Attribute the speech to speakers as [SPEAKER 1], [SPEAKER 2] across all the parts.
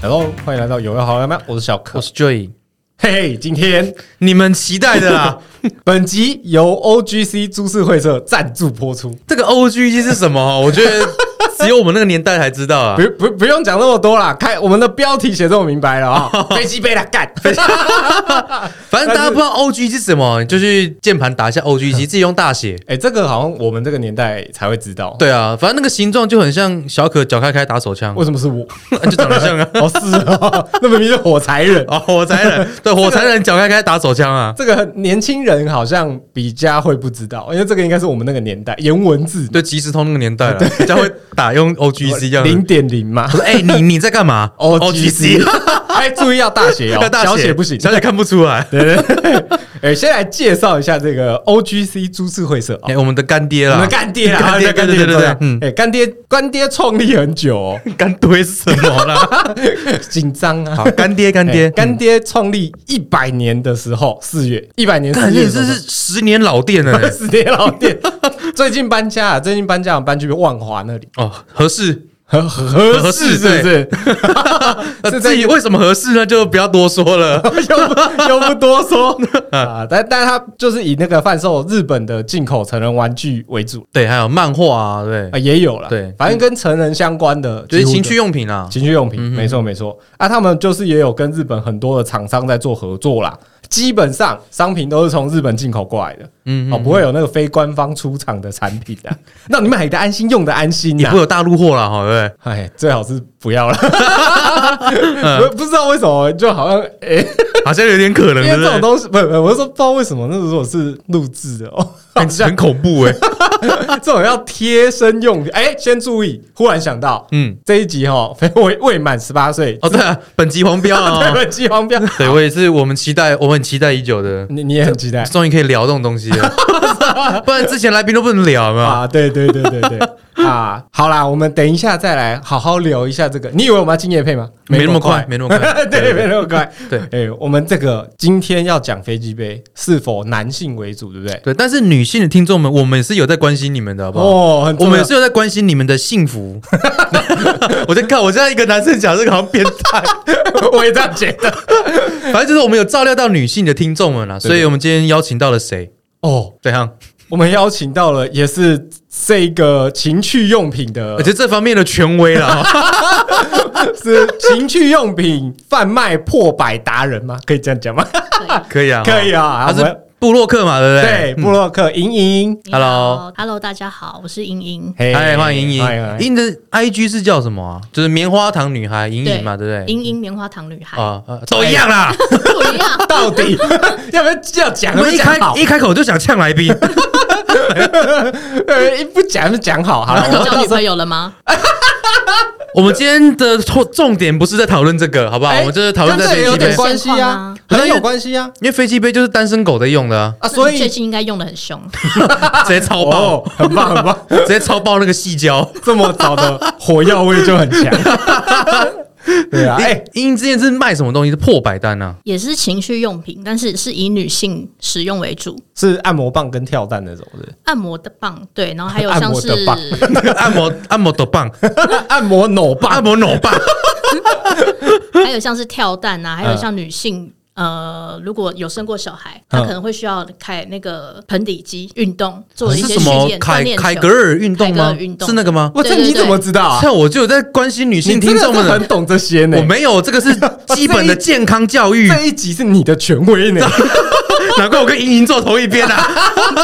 [SPEAKER 1] Hello，欢迎来到有要好来吗？我是小
[SPEAKER 2] 我
[SPEAKER 1] 可，
[SPEAKER 2] 是 Joy，
[SPEAKER 1] 嘿嘿，今 天
[SPEAKER 2] 你们期待的啊啦。
[SPEAKER 1] 本集由 OGC 株式会社赞助播出，
[SPEAKER 2] 这个 O G G 是什么？我觉得只有我们那个年代才知道 啊
[SPEAKER 1] 不。不不用讲那么多啦，看我们的标题写这么明白了 啊，
[SPEAKER 2] 哦
[SPEAKER 1] 飞机杯啦，干，
[SPEAKER 2] 反正大家不知道 O G G 是什么，你就去键盘打一下 O G G，自己用大写。
[SPEAKER 1] 哎，这个好像我们这个年代才会知道，
[SPEAKER 2] 对啊，反正那个形状就很像小可脚开开打手枪，
[SPEAKER 1] 为什么是我？
[SPEAKER 2] 就长得像 啊。
[SPEAKER 1] 哦，是啊，那明明是火柴人。啊
[SPEAKER 2] 哦，火柴人， 对，火柴人脚开开打手枪啊。
[SPEAKER 1] 这个年轻人好像比较会不知道，因为这个应该是我们那个年代颜文字
[SPEAKER 2] 对，即时通那个年代了，比较会打用 O G G 这样子。
[SPEAKER 1] 零点零 嘛
[SPEAKER 2] 我说，哎，你你在干嘛
[SPEAKER 1] OGC，哎， 注意要大写哦
[SPEAKER 2] 要，大
[SPEAKER 1] 小
[SPEAKER 2] 写
[SPEAKER 1] 写不行，
[SPEAKER 2] 小写看不出来。
[SPEAKER 1] 对对对，哎，先来介绍一下这个 OGC 株式会社啊，
[SPEAKER 2] 哎，我们的干爹
[SPEAKER 1] 我
[SPEAKER 2] 啦
[SPEAKER 1] 们的，干爹啊，
[SPEAKER 2] 干爹
[SPEAKER 1] 干爹，
[SPEAKER 2] 对对对对
[SPEAKER 1] 嗯
[SPEAKER 2] 嗯，
[SPEAKER 1] 哎，干爹，干爹创立很久哦，
[SPEAKER 2] 干爹是什么啦？
[SPEAKER 1] 紧张啊
[SPEAKER 2] 好，，干爹，干爹，嗯
[SPEAKER 1] 哎干爹创立一百年的时候，四月一百年
[SPEAKER 2] 干
[SPEAKER 1] 四
[SPEAKER 2] 爹，
[SPEAKER 1] 月
[SPEAKER 2] 你
[SPEAKER 1] 的时
[SPEAKER 2] 这
[SPEAKER 1] 候，
[SPEAKER 2] 是十年老店 了、欸。
[SPEAKER 1] 死爹老 店，最近搬家啊，最近搬家，我们搬去万华那里，
[SPEAKER 2] 哦，合 适。
[SPEAKER 1] 合合合
[SPEAKER 2] 合
[SPEAKER 1] 适
[SPEAKER 2] 适
[SPEAKER 1] 是不是？
[SPEAKER 2] 那
[SPEAKER 1] 是在
[SPEAKER 2] 至于为什么合适呢？就不要多说了。
[SPEAKER 1] 又不又不多说
[SPEAKER 2] 嗯
[SPEAKER 1] 啊，但但他就是以那个贩售日本的进口成人玩具为主
[SPEAKER 2] 对，还有漫画啊，对，
[SPEAKER 1] 啊，也有了，
[SPEAKER 2] 对
[SPEAKER 1] 反正跟成人相关的，
[SPEAKER 2] 就是
[SPEAKER 1] 几乎都
[SPEAKER 2] 情趣用品啊。
[SPEAKER 1] 情趣用品，没错没错啊，他们就是也有跟日本很多的厂商在做合作啦。基本上商品都是从日本进口过来的，嗯，哦，不会有那个非官方出厂的产品 的，让你买的安心，用的安心
[SPEAKER 2] 也
[SPEAKER 1] 呀
[SPEAKER 2] 不会。有大陆货啦，哈，对不
[SPEAKER 1] 哎，最好是不要了。 不不知道为什么，就好像哎、
[SPEAKER 2] 嗯对？好像有点可能，
[SPEAKER 1] 因
[SPEAKER 2] 对
[SPEAKER 1] 为
[SPEAKER 2] 不
[SPEAKER 1] 这种
[SPEAKER 2] 对？
[SPEAKER 1] 东西，不不，我是说不知道为什么，那时候是录制的哦，好
[SPEAKER 2] 很
[SPEAKER 1] 像
[SPEAKER 2] 很恐怖 哎、欸。
[SPEAKER 1] 这种要贴身用品。哎、先注意，忽然想到
[SPEAKER 2] 嗯，
[SPEAKER 1] 这一集哈， 未未满十八岁，
[SPEAKER 2] 哦，对啊，本集黄标
[SPEAKER 1] 对
[SPEAKER 2] 啊。
[SPEAKER 1] 本期黄标，
[SPEAKER 2] 对，我也是，我们期待，我们很期待已久的，
[SPEAKER 1] 你你也很期 待
[SPEAKER 2] 终于可以聊这种东西了。 不然之前来宾都不能聊嘛。
[SPEAKER 1] 啊？对对对对 对啊！好啦，我们等一下再来好好聊一下这个。你以为我们要敬业配吗？
[SPEAKER 2] 没那么快没那么 快
[SPEAKER 1] 对，
[SPEAKER 2] 对
[SPEAKER 1] 没那么快。
[SPEAKER 2] 对
[SPEAKER 1] 哎，我们这个今天要讲飞机杯是否男性为主，对不对？
[SPEAKER 2] 对，但是女性的听众们，我们也是有在关心你们的，好不好？
[SPEAKER 1] 哦，很
[SPEAKER 2] 我
[SPEAKER 1] 重
[SPEAKER 2] 们
[SPEAKER 1] 要
[SPEAKER 2] 也。是有在关心你们的幸福。 我在看，我现在一个男生讲这个好像变 态，
[SPEAKER 1] 我也这样觉 得。
[SPEAKER 2] 反正就是我们有照料到女性的听众们啦，
[SPEAKER 1] 对
[SPEAKER 2] 所以我们今天邀请到了谁？
[SPEAKER 1] 哦，
[SPEAKER 2] 怎样？
[SPEAKER 1] 我们邀请到了也是这个情趣用品的
[SPEAKER 2] 而，且呃这方面的权威 啦，哦
[SPEAKER 1] 是情趣用品贩卖破百达人吗？可以这样讲吗？
[SPEAKER 2] 可以啊，
[SPEAKER 1] 可以啊，
[SPEAKER 2] 他
[SPEAKER 1] 我
[SPEAKER 2] 是
[SPEAKER 1] 们
[SPEAKER 2] 布洛克嘛，对不
[SPEAKER 1] 对
[SPEAKER 2] 对？
[SPEAKER 1] 布洛克莹莹，
[SPEAKER 3] 你
[SPEAKER 2] Hello
[SPEAKER 3] 好 Hello，大家好，我是莹莹，
[SPEAKER 1] 嘿
[SPEAKER 2] 嗨，哎欢迎莹
[SPEAKER 1] 欢迎欢迎
[SPEAKER 2] 莹，莹的 IG 是叫什么啊？就是棉花糖女孩莹莹嘛，对不对？
[SPEAKER 3] 莹莹棉花糖女孩，
[SPEAKER 2] 啊，啊都一样啦。
[SPEAKER 3] 不 一
[SPEAKER 2] 哦
[SPEAKER 3] 样，
[SPEAKER 1] 哎到底 要不要要讲？
[SPEAKER 2] 哎我
[SPEAKER 1] 要
[SPEAKER 2] 们
[SPEAKER 1] 不
[SPEAKER 2] 一
[SPEAKER 1] 要
[SPEAKER 2] 开
[SPEAKER 1] 讲好？
[SPEAKER 2] 一开口就想呛来 宾，
[SPEAKER 1] 呃，一不讲就讲好，好了，
[SPEAKER 3] 你
[SPEAKER 1] 我
[SPEAKER 3] 交
[SPEAKER 1] 到
[SPEAKER 3] 女
[SPEAKER 1] 时候
[SPEAKER 3] 朋友 了吗？
[SPEAKER 2] 啊我们今天的重重点不是在讨论这个，好不好？
[SPEAKER 1] 哎
[SPEAKER 2] 我们就是讨论
[SPEAKER 1] 跟
[SPEAKER 2] 在
[SPEAKER 1] 这也
[SPEAKER 2] 飞
[SPEAKER 1] 有
[SPEAKER 2] 机
[SPEAKER 1] 点
[SPEAKER 2] 杯，
[SPEAKER 1] 关系
[SPEAKER 3] 现况
[SPEAKER 1] 啊
[SPEAKER 3] 啊，
[SPEAKER 1] 很有关系啊
[SPEAKER 2] 因为飞机杯就是单身狗在用的啊，
[SPEAKER 1] 啊，所
[SPEAKER 3] 嗯最
[SPEAKER 1] 以
[SPEAKER 3] 近应该用的很凶，
[SPEAKER 2] 直接超爆
[SPEAKER 1] 哦，。很棒很棒，
[SPEAKER 2] 直接超爆那个细胶。
[SPEAKER 1] 这么早的火药味就很 强，对啊， 哎
[SPEAKER 2] 哎，，英英之前是卖什么东西？是破百 单啊？
[SPEAKER 3] 也是情趣用品，但是是以女性使用为主，
[SPEAKER 1] 是按摩棒跟跳蛋那种是
[SPEAKER 3] 按摩的棒，对，然后还有
[SPEAKER 1] 按
[SPEAKER 3] 像
[SPEAKER 1] 摩
[SPEAKER 3] 是
[SPEAKER 1] 的棒
[SPEAKER 2] 按摩按摩的棒，
[SPEAKER 1] 不是，啊按摩扭棒
[SPEAKER 2] 按摩脑棒，
[SPEAKER 3] 还有像是跳蛋啊，还有
[SPEAKER 1] 嗯
[SPEAKER 3] 像女性。呃，如果有生过小孩，她
[SPEAKER 1] 嗯
[SPEAKER 3] 可能会需要开那个盆底肌运动，做一
[SPEAKER 2] 啊是
[SPEAKER 3] 些
[SPEAKER 2] 什
[SPEAKER 3] 训
[SPEAKER 2] 么
[SPEAKER 3] 练锻
[SPEAKER 2] 凯
[SPEAKER 3] 炼球。
[SPEAKER 2] 凯格尔运动
[SPEAKER 3] 凯格
[SPEAKER 2] 吗
[SPEAKER 3] 尔运？动
[SPEAKER 2] 是那个吗？
[SPEAKER 1] 我这
[SPEAKER 3] 对对
[SPEAKER 1] 你
[SPEAKER 3] 对
[SPEAKER 1] 怎么知道啊？
[SPEAKER 2] 像我就有在关心女性
[SPEAKER 1] 你
[SPEAKER 2] 听
[SPEAKER 1] 真
[SPEAKER 2] 众
[SPEAKER 1] 的是
[SPEAKER 2] 们
[SPEAKER 1] 很
[SPEAKER 2] 的，
[SPEAKER 1] 懂这些呢
[SPEAKER 2] 我。没有，这 个是基本的健康教育，
[SPEAKER 1] 这一集是你的权威 呢，
[SPEAKER 2] 难怪我跟莹莹坐同一边啊，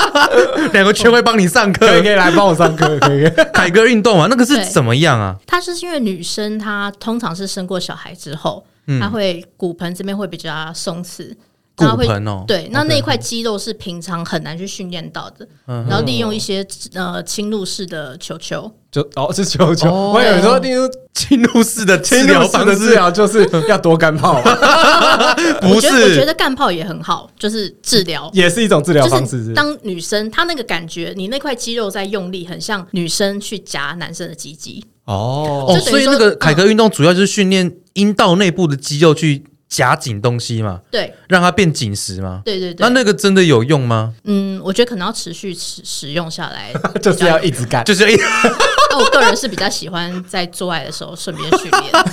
[SPEAKER 2] 两个全会帮你上
[SPEAKER 1] 可以
[SPEAKER 2] 课
[SPEAKER 1] 可。以来帮我上 课，可以可以。
[SPEAKER 2] 凯格尔运动啊，那个是
[SPEAKER 3] 对
[SPEAKER 2] 怎么样啊？
[SPEAKER 3] 她是因为女生她通常是生过小孩之后，她会骨盆这边会比较松弛，
[SPEAKER 2] 嗯骨
[SPEAKER 3] 然后会
[SPEAKER 2] 盆哦，
[SPEAKER 3] 对，那那一块肌肉是平常很难去训练到的，
[SPEAKER 2] 嗯
[SPEAKER 3] 然后利用一些呃侵入式的球球，
[SPEAKER 1] 就哦是球球，
[SPEAKER 2] 哦
[SPEAKER 1] 我有时候听说
[SPEAKER 2] 侵入式的治
[SPEAKER 1] 侵入
[SPEAKER 2] 疗
[SPEAKER 1] 式啊
[SPEAKER 2] 方
[SPEAKER 1] 的治
[SPEAKER 2] 式
[SPEAKER 1] 疗就是要多干泡，
[SPEAKER 2] 不
[SPEAKER 3] 我觉得我觉
[SPEAKER 2] 是
[SPEAKER 3] 得干炮也很好，就是治疗。
[SPEAKER 1] 也是一种治疗方
[SPEAKER 3] 就
[SPEAKER 1] 式，
[SPEAKER 3] 是
[SPEAKER 1] 是
[SPEAKER 3] 当女生她那个感觉，你那块肌肉在用力，很像女生去夹男生的鸡鸡。
[SPEAKER 1] 哦
[SPEAKER 2] 哦，
[SPEAKER 3] 就
[SPEAKER 2] 所
[SPEAKER 3] 等于
[SPEAKER 2] 以那
[SPEAKER 3] 说嗯
[SPEAKER 2] 个凯格尔运动主要就是训练阴道内部的肌肉去夹紧东西嘛。
[SPEAKER 3] 对
[SPEAKER 2] 让它变紧实吗？
[SPEAKER 3] 对对对
[SPEAKER 2] 那，那个真的有用吗？
[SPEAKER 3] 嗯，我觉得可能要持续使使用下来
[SPEAKER 1] ，就是要一直干，
[SPEAKER 2] 就是一哎
[SPEAKER 3] 那我个人是比较喜欢在做爱的时候顺便训练，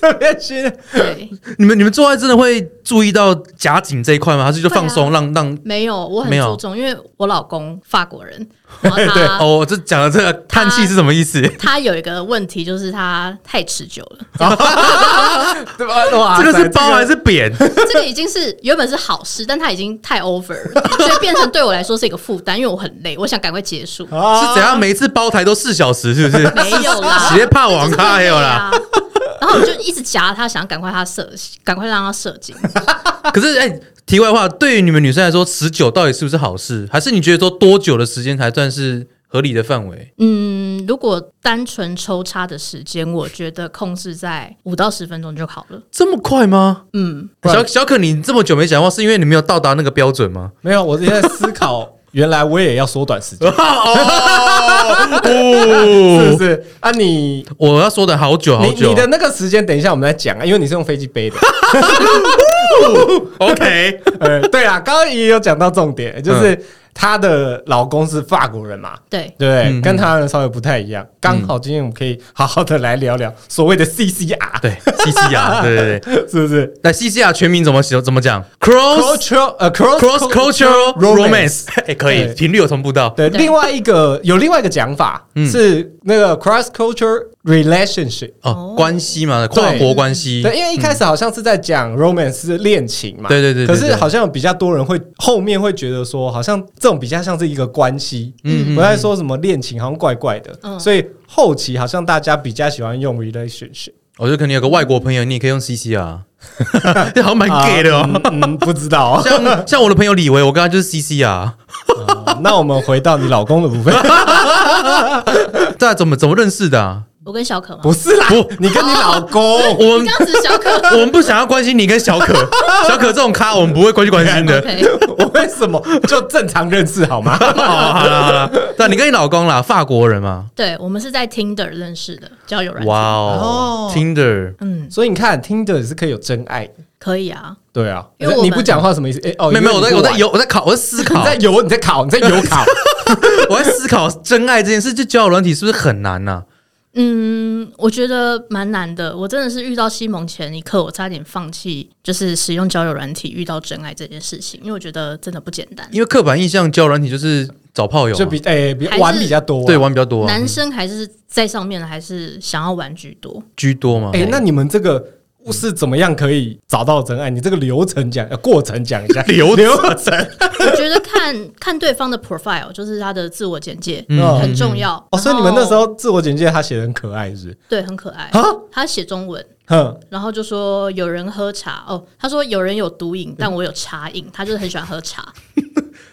[SPEAKER 1] 这边训
[SPEAKER 3] 对，
[SPEAKER 2] 你们你们做爱真的会注意到夹紧这一块吗？还是就放
[SPEAKER 3] 啊
[SPEAKER 2] 松、让让？
[SPEAKER 3] 没有，我很
[SPEAKER 2] 没有
[SPEAKER 3] 注重，因为我老公法国人，然后
[SPEAKER 1] 对
[SPEAKER 3] 他
[SPEAKER 2] 哦，这讲的这个
[SPEAKER 3] 他
[SPEAKER 2] 叹气是什么意思？
[SPEAKER 3] 他有一个问题就是他太持久了，
[SPEAKER 1] 对吧？哇
[SPEAKER 3] 啊
[SPEAKER 2] 这个是
[SPEAKER 1] 塞
[SPEAKER 2] 包还是扁？
[SPEAKER 3] 这个已经是原本是好事，但他已经太 over 了， 所以变成对我来说是一个负担，因为我很累，我想赶快结束。
[SPEAKER 1] 啊
[SPEAKER 2] 是怎样？每一次包台都四小时，是不是？
[SPEAKER 3] 没 有啦，
[SPEAKER 2] 直接怕网咖有 啦。
[SPEAKER 3] 就是啊会累啊。然后我就一直夹他，想赶快他射，赶快让他射精。啊
[SPEAKER 2] 可是哎、题外话，对于你们女生来说，持久到底是不是好事？还是你觉得说多久的时间才算是合理的范围？
[SPEAKER 3] 嗯，如果单纯抽插的时间，我觉得控制在五到十分钟就好了。
[SPEAKER 2] 这么快吗？
[SPEAKER 3] 嗯，
[SPEAKER 1] 不然
[SPEAKER 2] 小小可，你这么久没讲话，是因为你没有到达那个标准 吗？
[SPEAKER 1] 没有，我现在思考，原来我也要缩短 时间， 是不
[SPEAKER 2] 哦，
[SPEAKER 1] 是？啊你，
[SPEAKER 2] 我要说的好久好
[SPEAKER 1] 你
[SPEAKER 2] 久
[SPEAKER 1] 你的那个时间，等一下我们再讲啊，因为你是用飞机背的。
[SPEAKER 2] ，OK，
[SPEAKER 1] 呃， 对嗯啊，刚刚也有讲到重点，就是她的老公是法国人嘛，
[SPEAKER 3] 对，
[SPEAKER 1] 对不对？
[SPEAKER 2] 嗯
[SPEAKER 1] 跟台湾人稍微不太一样。刚好今天我们可以好好的来聊聊所谓的 CCR，
[SPEAKER 2] 对，西西 亚，对对对，
[SPEAKER 1] 是不是
[SPEAKER 2] 那西西亚全名怎么写？怎么讲？Cross
[SPEAKER 1] ？Cultural 呃 cross
[SPEAKER 2] 哦 Cross Cultural
[SPEAKER 1] romance
[SPEAKER 2] Romance，哎， 可以
[SPEAKER 1] 对
[SPEAKER 2] 频率有同步到，
[SPEAKER 1] 对，
[SPEAKER 3] 对
[SPEAKER 1] 另外一个有另外一个讲法
[SPEAKER 2] 嗯
[SPEAKER 1] 是那个 cross culture relationship。
[SPEAKER 2] 哦，关系嘛，跨国关系，
[SPEAKER 1] 对，因为一开始好像是在讲 romance 是恋情嘛，
[SPEAKER 2] 嗯对对对对
[SPEAKER 1] 可
[SPEAKER 2] 对
[SPEAKER 1] 是好像比较多人会后面会觉得说，好像这种比较像是一个关系，
[SPEAKER 2] 嗯
[SPEAKER 1] 嗯，我在说什么恋情好像怪怪的，
[SPEAKER 3] 嗯
[SPEAKER 1] 所以后期好像大家比较喜欢用 relationship，
[SPEAKER 2] 我就可能有个外国朋友，你也可以用 CC 啊， 这好像蛮 gay 的哦。。
[SPEAKER 1] 啊嗯嗯不知道
[SPEAKER 2] 像像我的朋友李维，我跟他就是 CC 啊。
[SPEAKER 1] 啊 那我们回到你老公的部分，
[SPEAKER 2] 大家啊怎么怎么认识的、啊？
[SPEAKER 3] 我跟小可嘛，
[SPEAKER 1] 不是啦
[SPEAKER 2] 不，
[SPEAKER 1] 你跟你老 公，
[SPEAKER 2] 我
[SPEAKER 3] 你
[SPEAKER 2] 们
[SPEAKER 3] 刚刚只是小 可
[SPEAKER 2] 我们不想要关心你跟小 可，小可这种咖我们不会关去关心
[SPEAKER 1] 啊
[SPEAKER 2] 的。
[SPEAKER 3] ，OK，
[SPEAKER 1] 我为什么就正常认识好吗？
[SPEAKER 2] 哦，好啦好啦，对啊，你跟你老公啦，法国人嘛，
[SPEAKER 3] 对我们是在 Tinder 认识的交友软件。
[SPEAKER 2] 哇哦
[SPEAKER 1] 哦
[SPEAKER 2] ，Tinder，
[SPEAKER 3] 嗯，
[SPEAKER 1] 所以你看听的是可以有真爱的，
[SPEAKER 3] 可以啊，
[SPEAKER 1] 对啊，
[SPEAKER 3] 因为我们
[SPEAKER 1] 你不讲话什么意思？哎哦，
[SPEAKER 2] 没有没有，我
[SPEAKER 1] 因为
[SPEAKER 2] 在
[SPEAKER 1] 你不玩
[SPEAKER 2] 我在游我在考，我在思 考
[SPEAKER 1] 你，在游，啊你在考，你在游 考。
[SPEAKER 2] 我在思考真爱这件事，这交友软体是不是很难呐、
[SPEAKER 3] 嗯，我觉得蛮难的。我真的是遇到西蒙前一刻，我差点放弃，就是使用交友软体遇到真爱这件事情，因为我觉得真的不简单。
[SPEAKER 2] 因为刻板印象，交友软体就是找炮友嘛，
[SPEAKER 1] 就比诶、比
[SPEAKER 3] 还是
[SPEAKER 1] 玩比较多、啊。
[SPEAKER 2] 对玩比较多、啊，
[SPEAKER 3] 男生还是在上面的，还是想要玩居多。
[SPEAKER 2] 居多嘛。
[SPEAKER 1] 哎、那你们这个是怎么样可以找到真爱？你这个流程讲、呃、过程 讲一下。
[SPEAKER 2] 流
[SPEAKER 1] 流程
[SPEAKER 3] 我觉得看 看对方的 profile，就是他的自我简介、
[SPEAKER 1] 嗯
[SPEAKER 3] 很重要。
[SPEAKER 1] 哦，
[SPEAKER 3] 然后
[SPEAKER 1] 所以你们那时候自我简介他写的很可爱，是
[SPEAKER 3] 对很可爱
[SPEAKER 1] 不是？，啊，
[SPEAKER 3] 他写中文，
[SPEAKER 1] 哼，
[SPEAKER 3] 然后就说有人喝茶哦，他说有人有毒瘾，但我有茶瘾，他就是很喜欢喝茶。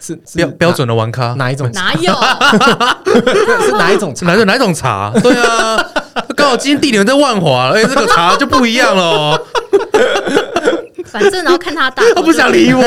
[SPEAKER 1] 是是
[SPEAKER 2] 标标准的玩咖
[SPEAKER 1] 哪哪一种？
[SPEAKER 3] 哪有？
[SPEAKER 1] 是哪一种
[SPEAKER 2] 是哪种哪种茶？对 啊，刚好今天地点在万华，哎，这个茶就不一样了哦。
[SPEAKER 3] 反正然后看他大头就，
[SPEAKER 2] 他不 想理我。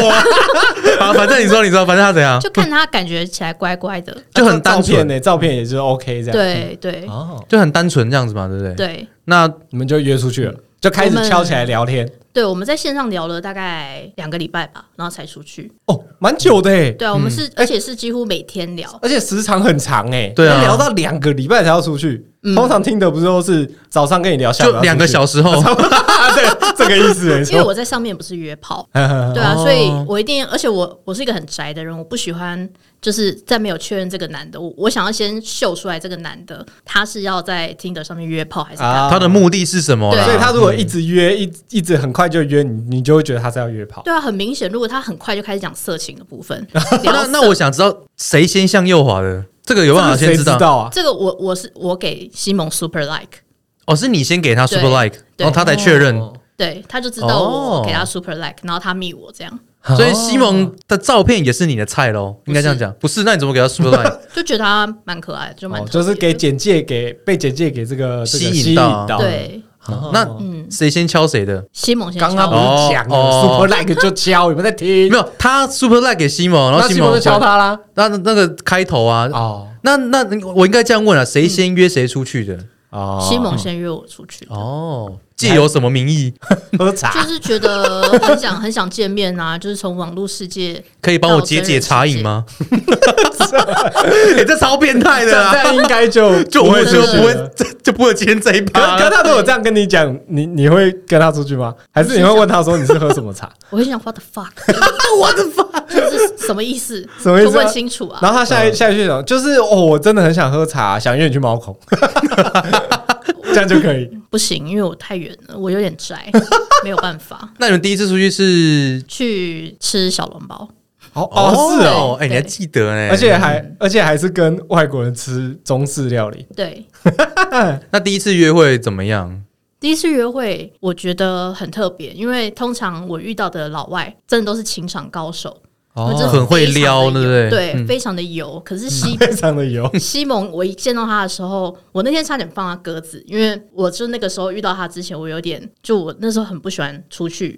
[SPEAKER 2] 好，反正你说，你说，反正他怎样，
[SPEAKER 3] 就看他感觉起来乖乖的。
[SPEAKER 2] 就很单
[SPEAKER 1] 照片
[SPEAKER 2] 纯，嗯
[SPEAKER 1] 呢、照片也就是 OK 这样。
[SPEAKER 3] 对对
[SPEAKER 1] 哦，
[SPEAKER 2] 就很单纯这样子嘛，对不对？
[SPEAKER 3] 对
[SPEAKER 2] 那
[SPEAKER 1] 你们就约出去了，
[SPEAKER 2] 嗯
[SPEAKER 1] 就开
[SPEAKER 3] 我
[SPEAKER 1] 始
[SPEAKER 3] 们
[SPEAKER 1] 敲起来聊天。
[SPEAKER 3] 对，我们在线上聊了大概两个礼拜吧，然后才出去。
[SPEAKER 1] 哦，蛮久的哎、
[SPEAKER 3] 对啊，我们是而且是几乎每天聊，
[SPEAKER 1] 而且时长很长哎、
[SPEAKER 2] 对啊嗯
[SPEAKER 1] 要聊到两个礼拜才要出去。通常听的不是都是早上跟你聊，下午
[SPEAKER 2] 就
[SPEAKER 1] 要
[SPEAKER 2] 两个
[SPEAKER 1] 出去
[SPEAKER 2] 小时后，
[SPEAKER 1] 啊， 对，这个意思没
[SPEAKER 3] 因为
[SPEAKER 1] 错。
[SPEAKER 3] 我在上面不是约炮。
[SPEAKER 1] 对
[SPEAKER 3] 对啊，
[SPEAKER 2] 哦
[SPEAKER 3] 所以我一定，而且我我是一个很宅的人，我不喜欢就是在没有确认这个男的，我我想要先秀出来这个男的，他是要在 Tinder 上面约炮还是干嘛？
[SPEAKER 1] 啊
[SPEAKER 2] 他的嗯目的是什么啦？
[SPEAKER 3] 对
[SPEAKER 1] 所以他如果一直约，一一直很快就约你，你就会觉得他是要约炮。
[SPEAKER 3] 对啊，很明显，如果他很快就开始讲色情的部分，聊
[SPEAKER 2] 哦那
[SPEAKER 3] 色
[SPEAKER 2] 那我想知道谁先向右滑的，这个有办法
[SPEAKER 1] 这个
[SPEAKER 2] 先
[SPEAKER 1] 谁知
[SPEAKER 2] 道。
[SPEAKER 1] 道啊？
[SPEAKER 3] 这个我我是我给西蒙 super like，
[SPEAKER 2] 哦，是你先给他
[SPEAKER 3] 对
[SPEAKER 2] super like，
[SPEAKER 3] 对
[SPEAKER 2] 然后他才确认。
[SPEAKER 1] 哦
[SPEAKER 3] 对，他就知道我
[SPEAKER 2] 哦
[SPEAKER 3] 给他 super like，然后他密我这样，
[SPEAKER 2] 所以西蒙的照片也是你的菜喽，应该这样讲。不是，那你怎么给他 super like？
[SPEAKER 3] 就觉得他蛮可爱的，就蛮
[SPEAKER 1] 哦
[SPEAKER 3] 特别的、
[SPEAKER 1] 就是给简介给被简介给这个这个
[SPEAKER 2] 吸引
[SPEAKER 1] 吸引
[SPEAKER 2] 到啊
[SPEAKER 1] 到。，
[SPEAKER 3] 对
[SPEAKER 1] 哦
[SPEAKER 2] 那
[SPEAKER 3] 嗯
[SPEAKER 2] 谁先敲谁的？
[SPEAKER 3] 西蒙先
[SPEAKER 1] 刚刚
[SPEAKER 3] 敲
[SPEAKER 1] 不
[SPEAKER 3] 我
[SPEAKER 1] 是讲了
[SPEAKER 2] 哦
[SPEAKER 1] super like 就敲，有没有在听
[SPEAKER 2] 没？有，他 super like 给西蒙，然
[SPEAKER 1] 那
[SPEAKER 2] 后西
[SPEAKER 1] 西蒙
[SPEAKER 2] 蒙
[SPEAKER 1] 就敲
[SPEAKER 2] 回
[SPEAKER 1] 他啦。
[SPEAKER 2] 那那个开头啊，
[SPEAKER 1] 哦
[SPEAKER 2] 那那我应该这样问啊，谁先约谁出去的？
[SPEAKER 1] 哦
[SPEAKER 3] 西蒙先约我出去的，
[SPEAKER 2] 哦，借由什么名义
[SPEAKER 1] 喝
[SPEAKER 3] 就
[SPEAKER 1] 茶，
[SPEAKER 3] 是觉得很想很想见面啊，就是从网络世界
[SPEAKER 2] 可以帮我解解茶瘾吗？ 你欸这超变态
[SPEAKER 1] 这
[SPEAKER 2] 的啊！
[SPEAKER 1] 样应该就
[SPEAKER 2] 就我
[SPEAKER 1] 不
[SPEAKER 2] 们
[SPEAKER 1] 会
[SPEAKER 2] 就
[SPEAKER 1] 出去
[SPEAKER 2] 不
[SPEAKER 1] 了
[SPEAKER 2] 会， 啊这就不会今天这一
[SPEAKER 1] 可
[SPEAKER 2] 趴
[SPEAKER 1] 可
[SPEAKER 2] 了。
[SPEAKER 1] 他如果这样跟你讲，你你会跟他出去吗？还是你会问他说你是喝什么 茶？
[SPEAKER 2] 啊
[SPEAKER 3] 我会想 what the fuck，what the fuck，就是什么意思？
[SPEAKER 1] 什么意思啊
[SPEAKER 3] 就问清楚啊！
[SPEAKER 1] 然后他
[SPEAKER 2] 嗯
[SPEAKER 1] 下一下一句讲就是哦，我真的很想喝茶，想约你去猫孔， 这样就可以。
[SPEAKER 3] 不行，因为我太远了，我有点宅，没有办法
[SPEAKER 2] 那你们第一次出去是
[SPEAKER 3] 去吃小笼包。
[SPEAKER 1] 哦哦是哦，
[SPEAKER 2] 哎，你还
[SPEAKER 3] 对
[SPEAKER 2] 记得哎？
[SPEAKER 1] 而且还而且还是跟外国人吃中式料理，
[SPEAKER 3] 对，
[SPEAKER 2] 那第一次约会怎么样？
[SPEAKER 3] 第一次约会我觉得很特别，因为通常我遇到的老外真的都是情场高手，他们真的
[SPEAKER 2] 哦很会
[SPEAKER 3] 非
[SPEAKER 2] 撩，
[SPEAKER 3] 常地
[SPEAKER 2] 对不对？
[SPEAKER 3] 油对，
[SPEAKER 2] 嗯
[SPEAKER 3] 非常的油。可是西
[SPEAKER 1] 非常的油。
[SPEAKER 3] 西蒙，我一见到他的时候，我那天差点放他鸽子，因为我就那个时候遇到他之前，我有点就我那时候很不喜欢出去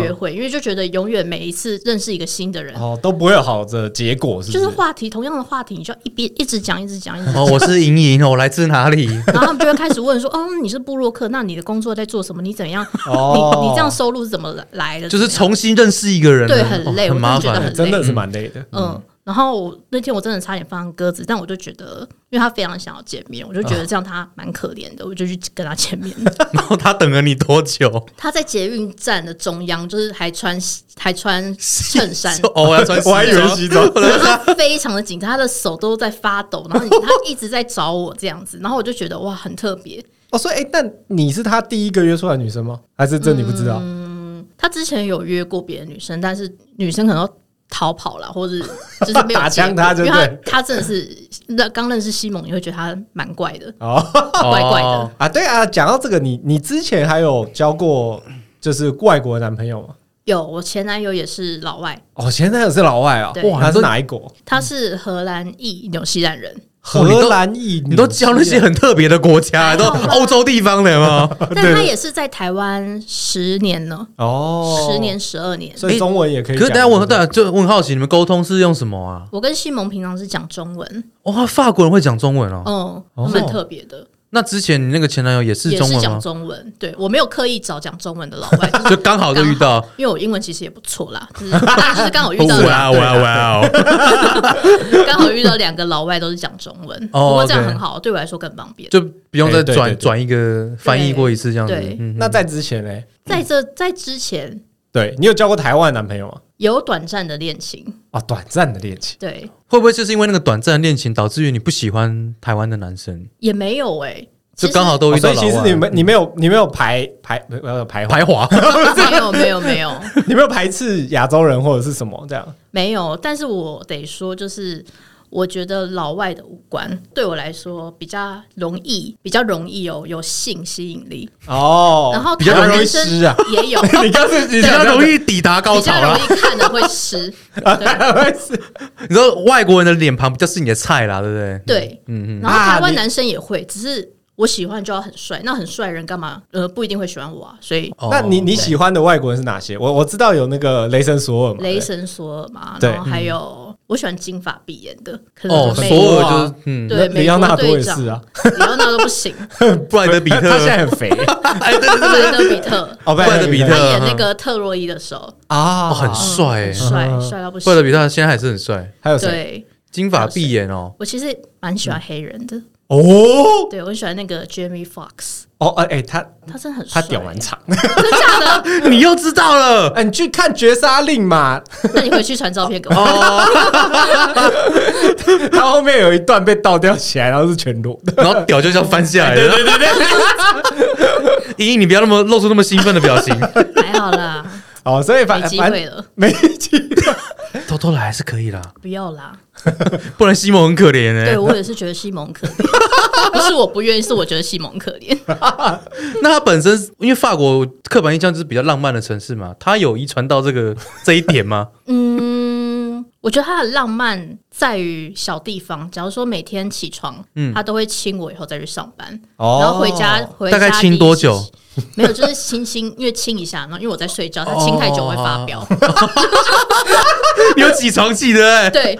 [SPEAKER 3] 约
[SPEAKER 1] 嗯，
[SPEAKER 3] 会，因为就觉得永远每一次认识一个新的人，
[SPEAKER 1] 哦，都不会有好的结果，是
[SPEAKER 3] 就
[SPEAKER 1] 不
[SPEAKER 3] 是
[SPEAKER 1] 是？
[SPEAKER 3] 话题同样的话题，你就一边一直讲，一直讲，一 直讲。
[SPEAKER 2] 哦，我是莹莹，我来自哪里？
[SPEAKER 3] 然后他们就会开始问说：“哦，你是布洛克，那你的工作在做什么？你怎样？
[SPEAKER 1] 哦
[SPEAKER 3] 你你这样收入是怎么来 的？
[SPEAKER 2] 就是
[SPEAKER 3] 怎么样
[SPEAKER 2] 重新认识一个人，
[SPEAKER 3] 对很累
[SPEAKER 2] 哦很
[SPEAKER 3] 我真的
[SPEAKER 2] 麻
[SPEAKER 3] 觉得
[SPEAKER 2] 烦
[SPEAKER 3] 很。
[SPEAKER 1] 真的是蛮累的。
[SPEAKER 3] 嗯。”然后我那天我真的差点放他鸽子，但我就觉得，因为他非常想要见面，我就觉得这样他蛮可怜的，我就去跟他见 面。
[SPEAKER 2] 然后他等了你多久？，
[SPEAKER 3] 他在捷运站的中央，就是还穿还穿衬衫
[SPEAKER 2] 哦，我要穿西装，哦
[SPEAKER 1] 我还以为西 装，
[SPEAKER 3] 然后他非常的紧张，他的手都在发抖，然后你他一直在找我这样子，然后我就觉得哇，很特别。
[SPEAKER 1] 哦，所以哎、那你是他第一个约出来的女生吗？还是这你不知道？
[SPEAKER 3] 嗯他之前有约过别的女生，但是女生可能都逃跑了，或 者就是没有
[SPEAKER 1] 打
[SPEAKER 3] 结
[SPEAKER 1] 枪
[SPEAKER 3] 果
[SPEAKER 1] 他就
[SPEAKER 3] 因为他
[SPEAKER 1] 对
[SPEAKER 3] 他真的是那刚认识西蒙，你会觉得他蛮怪的，
[SPEAKER 1] 哦
[SPEAKER 3] 怪怪的
[SPEAKER 2] 哦。
[SPEAKER 1] 啊，对啊，讲到这个，你你之前还有交过就是外国的男朋友吗？
[SPEAKER 3] 有我前男友也是老外，
[SPEAKER 1] 哦，前男友是老外啊、
[SPEAKER 3] 对
[SPEAKER 1] 哇，他是哪一国？
[SPEAKER 3] 他是荷兰裔纽西兰人，
[SPEAKER 2] 哇你都
[SPEAKER 1] 荷兰裔，
[SPEAKER 2] 你都教那些很特别的国 家，都
[SPEAKER 3] 哦
[SPEAKER 2] 欧洲地方的 吗？
[SPEAKER 3] 但他也是在台湾十年了，
[SPEAKER 1] 啊哦，
[SPEAKER 3] 十，年十二年。
[SPEAKER 1] 所以中文也可以讲。
[SPEAKER 2] 可是大家问，大家就我很好奇，你们沟通是用什么啊？
[SPEAKER 3] 我跟西蒙平常是讲中文，
[SPEAKER 2] 哇，法国人会讲中文哦。
[SPEAKER 3] 哦，
[SPEAKER 1] 哦
[SPEAKER 3] 蛮特别的，
[SPEAKER 2] 那之前你那个前男友也是
[SPEAKER 3] 也
[SPEAKER 2] 中
[SPEAKER 3] 是
[SPEAKER 2] 文
[SPEAKER 3] 讲
[SPEAKER 2] 吗？
[SPEAKER 3] 中文。对我没有刻意找讲中文的老 外，就是
[SPEAKER 2] 就刚好就遇到，
[SPEAKER 3] 因为我英文其实也不错啦，就是就是刚好遇到
[SPEAKER 2] 哇哇
[SPEAKER 1] 啊
[SPEAKER 2] 哇 哦！
[SPEAKER 3] 刚好遇到两个老外都是讲中文，不
[SPEAKER 2] 哦
[SPEAKER 3] 过这样
[SPEAKER 2] OK
[SPEAKER 3] 很好，对我来说更方便。
[SPEAKER 2] 就不用再
[SPEAKER 1] 对对对
[SPEAKER 2] 转
[SPEAKER 1] 对
[SPEAKER 2] 转一个翻译过一次这样子
[SPEAKER 3] 对。
[SPEAKER 2] 嗯
[SPEAKER 1] 那在之前呢？
[SPEAKER 3] 在这在之前
[SPEAKER 1] 对你有交过台湾的男朋友吗？
[SPEAKER 3] 有短暂的恋情，
[SPEAKER 1] 哦，短暂的恋情。
[SPEAKER 3] 对，
[SPEAKER 2] 会不会就是因为那个短暂的恋情，导致于你不喜欢台湾的男生？
[SPEAKER 3] 也没有哎、其
[SPEAKER 2] 就
[SPEAKER 3] 实
[SPEAKER 2] 刚好都
[SPEAKER 1] 哦
[SPEAKER 2] 遇
[SPEAKER 1] 所
[SPEAKER 2] 到
[SPEAKER 1] 以
[SPEAKER 2] 老
[SPEAKER 1] 其实
[SPEAKER 2] 外
[SPEAKER 1] 你没你没有你没有排排 不呃排
[SPEAKER 2] 排华，
[SPEAKER 3] 没有没有没有
[SPEAKER 1] 你没有排斥亚洲人或者是什么这样？
[SPEAKER 3] 没有，但是我得说就是。我觉得老外的五官对我来说比较容易，比较容易有有性吸引力。
[SPEAKER 1] 哦，
[SPEAKER 3] 然后
[SPEAKER 1] 比较
[SPEAKER 3] 台湾
[SPEAKER 1] 容易
[SPEAKER 3] 男生
[SPEAKER 1] 湿啊。
[SPEAKER 3] 也有
[SPEAKER 1] 你刚是你
[SPEAKER 2] 比较容易抵达 高
[SPEAKER 3] 比
[SPEAKER 2] 潮啊
[SPEAKER 3] 较容
[SPEAKER 2] 啦。
[SPEAKER 3] 易看的会 湿，
[SPEAKER 2] 你知道外国人的脸庞比较是你的菜啦，对不对？
[SPEAKER 3] 对，
[SPEAKER 2] 嗯嗯，
[SPEAKER 3] 然后台
[SPEAKER 1] 啊
[SPEAKER 3] 湾
[SPEAKER 1] 你
[SPEAKER 3] 男生也会，只是我喜欢就要很帅，那很帅的人干嘛？呃，不一定会喜欢我啊，所以
[SPEAKER 2] 哦
[SPEAKER 1] 那你你喜欢的外国人是哪些？我我知道有那个雷神索尔嘛，
[SPEAKER 3] 雷神索尔嘛，
[SPEAKER 1] 对
[SPEAKER 3] 然后还有我喜欢金发碧眼的，可
[SPEAKER 2] 哦，
[SPEAKER 3] 能
[SPEAKER 1] 美
[SPEAKER 3] 美
[SPEAKER 1] 国
[SPEAKER 2] 索
[SPEAKER 3] 国
[SPEAKER 2] 尔就是嗯，
[SPEAKER 1] 对
[SPEAKER 3] 对
[SPEAKER 1] 不
[SPEAKER 3] 美
[SPEAKER 1] 对，里奥纳多
[SPEAKER 3] 国
[SPEAKER 1] 也
[SPEAKER 3] 队长
[SPEAKER 1] 是啊，
[SPEAKER 3] 里奥纳多 不行，
[SPEAKER 2] 布莱德比
[SPEAKER 1] 他他现
[SPEAKER 2] 特，
[SPEAKER 1] 在很肥
[SPEAKER 2] 哎，对对
[SPEAKER 3] 布
[SPEAKER 2] 对
[SPEAKER 3] 莱德比特，
[SPEAKER 1] 哦，
[SPEAKER 2] 布莱德比特
[SPEAKER 3] 他演那个特洛伊的时候，
[SPEAKER 1] 啊，
[SPEAKER 2] 哦很
[SPEAKER 3] 嗯
[SPEAKER 2] 帅 欸
[SPEAKER 3] 很帅
[SPEAKER 1] 嗯
[SPEAKER 3] 帅到不
[SPEAKER 2] 布莱德
[SPEAKER 3] 行。
[SPEAKER 2] 比特现在还是很帅，
[SPEAKER 1] 还有谁？
[SPEAKER 3] 对
[SPEAKER 2] 金发碧眼 哦。
[SPEAKER 3] 我其实蛮喜欢黑人的，
[SPEAKER 1] 哦
[SPEAKER 3] 对我很喜欢那个 Jamie Fox，
[SPEAKER 1] 哦哎哎，他
[SPEAKER 3] 他真的很帅
[SPEAKER 1] 他 屌蛮长。
[SPEAKER 3] 真的假的？
[SPEAKER 2] 你又知道了
[SPEAKER 1] 哎，你去看《绝杀令》嘛，
[SPEAKER 3] 那你回去传照片给我。
[SPEAKER 2] 哦，
[SPEAKER 1] 他后面有一段被倒吊起来，然后是全裸的。
[SPEAKER 2] 然后屌就像翻下来
[SPEAKER 1] 对
[SPEAKER 2] 了。
[SPEAKER 1] 哎对对对，
[SPEAKER 2] 莹莹，你不要那么露出那么兴奋的表情，
[SPEAKER 3] 还好啦，
[SPEAKER 1] 哦，所以反
[SPEAKER 3] 没机
[SPEAKER 1] 反
[SPEAKER 3] 会了，
[SPEAKER 1] 没机会。
[SPEAKER 2] 偷偷来还是可以啦，
[SPEAKER 3] 不要啦。
[SPEAKER 2] 不然西蒙很可怜
[SPEAKER 3] 对
[SPEAKER 2] 哎。
[SPEAKER 3] 我也是觉得西蒙可怜， 不是我不愿意，是我觉得西蒙可 怜。
[SPEAKER 2] 那他本身因为法国刻 板印象就是比较浪漫的城市嘛，他有遗传到这个这一点吗？
[SPEAKER 3] 嗯，我觉得他的浪漫在于小地方。假如说每天起床，
[SPEAKER 2] 嗯
[SPEAKER 3] 他都会亲我，以后再去上班，
[SPEAKER 1] 哦
[SPEAKER 3] 然后回家回
[SPEAKER 2] 大
[SPEAKER 3] 家
[SPEAKER 2] 概
[SPEAKER 3] 第
[SPEAKER 2] 亲
[SPEAKER 3] 一
[SPEAKER 2] 多
[SPEAKER 3] 次
[SPEAKER 2] 久？
[SPEAKER 3] 没有，就是亲亲，因为亲一下，然后因为我在睡
[SPEAKER 2] 哦
[SPEAKER 3] 觉，他亲太久会发飙。
[SPEAKER 2] 有起床气的哎，
[SPEAKER 3] 对，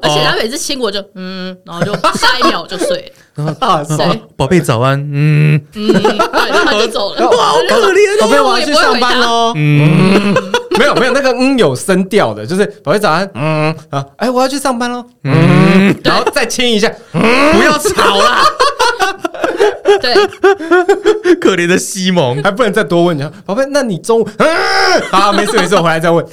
[SPEAKER 3] 而且他每次亲我就嗯，然后就下一秒我就 睡了，
[SPEAKER 1] 啊，
[SPEAKER 2] 哦
[SPEAKER 1] 爽
[SPEAKER 3] 对，
[SPEAKER 2] 宝贝早安，嗯，
[SPEAKER 3] 嗯，对，然后他就走 了。
[SPEAKER 2] 好可怜
[SPEAKER 1] 宝
[SPEAKER 2] 哦。
[SPEAKER 1] 贝，我要去上班喽。嗯，没有没有，那个嗯有声调的，就是宝贝早安，嗯啊，哎，我要去上班喽。嗯，然后再亲一下，
[SPEAKER 2] 不要吵啦，
[SPEAKER 3] 对，
[SPEAKER 2] 可怜的西蒙，
[SPEAKER 1] 还不能再多问一下，宝贝，那你中午嗯好，没事没事，我回来再问。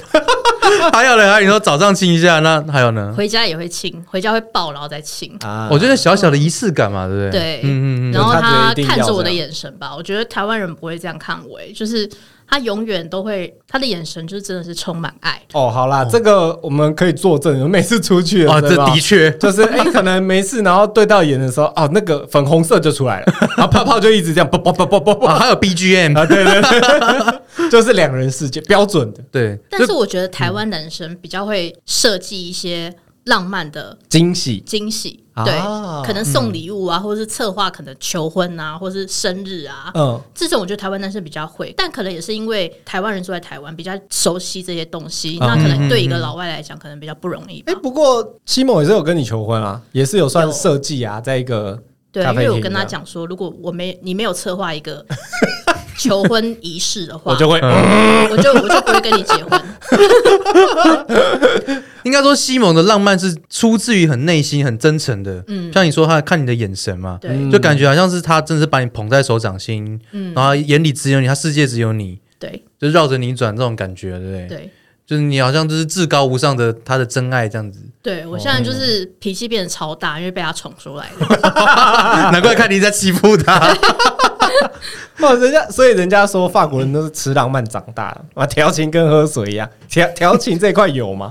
[SPEAKER 2] 还有呢，还有你说早上亲一下，那还有呢？
[SPEAKER 3] 回家也会亲，回家会抱，然后再亲。
[SPEAKER 1] 啊
[SPEAKER 2] 我觉得小小的仪式感嘛，对不对？
[SPEAKER 3] 对，
[SPEAKER 2] 嗯嗯嗯，
[SPEAKER 3] 然后
[SPEAKER 1] 他觉得
[SPEAKER 3] 他
[SPEAKER 1] 一定要
[SPEAKER 3] 看着我的
[SPEAKER 1] 这样
[SPEAKER 3] 眼神吧，我觉得台湾人不会这样看我、欸，就是他永远都会，他的眼神就是真的是充满爱。
[SPEAKER 1] 哦，好啦，这个我们可以作证，每次出去
[SPEAKER 2] 啊，
[SPEAKER 1] 的
[SPEAKER 2] 这
[SPEAKER 1] 时候
[SPEAKER 2] 的确，
[SPEAKER 1] 就是哎、可能没事，然后对到眼的时候，哦，那个粉红色就出来了，然后泡泡就一直这样，啵啵啵啵啵啵
[SPEAKER 2] 啊，
[SPEAKER 1] 啊，
[SPEAKER 2] 还有 BGM，
[SPEAKER 1] 对对对，就是两人世界标准的
[SPEAKER 2] 对，
[SPEAKER 3] 但是我觉得
[SPEAKER 1] 嗯
[SPEAKER 3] 台湾男生比较会设计一些浪漫的
[SPEAKER 1] 惊喜
[SPEAKER 3] 惊喜，
[SPEAKER 1] 啊
[SPEAKER 3] 对，可能送礼物啊，或者是策划可能求婚啊，或是生日啊，
[SPEAKER 1] 嗯，
[SPEAKER 3] 这种我觉得台湾男生比较会，但可能也是因为台湾人住在台湾，比较熟悉这些东西，
[SPEAKER 1] 嗯
[SPEAKER 3] 那可能对一个老外来讲，可能比较不容易吧
[SPEAKER 1] 哎、。不过西蒙也是有跟你求婚啊，也是有算
[SPEAKER 3] 有
[SPEAKER 1] 设计啊，在一个
[SPEAKER 3] 对，
[SPEAKER 1] 咖
[SPEAKER 3] 因
[SPEAKER 1] 啡
[SPEAKER 3] 为我
[SPEAKER 1] 厅
[SPEAKER 3] 跟
[SPEAKER 1] 这
[SPEAKER 3] 他
[SPEAKER 1] 样
[SPEAKER 3] 讲说，如果我没你没有策划一 个求婚仪式的话，
[SPEAKER 1] 我就会、嗯
[SPEAKER 3] 我就我就不会跟你结婚。
[SPEAKER 2] 应该说西蒙的浪漫是出自于很内心、很真诚的。嗯，像你说他看你的眼神嘛，
[SPEAKER 3] 对
[SPEAKER 1] 嗯
[SPEAKER 2] 就感觉好像是他真的是把你捧在手掌心，嗯，然后眼里只有你，他世界只有你，
[SPEAKER 3] 对
[SPEAKER 2] 就绕着你转这种感觉，对不对？
[SPEAKER 3] 对
[SPEAKER 2] 就是你好像就是至高无上的他的真爱这样子，
[SPEAKER 3] 对，我现在
[SPEAKER 1] 哦
[SPEAKER 3] 就是脾气变得超大，因为被他宠出来 的。
[SPEAKER 2] 难怪看你在欺负他。
[SPEAKER 1] 哦，人家所以人家说法国人都是吃浪漫长大的啊，调情跟喝水一样，调调情这一块有吗？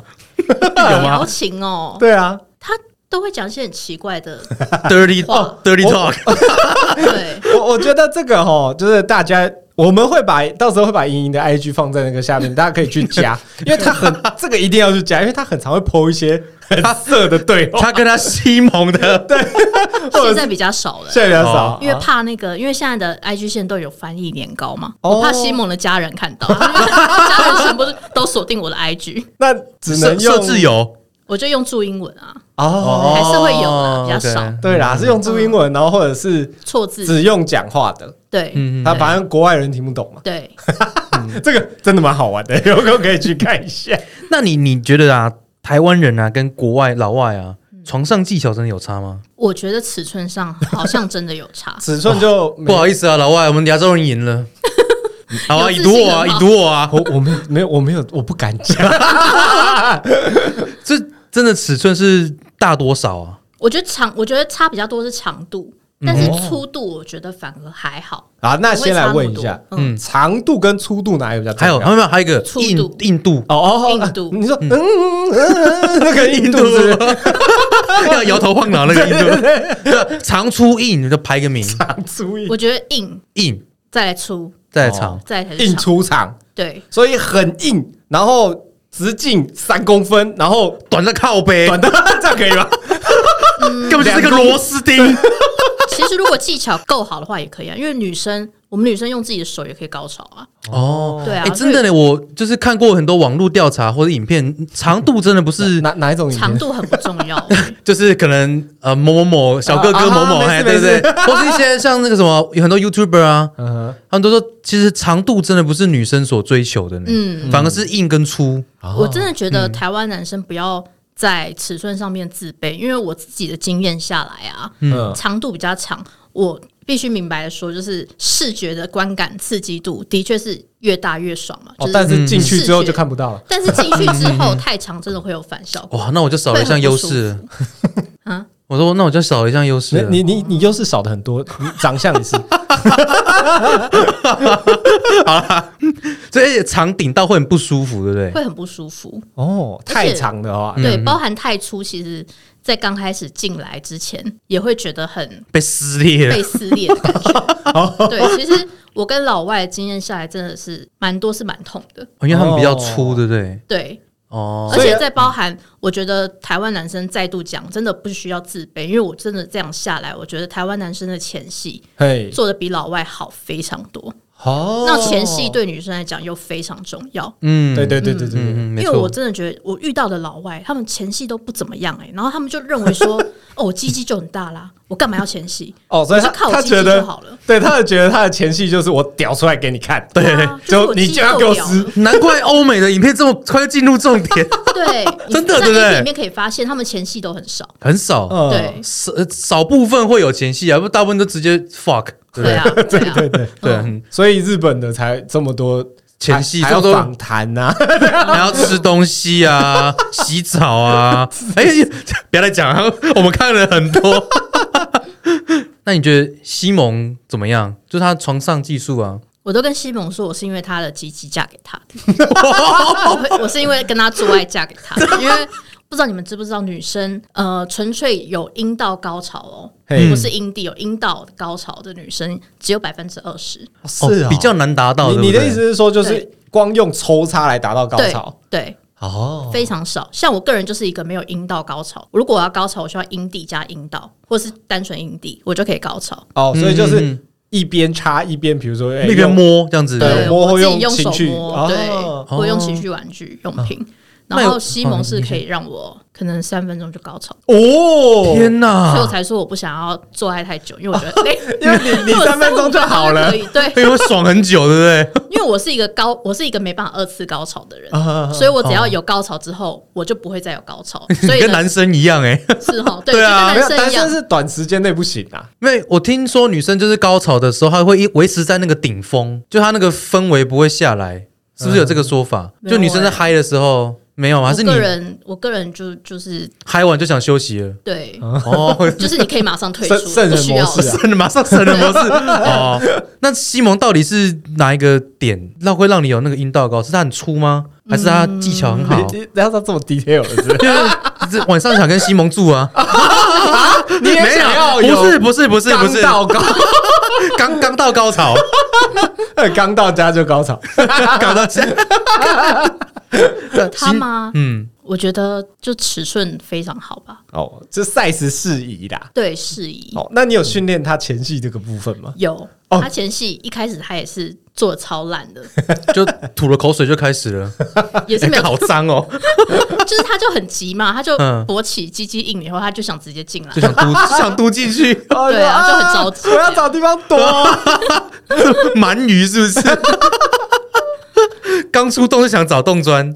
[SPEAKER 3] 调情哦，
[SPEAKER 1] 对啊，
[SPEAKER 3] 他都会讲一些很奇怪的，
[SPEAKER 2] dirty
[SPEAKER 3] 哇
[SPEAKER 2] dirty talk，
[SPEAKER 3] 对
[SPEAKER 1] 我我觉得这个哈，就是大家我们会把到时候会把莹莹的 IG 放在那个下面，大家可以去加，因为她很这个一定要去加，因为她很常会 PO 一些很色的对话，
[SPEAKER 2] 他跟他西蒙 的，
[SPEAKER 1] 或
[SPEAKER 3] 现
[SPEAKER 1] 者
[SPEAKER 3] 在
[SPEAKER 1] 是
[SPEAKER 3] 比较少了。
[SPEAKER 1] 现在比较少，啊
[SPEAKER 3] 哦因为怕那个，因为现在的 IG 线都有翻译年糕嘛，
[SPEAKER 1] 哦
[SPEAKER 3] 我怕西蒙的家人看 到，家人全部都锁定我的 IG，
[SPEAKER 1] 那只能
[SPEAKER 2] 设
[SPEAKER 1] 用
[SPEAKER 2] 设置有
[SPEAKER 3] 我就用注英文啊，
[SPEAKER 1] 哦，
[SPEAKER 3] 还是会有啦
[SPEAKER 2] 哦
[SPEAKER 3] 比较少
[SPEAKER 2] OK
[SPEAKER 1] 对啦，是用注英文，然后或者是
[SPEAKER 3] 错字，
[SPEAKER 1] 只用讲话的，
[SPEAKER 3] 对，
[SPEAKER 2] 嗯
[SPEAKER 1] 他反正国外人听不懂嘛，
[SPEAKER 3] 对，
[SPEAKER 1] 这个真的蛮好玩的， 有空可以去看一下。
[SPEAKER 2] 那你你觉得啊，台湾人啊跟国外老外啊，床上技巧真的有差吗？
[SPEAKER 3] 我觉得尺寸上好像真的有差
[SPEAKER 1] 。尺寸就
[SPEAKER 2] 不好
[SPEAKER 1] 意
[SPEAKER 2] 意思啊，老外，我们亚洲人赢 了。好啊，
[SPEAKER 3] 有
[SPEAKER 2] 已
[SPEAKER 3] 自
[SPEAKER 2] 读
[SPEAKER 3] 信
[SPEAKER 2] 我啊，
[SPEAKER 3] 很
[SPEAKER 2] 已
[SPEAKER 3] 好
[SPEAKER 2] 读我啊
[SPEAKER 1] 思，，我我没有没有我没有我不敢讲，
[SPEAKER 2] 这真的尺寸是大多少啊？
[SPEAKER 3] 我觉得长，我觉得差比较多是长度，
[SPEAKER 2] 嗯
[SPEAKER 3] 但是粗度我觉得反而还好。
[SPEAKER 1] 好，那
[SPEAKER 3] 不会
[SPEAKER 1] 先来
[SPEAKER 3] 差
[SPEAKER 1] 问
[SPEAKER 3] 么
[SPEAKER 1] 一
[SPEAKER 3] 多
[SPEAKER 1] 下，
[SPEAKER 3] 嗯，
[SPEAKER 2] 嗯
[SPEAKER 1] 长度跟粗度哪一个比较重
[SPEAKER 2] 还
[SPEAKER 1] 要？，
[SPEAKER 2] 有，还有没有？还有一个
[SPEAKER 3] 粗
[SPEAKER 2] 印
[SPEAKER 3] 度
[SPEAKER 2] 印度
[SPEAKER 1] 哦哦，哦
[SPEAKER 3] 印度
[SPEAKER 1] 你说嗯，嗯嗯那个印度是不是
[SPEAKER 2] 要摇头晃脑那个印 度，对长粗硬，你就排个名，
[SPEAKER 1] 长粗
[SPEAKER 2] 嗯
[SPEAKER 1] 硬
[SPEAKER 3] 我觉得硬
[SPEAKER 2] 硬
[SPEAKER 3] 再来粗，
[SPEAKER 2] 再
[SPEAKER 1] 哦
[SPEAKER 2] 长，
[SPEAKER 3] 再来才是
[SPEAKER 1] 硬
[SPEAKER 3] 长。
[SPEAKER 1] 出长，
[SPEAKER 3] 对，
[SPEAKER 1] 所以很硬，然后直径三公分，然后
[SPEAKER 2] 短的靠背，
[SPEAKER 1] 短嗯的这样可以吗？
[SPEAKER 2] 根本就是个螺丝钉。
[SPEAKER 3] 其实如果技巧够好的话也可以啊，因为女生我们女生用自己的手也可以高潮啊。
[SPEAKER 2] 哦，
[SPEAKER 3] 对啊
[SPEAKER 2] 哎，真的呢，我就是看过很多网络调查或者影片，长度真的不是
[SPEAKER 1] 哪哪一种影
[SPEAKER 3] 长
[SPEAKER 1] 片？
[SPEAKER 3] 度很不重 要，
[SPEAKER 2] 就是可能呃某某某小哥
[SPEAKER 1] 啊
[SPEAKER 2] 哥
[SPEAKER 1] 啊
[SPEAKER 2] 某某
[SPEAKER 1] 没事
[SPEAKER 2] 哎，
[SPEAKER 1] 没
[SPEAKER 2] 对
[SPEAKER 1] 事
[SPEAKER 2] 不对？或是一些像那个什么，有很多 YouTuber 啊，
[SPEAKER 1] 嗯哼，
[SPEAKER 2] 他们都说其实长度真的不是女生所追求的呢，
[SPEAKER 3] 嗯
[SPEAKER 2] 反而是硬跟粗。
[SPEAKER 3] 我真的觉得
[SPEAKER 2] 嗯
[SPEAKER 3] 台湾男生不要在尺寸上面自卑，因为我自己的经验下来啊，
[SPEAKER 1] 嗯
[SPEAKER 3] 长度比较长，我必须明白的说，就是视觉的观感刺激度的确是越大越爽嘛，就
[SPEAKER 1] 哦
[SPEAKER 3] 是、，
[SPEAKER 1] 但是进去之后
[SPEAKER 3] 视觉
[SPEAKER 1] 就看不到了。
[SPEAKER 3] 但是进去之后太长真的会有反效果。
[SPEAKER 2] 哇，那我就少了一项优势
[SPEAKER 3] 啊。
[SPEAKER 2] 我说那我就少了一项优势了。
[SPEAKER 1] 你你你你优势少的很多，你长相也是
[SPEAKER 2] 所以长顶到会很不舒服，对不对？
[SPEAKER 3] 会很不舒服，
[SPEAKER 1] 哦，太长的话，
[SPEAKER 3] 对，包含太粗，其实，在刚开始进来之前，也会觉 得很
[SPEAKER 2] 被撕裂了
[SPEAKER 3] 被撕裂的感
[SPEAKER 1] 哦
[SPEAKER 3] 觉。对，其实我跟老外的经验下来，真的是蛮多是蛮痛的。
[SPEAKER 2] 哦因为他们比较粗，对不对？
[SPEAKER 3] 对，
[SPEAKER 2] 哦，
[SPEAKER 3] 而
[SPEAKER 1] 所以
[SPEAKER 3] 且再包含，我觉得台湾男生再度讲，真的不需要自卑，因为我真的这样下来，我觉得台湾男生的前戏
[SPEAKER 1] 嘿，
[SPEAKER 3] 做的比老外好非常多。
[SPEAKER 2] 哦
[SPEAKER 3] 那前戏，对女生来讲又非常重要，
[SPEAKER 2] 嗯，
[SPEAKER 1] 对对对对对，
[SPEAKER 2] 嗯，嗯，没
[SPEAKER 3] 因为我
[SPEAKER 2] 错，
[SPEAKER 3] 真的觉得我遇到的老外，他们前戏都不怎么样哎、然后他们就认为说， 哦，我鸡鸡就很大啦，我干嘛要前戏？
[SPEAKER 1] 哦，所以
[SPEAKER 3] 我
[SPEAKER 1] 他
[SPEAKER 3] 就靠我
[SPEAKER 1] 他
[SPEAKER 3] 鸡鸡
[SPEAKER 1] 觉
[SPEAKER 3] 就
[SPEAKER 1] 得
[SPEAKER 3] 好了。
[SPEAKER 1] 对，他觉得他的前戏就是我屌出来给你看，
[SPEAKER 3] 对啊就是
[SPEAKER 1] 就
[SPEAKER 3] 我
[SPEAKER 1] 你
[SPEAKER 3] 鸡
[SPEAKER 1] 就要
[SPEAKER 3] 肉
[SPEAKER 1] 给我
[SPEAKER 3] 屌
[SPEAKER 1] 撕，
[SPEAKER 2] 难怪欧美的影片这么快进入重点，
[SPEAKER 3] 对， 你
[SPEAKER 2] 真的
[SPEAKER 3] 在
[SPEAKER 2] 对不对
[SPEAKER 3] 影片里面可以发现，他们前戏都很少。
[SPEAKER 2] 很少，
[SPEAKER 1] 嗯
[SPEAKER 3] 对，
[SPEAKER 2] 少呃少部分会有前戏啊，不大部分都直接 fuck，对不对？
[SPEAKER 3] 对啊，对 啊，
[SPEAKER 1] 对对，
[SPEAKER 2] 对啊，
[SPEAKER 3] 嗯
[SPEAKER 2] 嗯
[SPEAKER 1] 所以日本的才这么多
[SPEAKER 2] 前戏
[SPEAKER 1] 还还要
[SPEAKER 2] 这么多
[SPEAKER 1] 访谈 呐，
[SPEAKER 2] 还要吃东西啊，洗澡啊，哎，不要再讲啊，我们看了很多。 那你觉得西蒙怎么样？就是他床上技术啊，
[SPEAKER 3] 我都跟西蒙说，我是因为他的鸡鸡嫁给他的， 我会我是因为跟他做爱嫁给他的，因为不知道你们知不知道，女生呃纯粹有阴道高潮哦，
[SPEAKER 1] 嘿
[SPEAKER 3] 不是阴蒂有阴道高潮的女生只有百分之二十，
[SPEAKER 2] 哦比较难达到。
[SPEAKER 1] 啊你你
[SPEAKER 2] 对不
[SPEAKER 1] 的
[SPEAKER 2] 对
[SPEAKER 1] 意思是说，就是
[SPEAKER 3] 对
[SPEAKER 1] 光用抽插来达到高
[SPEAKER 3] 对
[SPEAKER 1] 潮？
[SPEAKER 3] 对，
[SPEAKER 2] 哦，
[SPEAKER 3] 非常少。像我个人就是一个没有阴道高潮，如果我要高潮，我需要阴蒂加阴道，或是单纯阴蒂，我就可以高潮。
[SPEAKER 1] 哦，所以就
[SPEAKER 2] 嗯
[SPEAKER 1] 是
[SPEAKER 2] 嗯
[SPEAKER 1] 一边插一边，比如说哎
[SPEAKER 2] 那边
[SPEAKER 1] 用
[SPEAKER 2] 摸这样子，
[SPEAKER 1] 对
[SPEAKER 3] 我
[SPEAKER 1] 摸或
[SPEAKER 3] 自己
[SPEAKER 1] 用
[SPEAKER 3] 用
[SPEAKER 1] 情
[SPEAKER 3] 手
[SPEAKER 1] 趣
[SPEAKER 3] 摸，对，
[SPEAKER 1] 哦
[SPEAKER 3] 或用情趣玩具用品。
[SPEAKER 2] 啊那
[SPEAKER 3] 然
[SPEAKER 2] 有
[SPEAKER 3] 后西蒙
[SPEAKER 2] 哦
[SPEAKER 3] 是
[SPEAKER 2] 你
[SPEAKER 3] 可以让我可能三分钟就高潮，
[SPEAKER 1] 哦，
[SPEAKER 2] 天
[SPEAKER 3] 所以
[SPEAKER 2] 哪，
[SPEAKER 3] 我才说我不想要做爱太久，因为我觉得累，哎
[SPEAKER 1] 因为 你你
[SPEAKER 3] 我
[SPEAKER 1] 三分钟就好了
[SPEAKER 3] 可。以对，
[SPEAKER 2] 因为爽很久，对不对？
[SPEAKER 3] 因为我是一个高，我是一个没办法二次高潮的人，
[SPEAKER 1] 啊
[SPEAKER 3] 所以我只要有高潮之后，我就不会再有高 潮。所
[SPEAKER 2] 你
[SPEAKER 3] 以
[SPEAKER 2] 跟
[SPEAKER 3] 呢
[SPEAKER 2] 男生一样哎，
[SPEAKER 3] 是哈，对，就
[SPEAKER 2] 对
[SPEAKER 3] 跟
[SPEAKER 2] 啊
[SPEAKER 1] 没有，
[SPEAKER 3] 男生
[SPEAKER 1] 男
[SPEAKER 3] 一
[SPEAKER 1] 生
[SPEAKER 3] 样，
[SPEAKER 1] 是短时间内不行啊。
[SPEAKER 2] 因为我听说女生就是高潮的时候，她会一维持在那个顶峰，就她那个氛围不会下来，是不是有这个说法？
[SPEAKER 3] 嗯
[SPEAKER 2] 就女生在嗨的时候没有吗，还是
[SPEAKER 3] 我
[SPEAKER 2] 你
[SPEAKER 3] 个人我个人就就是
[SPEAKER 2] 嗨完就想休息了？
[SPEAKER 3] 对，
[SPEAKER 2] 哦，
[SPEAKER 3] 就是啊你可以马上退出，
[SPEAKER 1] 啊圣圣人
[SPEAKER 3] 不需要
[SPEAKER 1] 模式啊
[SPEAKER 2] 神马上神人模式哦。那西蒙到底是哪一个点让会让你有那个阴道高？是他很粗吗？还是他技巧很好？
[SPEAKER 1] 你然后他这么 detail 的是，
[SPEAKER 2] 就是这晚上想跟西蒙住啊？
[SPEAKER 1] 你也
[SPEAKER 2] 没
[SPEAKER 1] 想要
[SPEAKER 2] 有，
[SPEAKER 1] 有
[SPEAKER 2] 不是不是不是不是
[SPEAKER 1] 刚到 高，
[SPEAKER 2] 刚刚到高潮，
[SPEAKER 1] 刚到家就高潮。
[SPEAKER 2] 搞到 现在。
[SPEAKER 3] 他吗？
[SPEAKER 2] 嗯，
[SPEAKER 3] 我觉得就尺寸非常好吧，
[SPEAKER 1] 哦，这 size 适宜啦。
[SPEAKER 3] 对，适宜。
[SPEAKER 1] 哦，那你有训练他前戏这个部分吗？
[SPEAKER 3] 有
[SPEAKER 1] 哦
[SPEAKER 3] 他前戏一开始他也是做的超烂的，
[SPEAKER 2] 就吐了口水就开始了，
[SPEAKER 3] 也是没有，
[SPEAKER 2] 好脏哦，
[SPEAKER 3] 就是他就很急嘛，他就
[SPEAKER 2] 嗯
[SPEAKER 3] 勃起鸡鸡硬了以后，他就想直接进来
[SPEAKER 2] 就，想嘟就想嘟进去，
[SPEAKER 1] 哦
[SPEAKER 3] 对啊就很着急
[SPEAKER 1] 我要找地 方躲。
[SPEAKER 2] 鳗鱼是不 是？刚出洞就想找洞钻，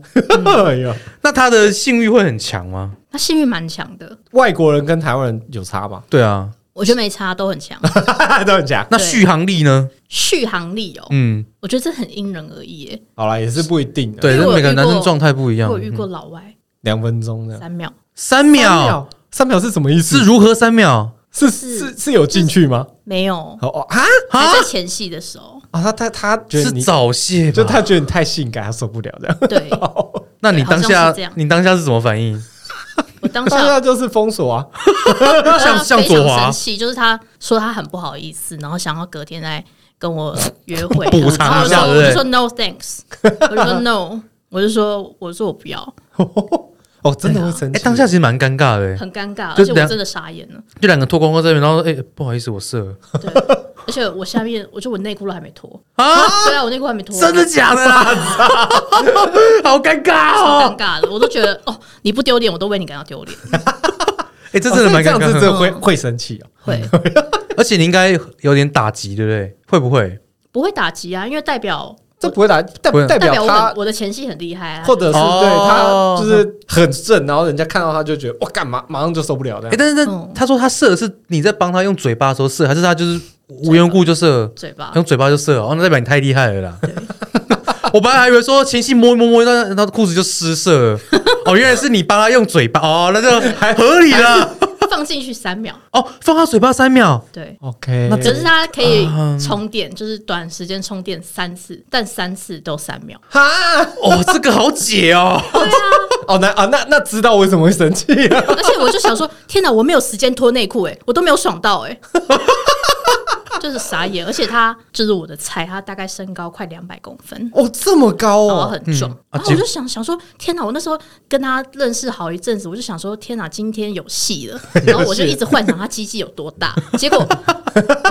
[SPEAKER 1] 哎呦，
[SPEAKER 2] 那他的性欲会很强吗？
[SPEAKER 3] 他性欲蛮强的，
[SPEAKER 1] 外国人跟台湾人有差吗？
[SPEAKER 2] 对啊，
[SPEAKER 3] 我觉得没差，都 很强。
[SPEAKER 1] 都很强。
[SPEAKER 2] 那
[SPEAKER 3] 对
[SPEAKER 2] 续航力呢？
[SPEAKER 3] 续航力哦，
[SPEAKER 2] 嗯，
[SPEAKER 3] 我觉得这很因人而异耶。
[SPEAKER 1] 好啦，也是不一定的。
[SPEAKER 2] 对，
[SPEAKER 3] 因为
[SPEAKER 2] 那
[SPEAKER 3] 我
[SPEAKER 2] 每个
[SPEAKER 3] 遇
[SPEAKER 2] 男生
[SPEAKER 3] 过
[SPEAKER 2] 状态不一样
[SPEAKER 3] 我。有遇
[SPEAKER 2] 嗯
[SPEAKER 3] 过老外
[SPEAKER 1] 两分钟的
[SPEAKER 3] 三秒，
[SPEAKER 2] 三秒，
[SPEAKER 1] 三秒是什么意思
[SPEAKER 2] 是？如何三秒
[SPEAKER 1] 是
[SPEAKER 3] 是
[SPEAKER 1] 是是有进去吗？
[SPEAKER 3] 没有，
[SPEAKER 1] 哦哦啊
[SPEAKER 2] 啊
[SPEAKER 3] 还？在前戏的时候，
[SPEAKER 1] 啊！他他他觉得
[SPEAKER 2] 是
[SPEAKER 1] 你
[SPEAKER 2] 早泄 吧？
[SPEAKER 1] 就他觉得你太性感，他受不了这样。 哦
[SPEAKER 3] 对
[SPEAKER 2] 那你当
[SPEAKER 3] 好像
[SPEAKER 2] 下
[SPEAKER 3] 是这样
[SPEAKER 2] 你当下是什么反应？
[SPEAKER 3] 我当
[SPEAKER 1] 大
[SPEAKER 3] 下
[SPEAKER 1] 家就是封锁啊，
[SPEAKER 3] 我
[SPEAKER 2] 像
[SPEAKER 3] 当下
[SPEAKER 2] 像
[SPEAKER 3] 非
[SPEAKER 2] 左
[SPEAKER 3] 常
[SPEAKER 2] 滑
[SPEAKER 3] 生气，就是他说他很不好意思，然后想要隔天来跟我约会
[SPEAKER 2] 补偿一下
[SPEAKER 3] 然后
[SPEAKER 2] 对不对
[SPEAKER 3] 我就说我就说 no thanks，我就说 no，我就说我说我不要，
[SPEAKER 1] 哦，真的会生
[SPEAKER 2] 哎，
[SPEAKER 1] 气。
[SPEAKER 2] 当下其实蛮尴尬的，
[SPEAKER 3] 很尴尬，
[SPEAKER 2] 就
[SPEAKER 3] 而且
[SPEAKER 2] 两
[SPEAKER 3] 我真的傻眼了。
[SPEAKER 2] 就两个脱光光在那边，然后哎，不好意思，我射了
[SPEAKER 3] 对，而且我下面，我觉得我内裤都还没脱。
[SPEAKER 2] 啊！
[SPEAKER 3] 对啊，我内裤还没脱，
[SPEAKER 2] 真的假的 啦？好尴尬
[SPEAKER 3] 超
[SPEAKER 2] 哦
[SPEAKER 3] 尴！尬的。我都觉得哦，你不丢脸，我都为你感到丢脸。
[SPEAKER 2] 哎，这
[SPEAKER 1] 哦
[SPEAKER 2] 真的蛮
[SPEAKER 1] 这
[SPEAKER 2] 尴
[SPEAKER 1] 样子，
[SPEAKER 2] 尬，
[SPEAKER 1] 这会会生气哦。
[SPEAKER 3] 会
[SPEAKER 2] 而且你应该有点打击，对不对？会不会？
[SPEAKER 3] 不会打击啊？因为代表
[SPEAKER 1] 这不会打代
[SPEAKER 2] 不会
[SPEAKER 1] 代
[SPEAKER 3] 代
[SPEAKER 1] 表
[SPEAKER 3] 表我
[SPEAKER 1] 他
[SPEAKER 3] 很，我的前戏很厉害啊。
[SPEAKER 1] 或者是对
[SPEAKER 2] 哦
[SPEAKER 1] 他就是很正，然后人家看到他就觉得哇，干嘛马上就受不了这
[SPEAKER 2] 哎，
[SPEAKER 1] 样。
[SPEAKER 2] 但是
[SPEAKER 3] 嗯
[SPEAKER 2] 那他说他射的是你在帮他用嘴巴的时候射，还是他就是无缘无故就射？
[SPEAKER 3] 嘴巴
[SPEAKER 2] 用嘴巴就射哦，那代表你太厉害了啦！ 我本来还以为说前戏摸一摸摸，那那裤子就湿射 了。哦，原来是你帮他用嘴巴哦，那就还合理了。
[SPEAKER 3] 放进去三秒，
[SPEAKER 2] 哦，放他嘴巴三秒，
[SPEAKER 3] 对。
[SPEAKER 1] OK，
[SPEAKER 2] 那
[SPEAKER 3] 可是它可以
[SPEAKER 2] 嗯
[SPEAKER 3] 充电，就是短时间充电三次，但三次都三秒。
[SPEAKER 1] 哈
[SPEAKER 2] 哦，这个好解哦。
[SPEAKER 1] 哦那啊那那知道为什么会生气啊了。
[SPEAKER 3] 欸 而且我就想说，天哪，我没有时间脱内裤，哎，我都没有爽到，哎，就是傻眼，而且他就是我的菜，他大概身高快两百公分。
[SPEAKER 1] 哦，这么高
[SPEAKER 3] 然后
[SPEAKER 1] 哦，
[SPEAKER 3] 很壮，
[SPEAKER 2] 啊
[SPEAKER 3] 然后我
[SPEAKER 2] 结
[SPEAKER 3] 就想想说，天哪！我那时候跟他认识好一阵子，我就想说，天哪，今天有 戏了。然后我就一直幻想他鸡鸡有多大，结果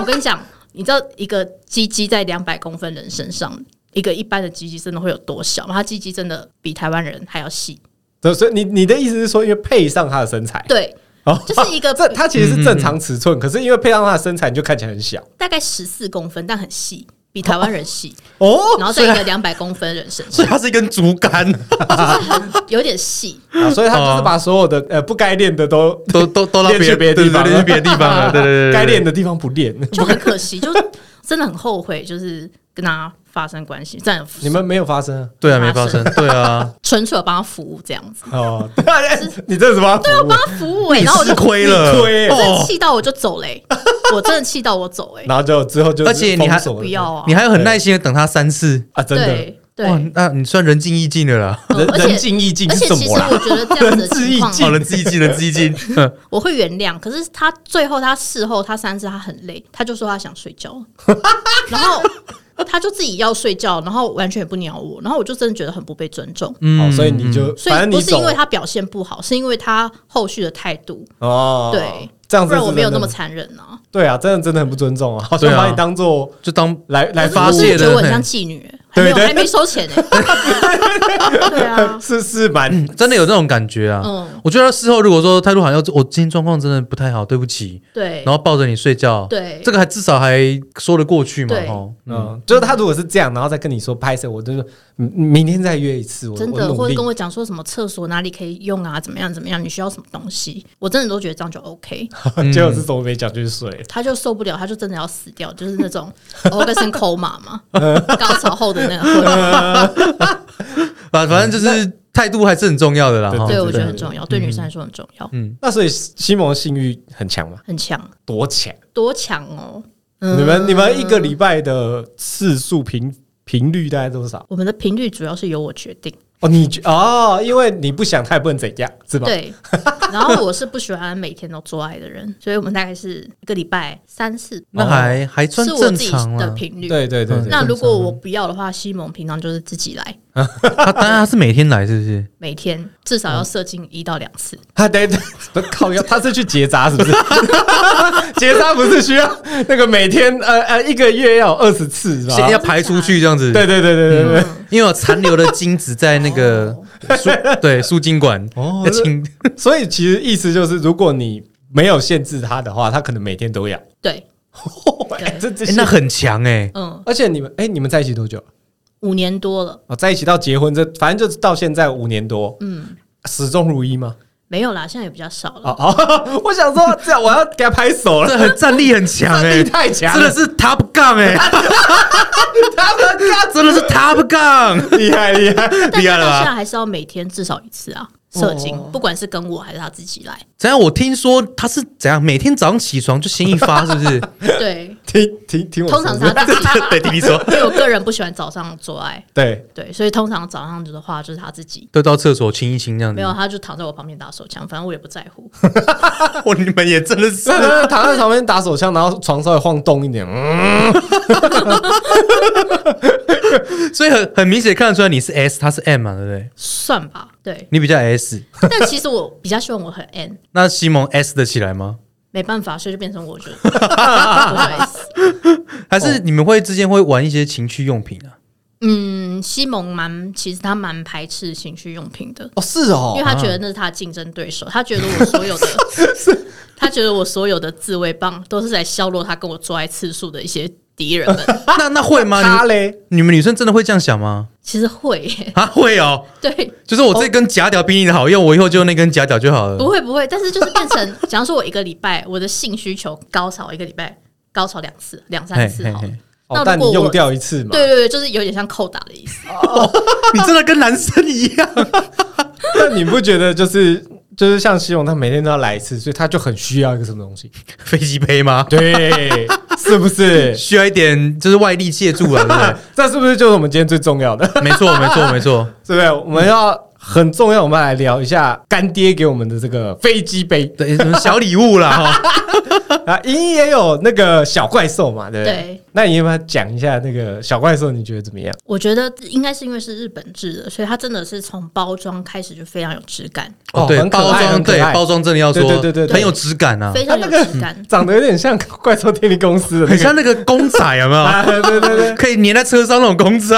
[SPEAKER 3] 我跟你讲，你知道一个鸡鸡在两百公分人身上，一个一般的鸡鸡真的会有多小吗？他鸡鸡真的比台湾人还要细，
[SPEAKER 1] 对所以你你的意思是说，因为配上他的身材，
[SPEAKER 3] 对，
[SPEAKER 1] 哦
[SPEAKER 3] 就是一个
[SPEAKER 1] 这他其实是正常尺
[SPEAKER 2] 嗯
[SPEAKER 1] 寸，可是因为配上他的身材，你就看起来很小
[SPEAKER 3] 大概十四公分，但很细，比台湾人细，
[SPEAKER 1] 哦。
[SPEAKER 3] 然后在一个两百公分人身 上，
[SPEAKER 2] 所以它是一根竹竿，
[SPEAKER 3] 有点细。
[SPEAKER 1] 啊所以他就是把所有的呃不该练的都
[SPEAKER 2] 都哦都都到
[SPEAKER 1] 练去别
[SPEAKER 2] 别
[SPEAKER 1] 的地方了
[SPEAKER 2] 对对对练去别的地方 了，对对对对，对
[SPEAKER 1] 该练的地方不练。
[SPEAKER 3] 就很可惜，就真的很后悔，就是跟他发生关系，但
[SPEAKER 1] 你们没有发生啊
[SPEAKER 2] 对啊，没发生，对啊，
[SPEAKER 3] 纯粹有帮他服务这样子，
[SPEAKER 1] 哦？ 哎你这是什么？对
[SPEAKER 3] 帮他服务、欸，然后我就
[SPEAKER 2] 吃亏了，
[SPEAKER 1] 你亏
[SPEAKER 3] 我真的
[SPEAKER 2] 哦，
[SPEAKER 3] 气到我就走嘞、我真的气到我走哎、
[SPEAKER 1] 然后就之后就
[SPEAKER 2] 而且你还
[SPEAKER 1] 封锁了
[SPEAKER 3] 不要啊，
[SPEAKER 2] 你还有很耐心的等他三次，
[SPEAKER 1] 啊，真的
[SPEAKER 3] 对对，
[SPEAKER 2] 哇
[SPEAKER 3] 嗯，
[SPEAKER 2] 那你算人尽意尽的啦，
[SPEAKER 1] 人
[SPEAKER 3] 而
[SPEAKER 1] 人
[SPEAKER 3] 且
[SPEAKER 1] 尽意尽
[SPEAKER 3] 而
[SPEAKER 1] 是
[SPEAKER 3] 且
[SPEAKER 1] 什
[SPEAKER 3] 其实
[SPEAKER 1] 么啦？
[SPEAKER 3] 我觉得这样子的情况
[SPEAKER 1] 人，尽
[SPEAKER 2] 哦，人尽意尽，人尽意 尽，嗯
[SPEAKER 3] 我会原谅，可是他最后他事后他三次他很累，他就说他想睡觉了，然后他就自己要睡觉，然后完全也不鸟我，然后我就真的觉得很不被尊重。
[SPEAKER 1] 哦，所以你就
[SPEAKER 3] 嗯所以
[SPEAKER 1] 反正
[SPEAKER 3] 不
[SPEAKER 1] 你
[SPEAKER 3] 是因为
[SPEAKER 1] 走
[SPEAKER 3] 他表现不好，是因为他后续的态度，
[SPEAKER 1] 哦，
[SPEAKER 3] 对，
[SPEAKER 1] 这样
[SPEAKER 3] 不
[SPEAKER 1] 子
[SPEAKER 3] 然我没有那么
[SPEAKER 1] 真的
[SPEAKER 3] 残忍呢、
[SPEAKER 1] 对啊，真的真的很不尊重啊，好像
[SPEAKER 2] 对啊
[SPEAKER 1] 把你当做
[SPEAKER 2] 就当
[SPEAKER 1] 来来
[SPEAKER 3] 可是
[SPEAKER 1] 发
[SPEAKER 3] 我是
[SPEAKER 1] 泄
[SPEAKER 2] 泄
[SPEAKER 3] 觉得
[SPEAKER 2] 的
[SPEAKER 3] 我很
[SPEAKER 2] 嘿
[SPEAKER 3] 像妓女，还
[SPEAKER 1] 对
[SPEAKER 3] 没有
[SPEAKER 1] 对
[SPEAKER 3] 还没 收钱呢、欸对啊，
[SPEAKER 1] 是是蛮
[SPEAKER 2] 真的有这种感觉啊。
[SPEAKER 3] 嗯，
[SPEAKER 2] 我觉得事后如果说态度好像我今天状况真的不太好，对不起，
[SPEAKER 3] 对
[SPEAKER 2] 然，后抱着你睡觉，
[SPEAKER 3] 对
[SPEAKER 2] 这个还至少还说得过去嘛，
[SPEAKER 3] 对
[SPEAKER 2] 吼，
[SPEAKER 1] 嗯，就是他如果是这样，然后再跟你说拍摄，我就是嗯明天再约一次，我
[SPEAKER 3] 真
[SPEAKER 1] 我
[SPEAKER 3] 的，
[SPEAKER 1] 努
[SPEAKER 3] 或者
[SPEAKER 1] 力
[SPEAKER 3] 跟我讲说什么厕所哪里可以用啊，怎么样怎么样，你需要什么东西，我真的都觉得这样 就 OK。
[SPEAKER 2] 嗯
[SPEAKER 1] 结果是什么没讲就是睡 了。
[SPEAKER 3] 他就受不了，他就真的要死掉，就是那种 Orgasm coma 嘛， 高潮后的那个，
[SPEAKER 2] 反反正就是态度还是很重要的啦，
[SPEAKER 1] 对
[SPEAKER 2] 哈
[SPEAKER 3] 对
[SPEAKER 1] 对
[SPEAKER 3] 我觉
[SPEAKER 1] 哦
[SPEAKER 3] 得
[SPEAKER 1] 对
[SPEAKER 3] 很重要，对女生来说很重要，
[SPEAKER 1] 那所以西蒙的性欲很强嘛？
[SPEAKER 3] 很强，
[SPEAKER 1] 多强？
[SPEAKER 3] 多强哦！
[SPEAKER 1] 你们你们一个礼拜的次数频频率大概多少？
[SPEAKER 3] 我们的频率主要是由我决定。
[SPEAKER 1] 哦，你觉哦，因为你不想，他也不能怎样，是吧？
[SPEAKER 3] 对， 然后我是不喜欢每天都做爱的人，所以我们大概是一个礼拜三次，
[SPEAKER 2] 那还还算
[SPEAKER 3] 哦是我
[SPEAKER 2] 正
[SPEAKER 3] 自己
[SPEAKER 2] 常啊
[SPEAKER 3] 的
[SPEAKER 2] 啦。
[SPEAKER 3] 频率。
[SPEAKER 1] 哦对对对对
[SPEAKER 3] 那如果
[SPEAKER 2] 啊
[SPEAKER 3] 我不要的话，西蒙平常就是自己来，
[SPEAKER 2] 他当然他是每天来，是不是？
[SPEAKER 3] 每天至少要射精一到两次。
[SPEAKER 1] 他得靠腰，他是去结扎是不是？ 结扎不是需要那个每天呃呃一个月要二十次
[SPEAKER 3] 啊
[SPEAKER 1] 是吧？
[SPEAKER 2] 先要排出去这样子，
[SPEAKER 1] 对对对对对对，
[SPEAKER 2] 因为有残留的精子在那个
[SPEAKER 3] 哦
[SPEAKER 2] 输对输精管
[SPEAKER 1] 哦
[SPEAKER 2] 要清，
[SPEAKER 3] 嗯
[SPEAKER 1] 所以其实意思就是，如果你没有限制他的话，他可能每天都要。
[SPEAKER 3] 对，
[SPEAKER 1] 哎这这
[SPEAKER 2] 诶那很强哎，
[SPEAKER 3] 嗯，
[SPEAKER 1] 而且你们哎、你们在一起多久？
[SPEAKER 3] 五年多了，
[SPEAKER 1] 哦，在一起到结婚这，反正就是到现在五年多，
[SPEAKER 3] 嗯，
[SPEAKER 1] 始终如一吗？
[SPEAKER 3] 没有啦，现在也比较少了。
[SPEAKER 1] 哦哦， 我想说这样，我要给他拍手了，
[SPEAKER 2] 这很战力很强
[SPEAKER 1] 战
[SPEAKER 2] 哎，
[SPEAKER 1] 力太强
[SPEAKER 2] 真
[SPEAKER 1] 了
[SPEAKER 2] 的是 Top Gun 哎，
[SPEAKER 1] 他们
[SPEAKER 2] 真的是 Top Gun，
[SPEAKER 1] 厉害厉害，
[SPEAKER 3] 但
[SPEAKER 2] 厉
[SPEAKER 3] 是啊
[SPEAKER 2] 害了
[SPEAKER 1] 啊
[SPEAKER 2] 吧
[SPEAKER 3] 到现在还是要每天至少一次啊，射精，
[SPEAKER 1] 哦
[SPEAKER 3] 不管是跟我还是他自己 来。
[SPEAKER 2] 怎样？我听说他是怎样，每天早上起床就先一 发，是不是？
[SPEAKER 3] 对，
[SPEAKER 1] 听听听我说，
[SPEAKER 3] 通常是他 自己，
[SPEAKER 2] 对，听你说，
[SPEAKER 3] 因为我个人不喜欢早上做爱，
[SPEAKER 1] 对，
[SPEAKER 3] 对，所以通常早上的话就是他自己。
[SPEAKER 2] 都到厕所亲一亲这样子。
[SPEAKER 3] 没有，，他就躺在我旁边打手枪，反正我也不在乎。
[SPEAKER 2] 哇，你们也真的是
[SPEAKER 1] 真的啊躺在床边打手枪，然后床稍微晃动一点，嗯，
[SPEAKER 2] 所以很很明显看得出来你是 S，他是 M 嘛，对不对？。
[SPEAKER 3] 算吧，对
[SPEAKER 2] 你比较 S，
[SPEAKER 3] 但其实我比较希望我很 N，
[SPEAKER 2] 那西蒙 S 得起来吗？
[SPEAKER 3] 没办法，所以就 变成我觉得我就 S。
[SPEAKER 2] 还是你们会之间会玩一些情趣用品啊？
[SPEAKER 3] 嗯，西蒙蛮其实他蛮排斥情趣用品的，
[SPEAKER 1] 哦是
[SPEAKER 3] 因为
[SPEAKER 1] 哦，
[SPEAKER 3] 他觉得那是他的竞争对手，他觉得我所 有的 他觉得我所有的自慰棒都是在削弱他跟我做爱次数的一些敌人们。
[SPEAKER 2] 那那会吗？
[SPEAKER 1] 他
[SPEAKER 2] 你
[SPEAKER 1] 嘞，
[SPEAKER 2] 你们女生真的会这样想吗？
[SPEAKER 3] 其实会耶，
[SPEAKER 2] 啊，会哦，
[SPEAKER 3] 对，
[SPEAKER 2] 就是我这根假屌比你的好用，我以后就用那根假屌就好了。
[SPEAKER 3] 不会不会，但是就是变成，假如说我一个礼拜我的性需求高潮一个礼拜高潮两次两三次好了
[SPEAKER 2] 嘿嘿，
[SPEAKER 1] 哦
[SPEAKER 3] 那，
[SPEAKER 1] 但
[SPEAKER 3] 如
[SPEAKER 1] 你
[SPEAKER 3] 果
[SPEAKER 1] 用
[SPEAKER 3] 我
[SPEAKER 1] 掉一次嘛，
[SPEAKER 3] 对对对，就是有点像扣打的意思。
[SPEAKER 2] 你真的跟男生一样，
[SPEAKER 1] 那你不觉得就是就是像西蒙他每天都要来一次，所以他就很需要一个什么东西？
[SPEAKER 2] 飞机杯吗？
[SPEAKER 1] 对，是不 是？
[SPEAKER 2] 需要一点就是外力借助啊，对不对？
[SPEAKER 1] 这是不是就是我们今天最重要的？
[SPEAKER 2] 没错，没错，没错。
[SPEAKER 1] 是不是？我们要很重要，我们来聊一下干爹给我们的这个飞机杯
[SPEAKER 2] 对，什么小礼物 啦，哈，
[SPEAKER 1] 啊，莹莹也有那个小怪兽嘛，对不对？
[SPEAKER 3] 对
[SPEAKER 1] 那你要不要讲一下那个小怪兽？你觉得怎么样？
[SPEAKER 3] 我觉得应该是因为是日本制的，所以它真的是从包装开始就非常有质感，
[SPEAKER 1] 哦
[SPEAKER 2] 对，
[SPEAKER 1] 很可爱
[SPEAKER 2] 包装
[SPEAKER 1] 很可
[SPEAKER 2] 对
[SPEAKER 1] 爱
[SPEAKER 2] 包装真的要说，
[SPEAKER 1] 对对对对
[SPEAKER 2] 很有质感啊，
[SPEAKER 3] 非常有
[SPEAKER 1] 它那个
[SPEAKER 3] 质感。
[SPEAKER 1] 长得有点像怪兽电力公司的、那
[SPEAKER 2] 很
[SPEAKER 1] 个，
[SPEAKER 2] 像那个公仔，有 没有？
[SPEAKER 1] 啊，对对对 对，
[SPEAKER 2] 可以粘在车上那种公仔，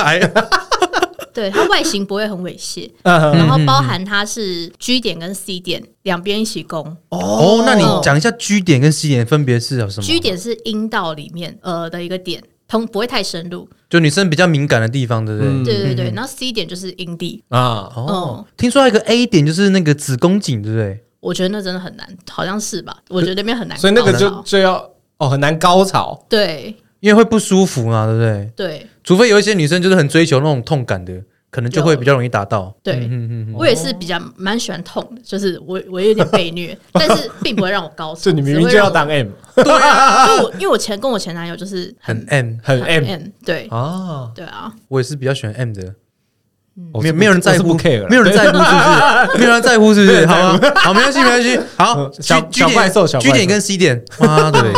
[SPEAKER 3] 对，它外形不会很猥亵，
[SPEAKER 1] 嗯，
[SPEAKER 3] 然后包含它是 G 点跟 C 点两边一起供。
[SPEAKER 2] 哦，那你讲一下 G 点跟 C 点分别是有什么
[SPEAKER 3] G 点是阴道里面呃的一个点，通不会太深入。
[SPEAKER 2] 就女生比较敏感的地方，对不对？
[SPEAKER 1] 嗯
[SPEAKER 3] 对对对，然后 C 点就是阴蒂。
[SPEAKER 1] 啊，
[SPEAKER 2] 哦
[SPEAKER 3] 嗯，
[SPEAKER 2] 听说还有一个 A 点就是那个子宫颈，对不对？
[SPEAKER 3] 我觉得那真的很难，好像是吧？我觉得那边很难搞
[SPEAKER 1] 所
[SPEAKER 3] 到，
[SPEAKER 1] 以那个就就要哦很难高潮，
[SPEAKER 3] 对
[SPEAKER 2] 因为会不舒服嘛，对不对？
[SPEAKER 3] 对
[SPEAKER 2] 除非有一些女生就是很追求那种痛感的，可能就会比较容易达到。
[SPEAKER 3] 对，
[SPEAKER 2] 嗯嗯嗯，
[SPEAKER 3] 我也是比较蛮喜欢痛的，就是我我有点 被虐，但是并不会让我高潮。
[SPEAKER 1] 就你明明就要当 M，
[SPEAKER 3] 只会让我对啊， 因为我因为我前跟我前男友就是
[SPEAKER 2] 很 M，哦
[SPEAKER 1] 很 M
[SPEAKER 3] 对
[SPEAKER 1] 啊，
[SPEAKER 3] 对啊，
[SPEAKER 2] 我也是比较喜欢 M 的，
[SPEAKER 1] 我
[SPEAKER 2] 没
[SPEAKER 1] 是哦
[SPEAKER 2] 有
[SPEAKER 1] 不
[SPEAKER 2] 没有人在
[SPEAKER 1] 我是
[SPEAKER 2] 乎，
[SPEAKER 1] 不 care 了
[SPEAKER 2] 没有人在乎是不是？没有人在乎是 不是？好啊，好，没关系，没关系。好
[SPEAKER 1] 嗯，小
[SPEAKER 2] G- G
[SPEAKER 1] 小
[SPEAKER 2] 点
[SPEAKER 1] 怪兽小怪
[SPEAKER 2] ，G
[SPEAKER 1] 兽
[SPEAKER 2] 点跟 C 点，妈的嘞，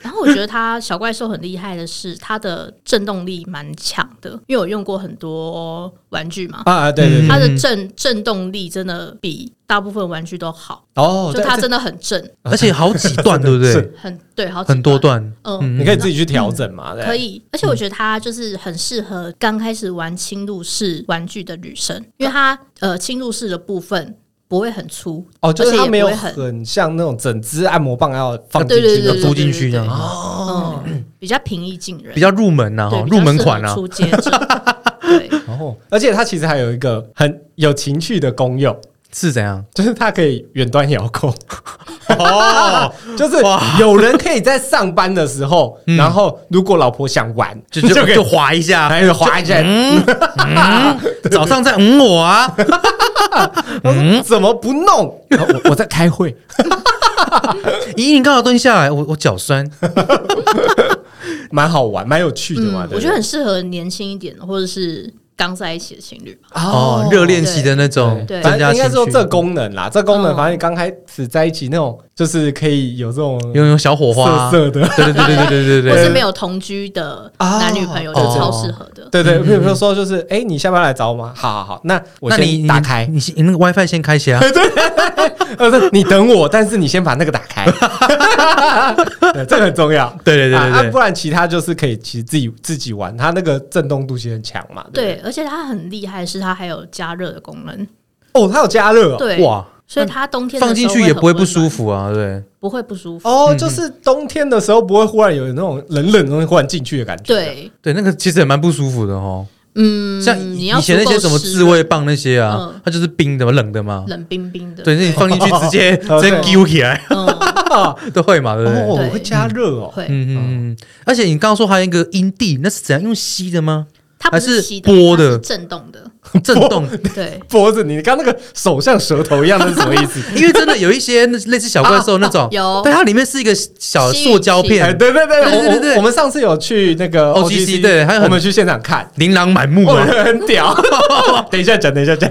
[SPEAKER 3] 然后我觉得它小怪兽很厉害的是，它的震动力蛮强的，因为我用过很多玩具嘛，
[SPEAKER 1] 啊，对对
[SPEAKER 2] 嗯
[SPEAKER 1] 对，
[SPEAKER 3] 它的震震动力真的比大部分玩具都好，
[SPEAKER 1] 哦，
[SPEAKER 3] 就
[SPEAKER 1] 对
[SPEAKER 3] 它
[SPEAKER 1] 这
[SPEAKER 3] 真的很震，
[SPEAKER 2] 而且好几 段，对不对
[SPEAKER 1] 是？
[SPEAKER 3] 很对，好几
[SPEAKER 2] 很多，段，
[SPEAKER 3] 嗯，
[SPEAKER 1] 你可以自己去调整嘛，对
[SPEAKER 3] 可以。而且
[SPEAKER 2] 嗯
[SPEAKER 3] 我觉得它就是很适合刚开始玩侵入式玩具的女生，因为它呃侵入式的部分不会很粗，
[SPEAKER 1] 哦，就是
[SPEAKER 3] 而且
[SPEAKER 1] 它
[SPEAKER 3] 也
[SPEAKER 1] 没有
[SPEAKER 3] 不会很
[SPEAKER 1] 很像那种整只按摩棒要放进
[SPEAKER 3] 对
[SPEAKER 1] 去
[SPEAKER 3] 对对对
[SPEAKER 1] 的
[SPEAKER 3] 对，
[SPEAKER 2] 敷进去这样
[SPEAKER 3] 对对对嗯，比较平易近人，
[SPEAKER 2] 比较入门呐，
[SPEAKER 3] 对
[SPEAKER 2] 哈，
[SPEAKER 3] 比较
[SPEAKER 2] 入门
[SPEAKER 3] 适合
[SPEAKER 2] 款啊， 啊
[SPEAKER 3] 出街者对。
[SPEAKER 1] 哦，而且它其实还有一个很有情趣的功用，
[SPEAKER 2] 是 怎样？
[SPEAKER 1] 就是它可以远端遥控，
[SPEAKER 2] 哦，
[SPEAKER 1] 就是有人可以在上班的时候，然后如果老婆想玩，
[SPEAKER 2] 嗯就
[SPEAKER 1] 就
[SPEAKER 2] 就嗯
[SPEAKER 1] 可以
[SPEAKER 2] 就滑一下，
[SPEAKER 1] 还有滑一下，
[SPEAKER 2] 早上在嗯我啊，嗯
[SPEAKER 1] 怎么不弄？然后我我在开会，
[SPEAKER 2] 咦，你刚好蹲下来，我我脚酸，
[SPEAKER 1] 蛮好玩，蛮有趣的嘛。对
[SPEAKER 3] 嗯
[SPEAKER 1] 不对
[SPEAKER 3] 我觉得很适合年轻一点的，或者是刚在一起的情侣吧。
[SPEAKER 2] 哦，热恋期的那种，
[SPEAKER 3] 对
[SPEAKER 2] 增
[SPEAKER 1] 反
[SPEAKER 2] 加
[SPEAKER 1] 正应
[SPEAKER 2] 情
[SPEAKER 1] 该说
[SPEAKER 2] 绪，
[SPEAKER 1] 这功能啦，这功能
[SPEAKER 3] 嗯
[SPEAKER 1] 反正刚开始在一起那种，就是可以有这种
[SPEAKER 2] 用用小火花啊，
[SPEAKER 1] 色色的，
[SPEAKER 2] 对对对对对对
[SPEAKER 3] 或
[SPEAKER 2] 对
[SPEAKER 3] 是
[SPEAKER 2] 对，
[SPEAKER 3] 没有同居的男女朋友，就
[SPEAKER 2] 哦
[SPEAKER 3] 超适合的。
[SPEAKER 1] 对对，
[SPEAKER 2] 嗯
[SPEAKER 1] 比如说就是，哎、你下班来找我吗？好好好，那 我
[SPEAKER 2] 那你
[SPEAKER 1] 先
[SPEAKER 2] 你
[SPEAKER 1] 打开，
[SPEAKER 2] 你先你那个 WiFi 先开起来，
[SPEAKER 1] 呃，不是你等我，但是你先把那个打开， 对这个很重要。
[SPEAKER 2] 对对对
[SPEAKER 1] 啊啊
[SPEAKER 2] 对
[SPEAKER 1] 不
[SPEAKER 2] 对，
[SPEAKER 1] 然其他就是可以其实自己自己玩，它那个震动度其实很强嘛。对
[SPEAKER 3] 对，而且它很厉害，是它还有加热的功能，
[SPEAKER 1] 不对哦，它有加热、哦，
[SPEAKER 3] 对，
[SPEAKER 2] 哇，
[SPEAKER 3] 所以它冬天
[SPEAKER 2] 嗯
[SPEAKER 3] 的
[SPEAKER 2] 放进
[SPEAKER 3] 时
[SPEAKER 2] 去
[SPEAKER 3] 候
[SPEAKER 2] 也
[SPEAKER 3] 很
[SPEAKER 2] 不会不
[SPEAKER 3] 温
[SPEAKER 2] 舒
[SPEAKER 3] 暖，
[SPEAKER 2] 服啊，对，
[SPEAKER 3] 不会不舒服。
[SPEAKER 1] 哦，就是冬天的时候不会忽然有那种冷冷的东西忽然进去的感觉。，
[SPEAKER 3] 对，
[SPEAKER 2] 对，那个其实也蛮不舒服的哦，
[SPEAKER 3] 嗯，
[SPEAKER 2] 像
[SPEAKER 3] 你
[SPEAKER 2] 以
[SPEAKER 3] 要
[SPEAKER 2] 以前那些什么自
[SPEAKER 3] 滋
[SPEAKER 2] 慰
[SPEAKER 3] 味
[SPEAKER 2] 棒那些啊
[SPEAKER 3] 嗯，
[SPEAKER 2] 它就是冰的嘛，冷的嘛，
[SPEAKER 3] 冷冰冰的，
[SPEAKER 2] 对，那你放进去直接
[SPEAKER 1] 哦
[SPEAKER 2] 直
[SPEAKER 1] 对
[SPEAKER 2] 接揪起来
[SPEAKER 3] 嗯，
[SPEAKER 2] 都会嘛，对不对？
[SPEAKER 1] 哦，
[SPEAKER 3] 对
[SPEAKER 1] 会加热哦。
[SPEAKER 3] 会，
[SPEAKER 2] 嗯嗯嗯嗯，而且你刚刚说还有一个阴蒂，那是怎样用吸 的吗？
[SPEAKER 3] 它不
[SPEAKER 2] 还是
[SPEAKER 3] 吸
[SPEAKER 2] 拨
[SPEAKER 3] 它
[SPEAKER 2] 的
[SPEAKER 3] 是震动的，
[SPEAKER 2] 震动，
[SPEAKER 3] 对，
[SPEAKER 1] 脖子，你刚那个手像舌头一样，那是什么意思？
[SPEAKER 2] 因为真的有一些那类似小怪兽那种，
[SPEAKER 3] 哦有
[SPEAKER 2] 但它里面是一个小塑胶
[SPEAKER 3] 吸引器
[SPEAKER 1] 哎，
[SPEAKER 2] 片，
[SPEAKER 1] 对对对，
[SPEAKER 2] 嗯对对
[SPEAKER 1] 我
[SPEAKER 2] 对对
[SPEAKER 1] 我我们上次有去那个
[SPEAKER 2] OGC 对还有很啊
[SPEAKER 1] 我们去现场看，
[SPEAKER 2] 琳琅满目
[SPEAKER 1] 我
[SPEAKER 2] 嘛
[SPEAKER 3] 哦
[SPEAKER 1] 觉。得很 屌。等一下讲，等一下讲，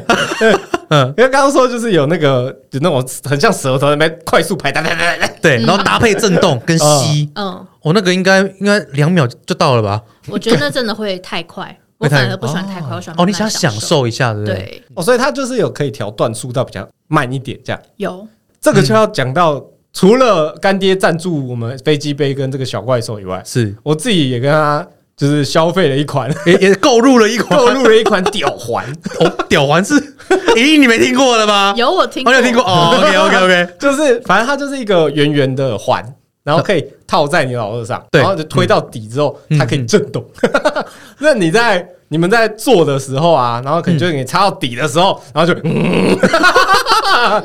[SPEAKER 2] 嗯，
[SPEAKER 1] 因为刚刚说就是有那个有那种很像舌头在那边快速排，哒哒哒哒哒
[SPEAKER 2] 对，然后搭配震动跟吸，
[SPEAKER 3] 嗯，
[SPEAKER 2] 我那个应该应该两秒就到了吧？
[SPEAKER 3] 我觉得那真的会太快，我
[SPEAKER 2] 会太
[SPEAKER 3] 反而不喜欢太快，我喜欢
[SPEAKER 2] 哦，你
[SPEAKER 3] 慢
[SPEAKER 2] 想
[SPEAKER 3] 慢
[SPEAKER 2] 享
[SPEAKER 3] 受，
[SPEAKER 2] 受一下，对不对？
[SPEAKER 3] 对，
[SPEAKER 1] 哦，所以它就是有可以调段速到比较慢一点这样。
[SPEAKER 3] 有，
[SPEAKER 1] 这个就要讲到除了干爹赞助我们飞机杯跟这个小怪兽以外，
[SPEAKER 2] 是，
[SPEAKER 1] 我自己也跟他就是消费了一款，
[SPEAKER 2] 也也购入了一款
[SPEAKER 1] 购入了一款屌环。
[SPEAKER 2] 哦，屌环是， 咦，你没听过了吗？
[SPEAKER 3] 有我听
[SPEAKER 2] 我
[SPEAKER 3] 过，
[SPEAKER 2] 有听过啊哦 ，OK OK OK，
[SPEAKER 1] 就是反正它就是一个圆圆的环，然后可以套在你老二上，
[SPEAKER 2] 对
[SPEAKER 1] 然后就推到底之后，
[SPEAKER 2] 嗯
[SPEAKER 1] 它可以震动。 那你在你们在做的时候啊，然后可
[SPEAKER 2] 嗯
[SPEAKER 1] 能就是你插到底的时候，然后就、嗯、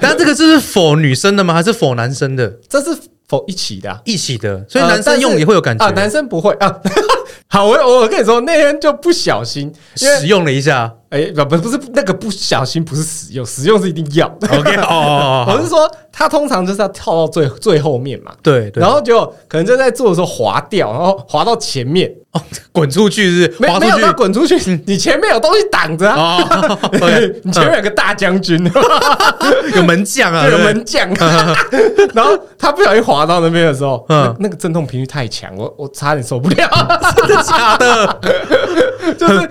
[SPEAKER 2] 但这个是否女生的吗？还是否男生的？
[SPEAKER 1] 这是否一起的啊、
[SPEAKER 2] 一起的，所以
[SPEAKER 1] 呃
[SPEAKER 2] 男生
[SPEAKER 1] 但
[SPEAKER 2] 用
[SPEAKER 1] 是
[SPEAKER 2] 也会有感
[SPEAKER 1] 啊， 男
[SPEAKER 2] 觉，
[SPEAKER 1] 生不会啊。好，我我跟你说，那天就不小心，因为
[SPEAKER 2] 使用了一下，
[SPEAKER 1] 哎、不不是那个不小心，不是使用，使用是一定要的。
[SPEAKER 2] OK，哦哦 哦
[SPEAKER 1] 我是
[SPEAKER 2] 哦，
[SPEAKER 1] 说，它通常就是要跳到最最后面嘛，
[SPEAKER 2] 对对，
[SPEAKER 1] 然后就可能就在做的时候滑掉，然后滑到前面，
[SPEAKER 2] 哦滚出去是不是
[SPEAKER 1] 没
[SPEAKER 2] 滑出
[SPEAKER 1] 没有
[SPEAKER 2] 去嗯
[SPEAKER 1] 它滚出去，你前面有东西挡着啊，
[SPEAKER 2] 哦，OK，
[SPEAKER 1] 你前面有个大将军，
[SPEAKER 2] 嗯有门将啊，
[SPEAKER 1] 有
[SPEAKER 2] 对不对
[SPEAKER 1] 门将， 然后他不小心滑到那边的时候，
[SPEAKER 2] 嗯
[SPEAKER 1] 那那个震动频率太强，我我差点受不 了，
[SPEAKER 2] 真的假
[SPEAKER 1] 啊
[SPEAKER 2] 的？
[SPEAKER 1] 就是。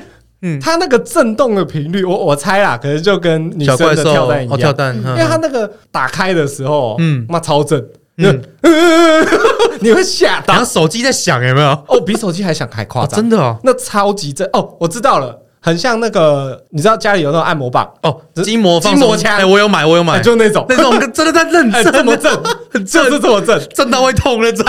[SPEAKER 1] 它那个震动的频率，我我猜啦，可能就跟女
[SPEAKER 2] 小
[SPEAKER 1] 生
[SPEAKER 2] 怪
[SPEAKER 1] 的
[SPEAKER 2] 兽
[SPEAKER 1] 跳蛋一
[SPEAKER 2] 哦，跳
[SPEAKER 1] 样，
[SPEAKER 2] 蛋，
[SPEAKER 1] 因
[SPEAKER 2] 嗯
[SPEAKER 1] 为它那个打开的时候，嗯
[SPEAKER 2] 嗯，
[SPEAKER 1] 妈超震，
[SPEAKER 2] 嗯
[SPEAKER 1] 嗯， 你会吓
[SPEAKER 2] 然
[SPEAKER 1] 到
[SPEAKER 2] 后，手机在响，有没有？
[SPEAKER 1] 哦，比手机还想还夸
[SPEAKER 2] 哦，
[SPEAKER 1] 张，
[SPEAKER 2] 真的哦，
[SPEAKER 1] 那超级震哦，我知道了，很像那个，你知道家里有那种按摩棒，
[SPEAKER 2] 哦，筋膜放松
[SPEAKER 1] 筋膜枪
[SPEAKER 2] 哎，我有买，我有买，
[SPEAKER 1] 哎就那种，
[SPEAKER 2] 那种真的在认
[SPEAKER 1] 哎，
[SPEAKER 2] 真，
[SPEAKER 1] 这么震，就是这么 震，
[SPEAKER 2] 震到会痛那种，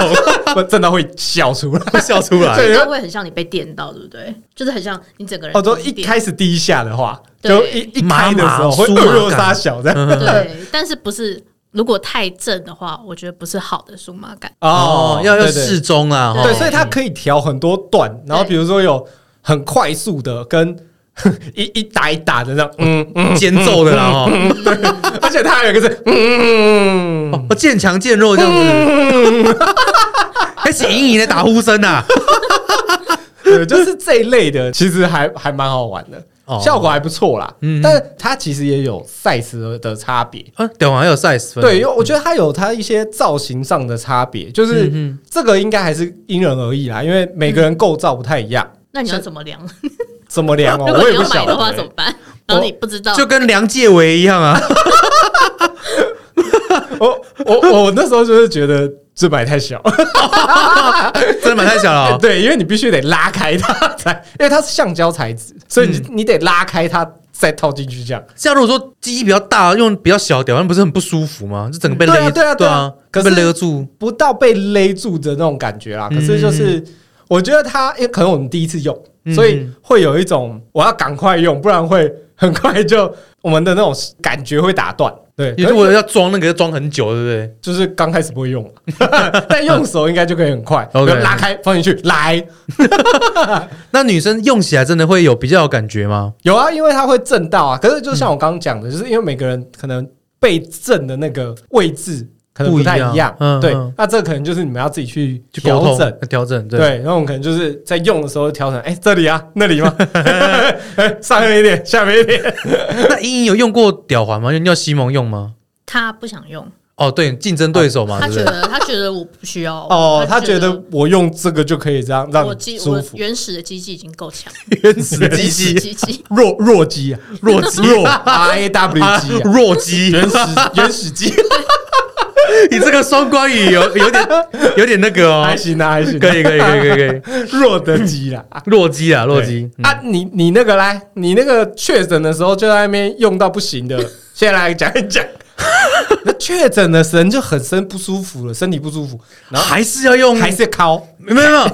[SPEAKER 1] 我震到会笑出来。
[SPEAKER 2] 会笑出来。
[SPEAKER 1] 对，因
[SPEAKER 3] 它
[SPEAKER 1] 为
[SPEAKER 3] 会很像你被电到，对不对？就是很像你整个人。
[SPEAKER 1] 哦，就一，开始第一下的话，
[SPEAKER 3] 对嗯
[SPEAKER 1] 就一一开的时候会
[SPEAKER 2] 麻麻
[SPEAKER 1] 二
[SPEAKER 2] 酥麻
[SPEAKER 1] 肉
[SPEAKER 2] 感
[SPEAKER 1] 杀小这样。
[SPEAKER 3] 对，但是不是如果太正的话，我觉得不是好的数码感。
[SPEAKER 2] 哦，要要
[SPEAKER 1] 对对
[SPEAKER 2] 适中啊，
[SPEAKER 1] 对，
[SPEAKER 2] 哦
[SPEAKER 1] 所以它可以调很多段，然后比如说有很快速的跟 一一打一打的这样，嗯，
[SPEAKER 2] 肩奏的啦， 哦
[SPEAKER 1] 而且它还有一个是嗯，
[SPEAKER 2] 哦，渐强渐弱这样子。 还是隐隐的打呼声啊呐，
[SPEAKER 1] 对，就是这一类的，其实还还蛮好玩的，
[SPEAKER 2] 哦
[SPEAKER 1] 效果还不错啦。
[SPEAKER 2] 嗯
[SPEAKER 1] 但是它其实也有 size 的差别。
[SPEAKER 2] 啊，屌王还有 size 分，
[SPEAKER 1] 对，因为我觉得它有它一些造型上的差别，就是
[SPEAKER 2] 嗯
[SPEAKER 1] 这个应该还是因人而异啦，因为每个人构造不太一样。
[SPEAKER 3] 那你要怎么量？ 如
[SPEAKER 1] 怎么量哦？
[SPEAKER 3] 果
[SPEAKER 1] 我也
[SPEAKER 3] 你
[SPEAKER 1] 不
[SPEAKER 3] 要买
[SPEAKER 1] 晓
[SPEAKER 3] 的话
[SPEAKER 1] 得
[SPEAKER 3] 怎么。办？然后你不知道，
[SPEAKER 2] 欸哦就跟梁介为一样啊，
[SPEAKER 1] 我我我那时候就是觉得这摆太小，
[SPEAKER 2] 真的蛮太小了哦。
[SPEAKER 1] 对，因为你必须得拉开它才，因为它是橡胶材质，所以你
[SPEAKER 2] 嗯
[SPEAKER 1] 你得拉开它再套进去这样。
[SPEAKER 2] 像如果说鸡比较大，用比较小屌，那不是很不舒服吗？就整个被勒，
[SPEAKER 1] 对啊对啊对
[SPEAKER 2] 对
[SPEAKER 1] 啊
[SPEAKER 2] 啊，
[SPEAKER 1] 可是
[SPEAKER 2] 被勒住。
[SPEAKER 1] 不到被勒住的那种感觉啦。可是就是，我觉得它，因为可能我们第一次用，
[SPEAKER 2] 嗯
[SPEAKER 1] 所以会有一种我要赶快用，不然会很快就我们的那种感觉会打断。对，可
[SPEAKER 2] 也就是我要装那个要装很久，对不对？
[SPEAKER 1] 就是刚开始不会用， 但用手应该就可以很快，
[SPEAKER 2] OK
[SPEAKER 1] 就拉开放进去，来
[SPEAKER 2] 那女生用起来真的会有比较有感觉吗？
[SPEAKER 1] 有啊，因为它会震到啊。可是就像我刚刚讲的，就是因为每个人可能被震的那个位置可能不太
[SPEAKER 2] 不
[SPEAKER 1] 一
[SPEAKER 2] 一
[SPEAKER 1] 样
[SPEAKER 2] 样，嗯
[SPEAKER 1] 对
[SPEAKER 2] 嗯，
[SPEAKER 1] 那这可能就是你们要自己去
[SPEAKER 2] 去沟通
[SPEAKER 1] 调整。
[SPEAKER 2] 调整，对，
[SPEAKER 1] 对，然后我们可能就是在用的时候调整，哎、这里啊，那里吗？ 哎上面一点，下面一点。
[SPEAKER 2] 那莹莹有用过屌环吗？用要西蒙用吗？
[SPEAKER 3] 他不想用，
[SPEAKER 2] 哦，对，竞争对手嘛，
[SPEAKER 3] 啊他
[SPEAKER 2] 啊对不
[SPEAKER 3] 觉
[SPEAKER 2] 对？
[SPEAKER 3] 得他觉得我不需要
[SPEAKER 1] 哦，他觉得我用这个就可以这样让
[SPEAKER 3] 我
[SPEAKER 1] 你
[SPEAKER 3] 机
[SPEAKER 1] 舒
[SPEAKER 3] 我
[SPEAKER 1] 服。
[SPEAKER 3] 原始的机器已经够强，
[SPEAKER 2] 原始
[SPEAKER 1] 机
[SPEAKER 2] 机
[SPEAKER 1] 器
[SPEAKER 2] 器，
[SPEAKER 3] 机器
[SPEAKER 1] 弱弱鸡啊，
[SPEAKER 2] 弱鸡
[SPEAKER 1] 弱 R A W 鸡 啊，
[SPEAKER 2] 弱鸡，
[SPEAKER 1] 原始原始鸡
[SPEAKER 2] 你这个双关语有有点有点那个 哦
[SPEAKER 1] 还，行啊，还行啊，
[SPEAKER 2] 可以可以可以可以可以，
[SPEAKER 1] 弱的鸡啦。
[SPEAKER 2] 弱鸡啊，弱鸡
[SPEAKER 1] 对，啊，你你那个来，你那个确诊的时候就在那边用到不行的，现在来讲一讲。 那确诊的人就很身不舒服了，身体不舒服，
[SPEAKER 2] 然后还是要用，
[SPEAKER 1] 还是敲
[SPEAKER 2] 没有没有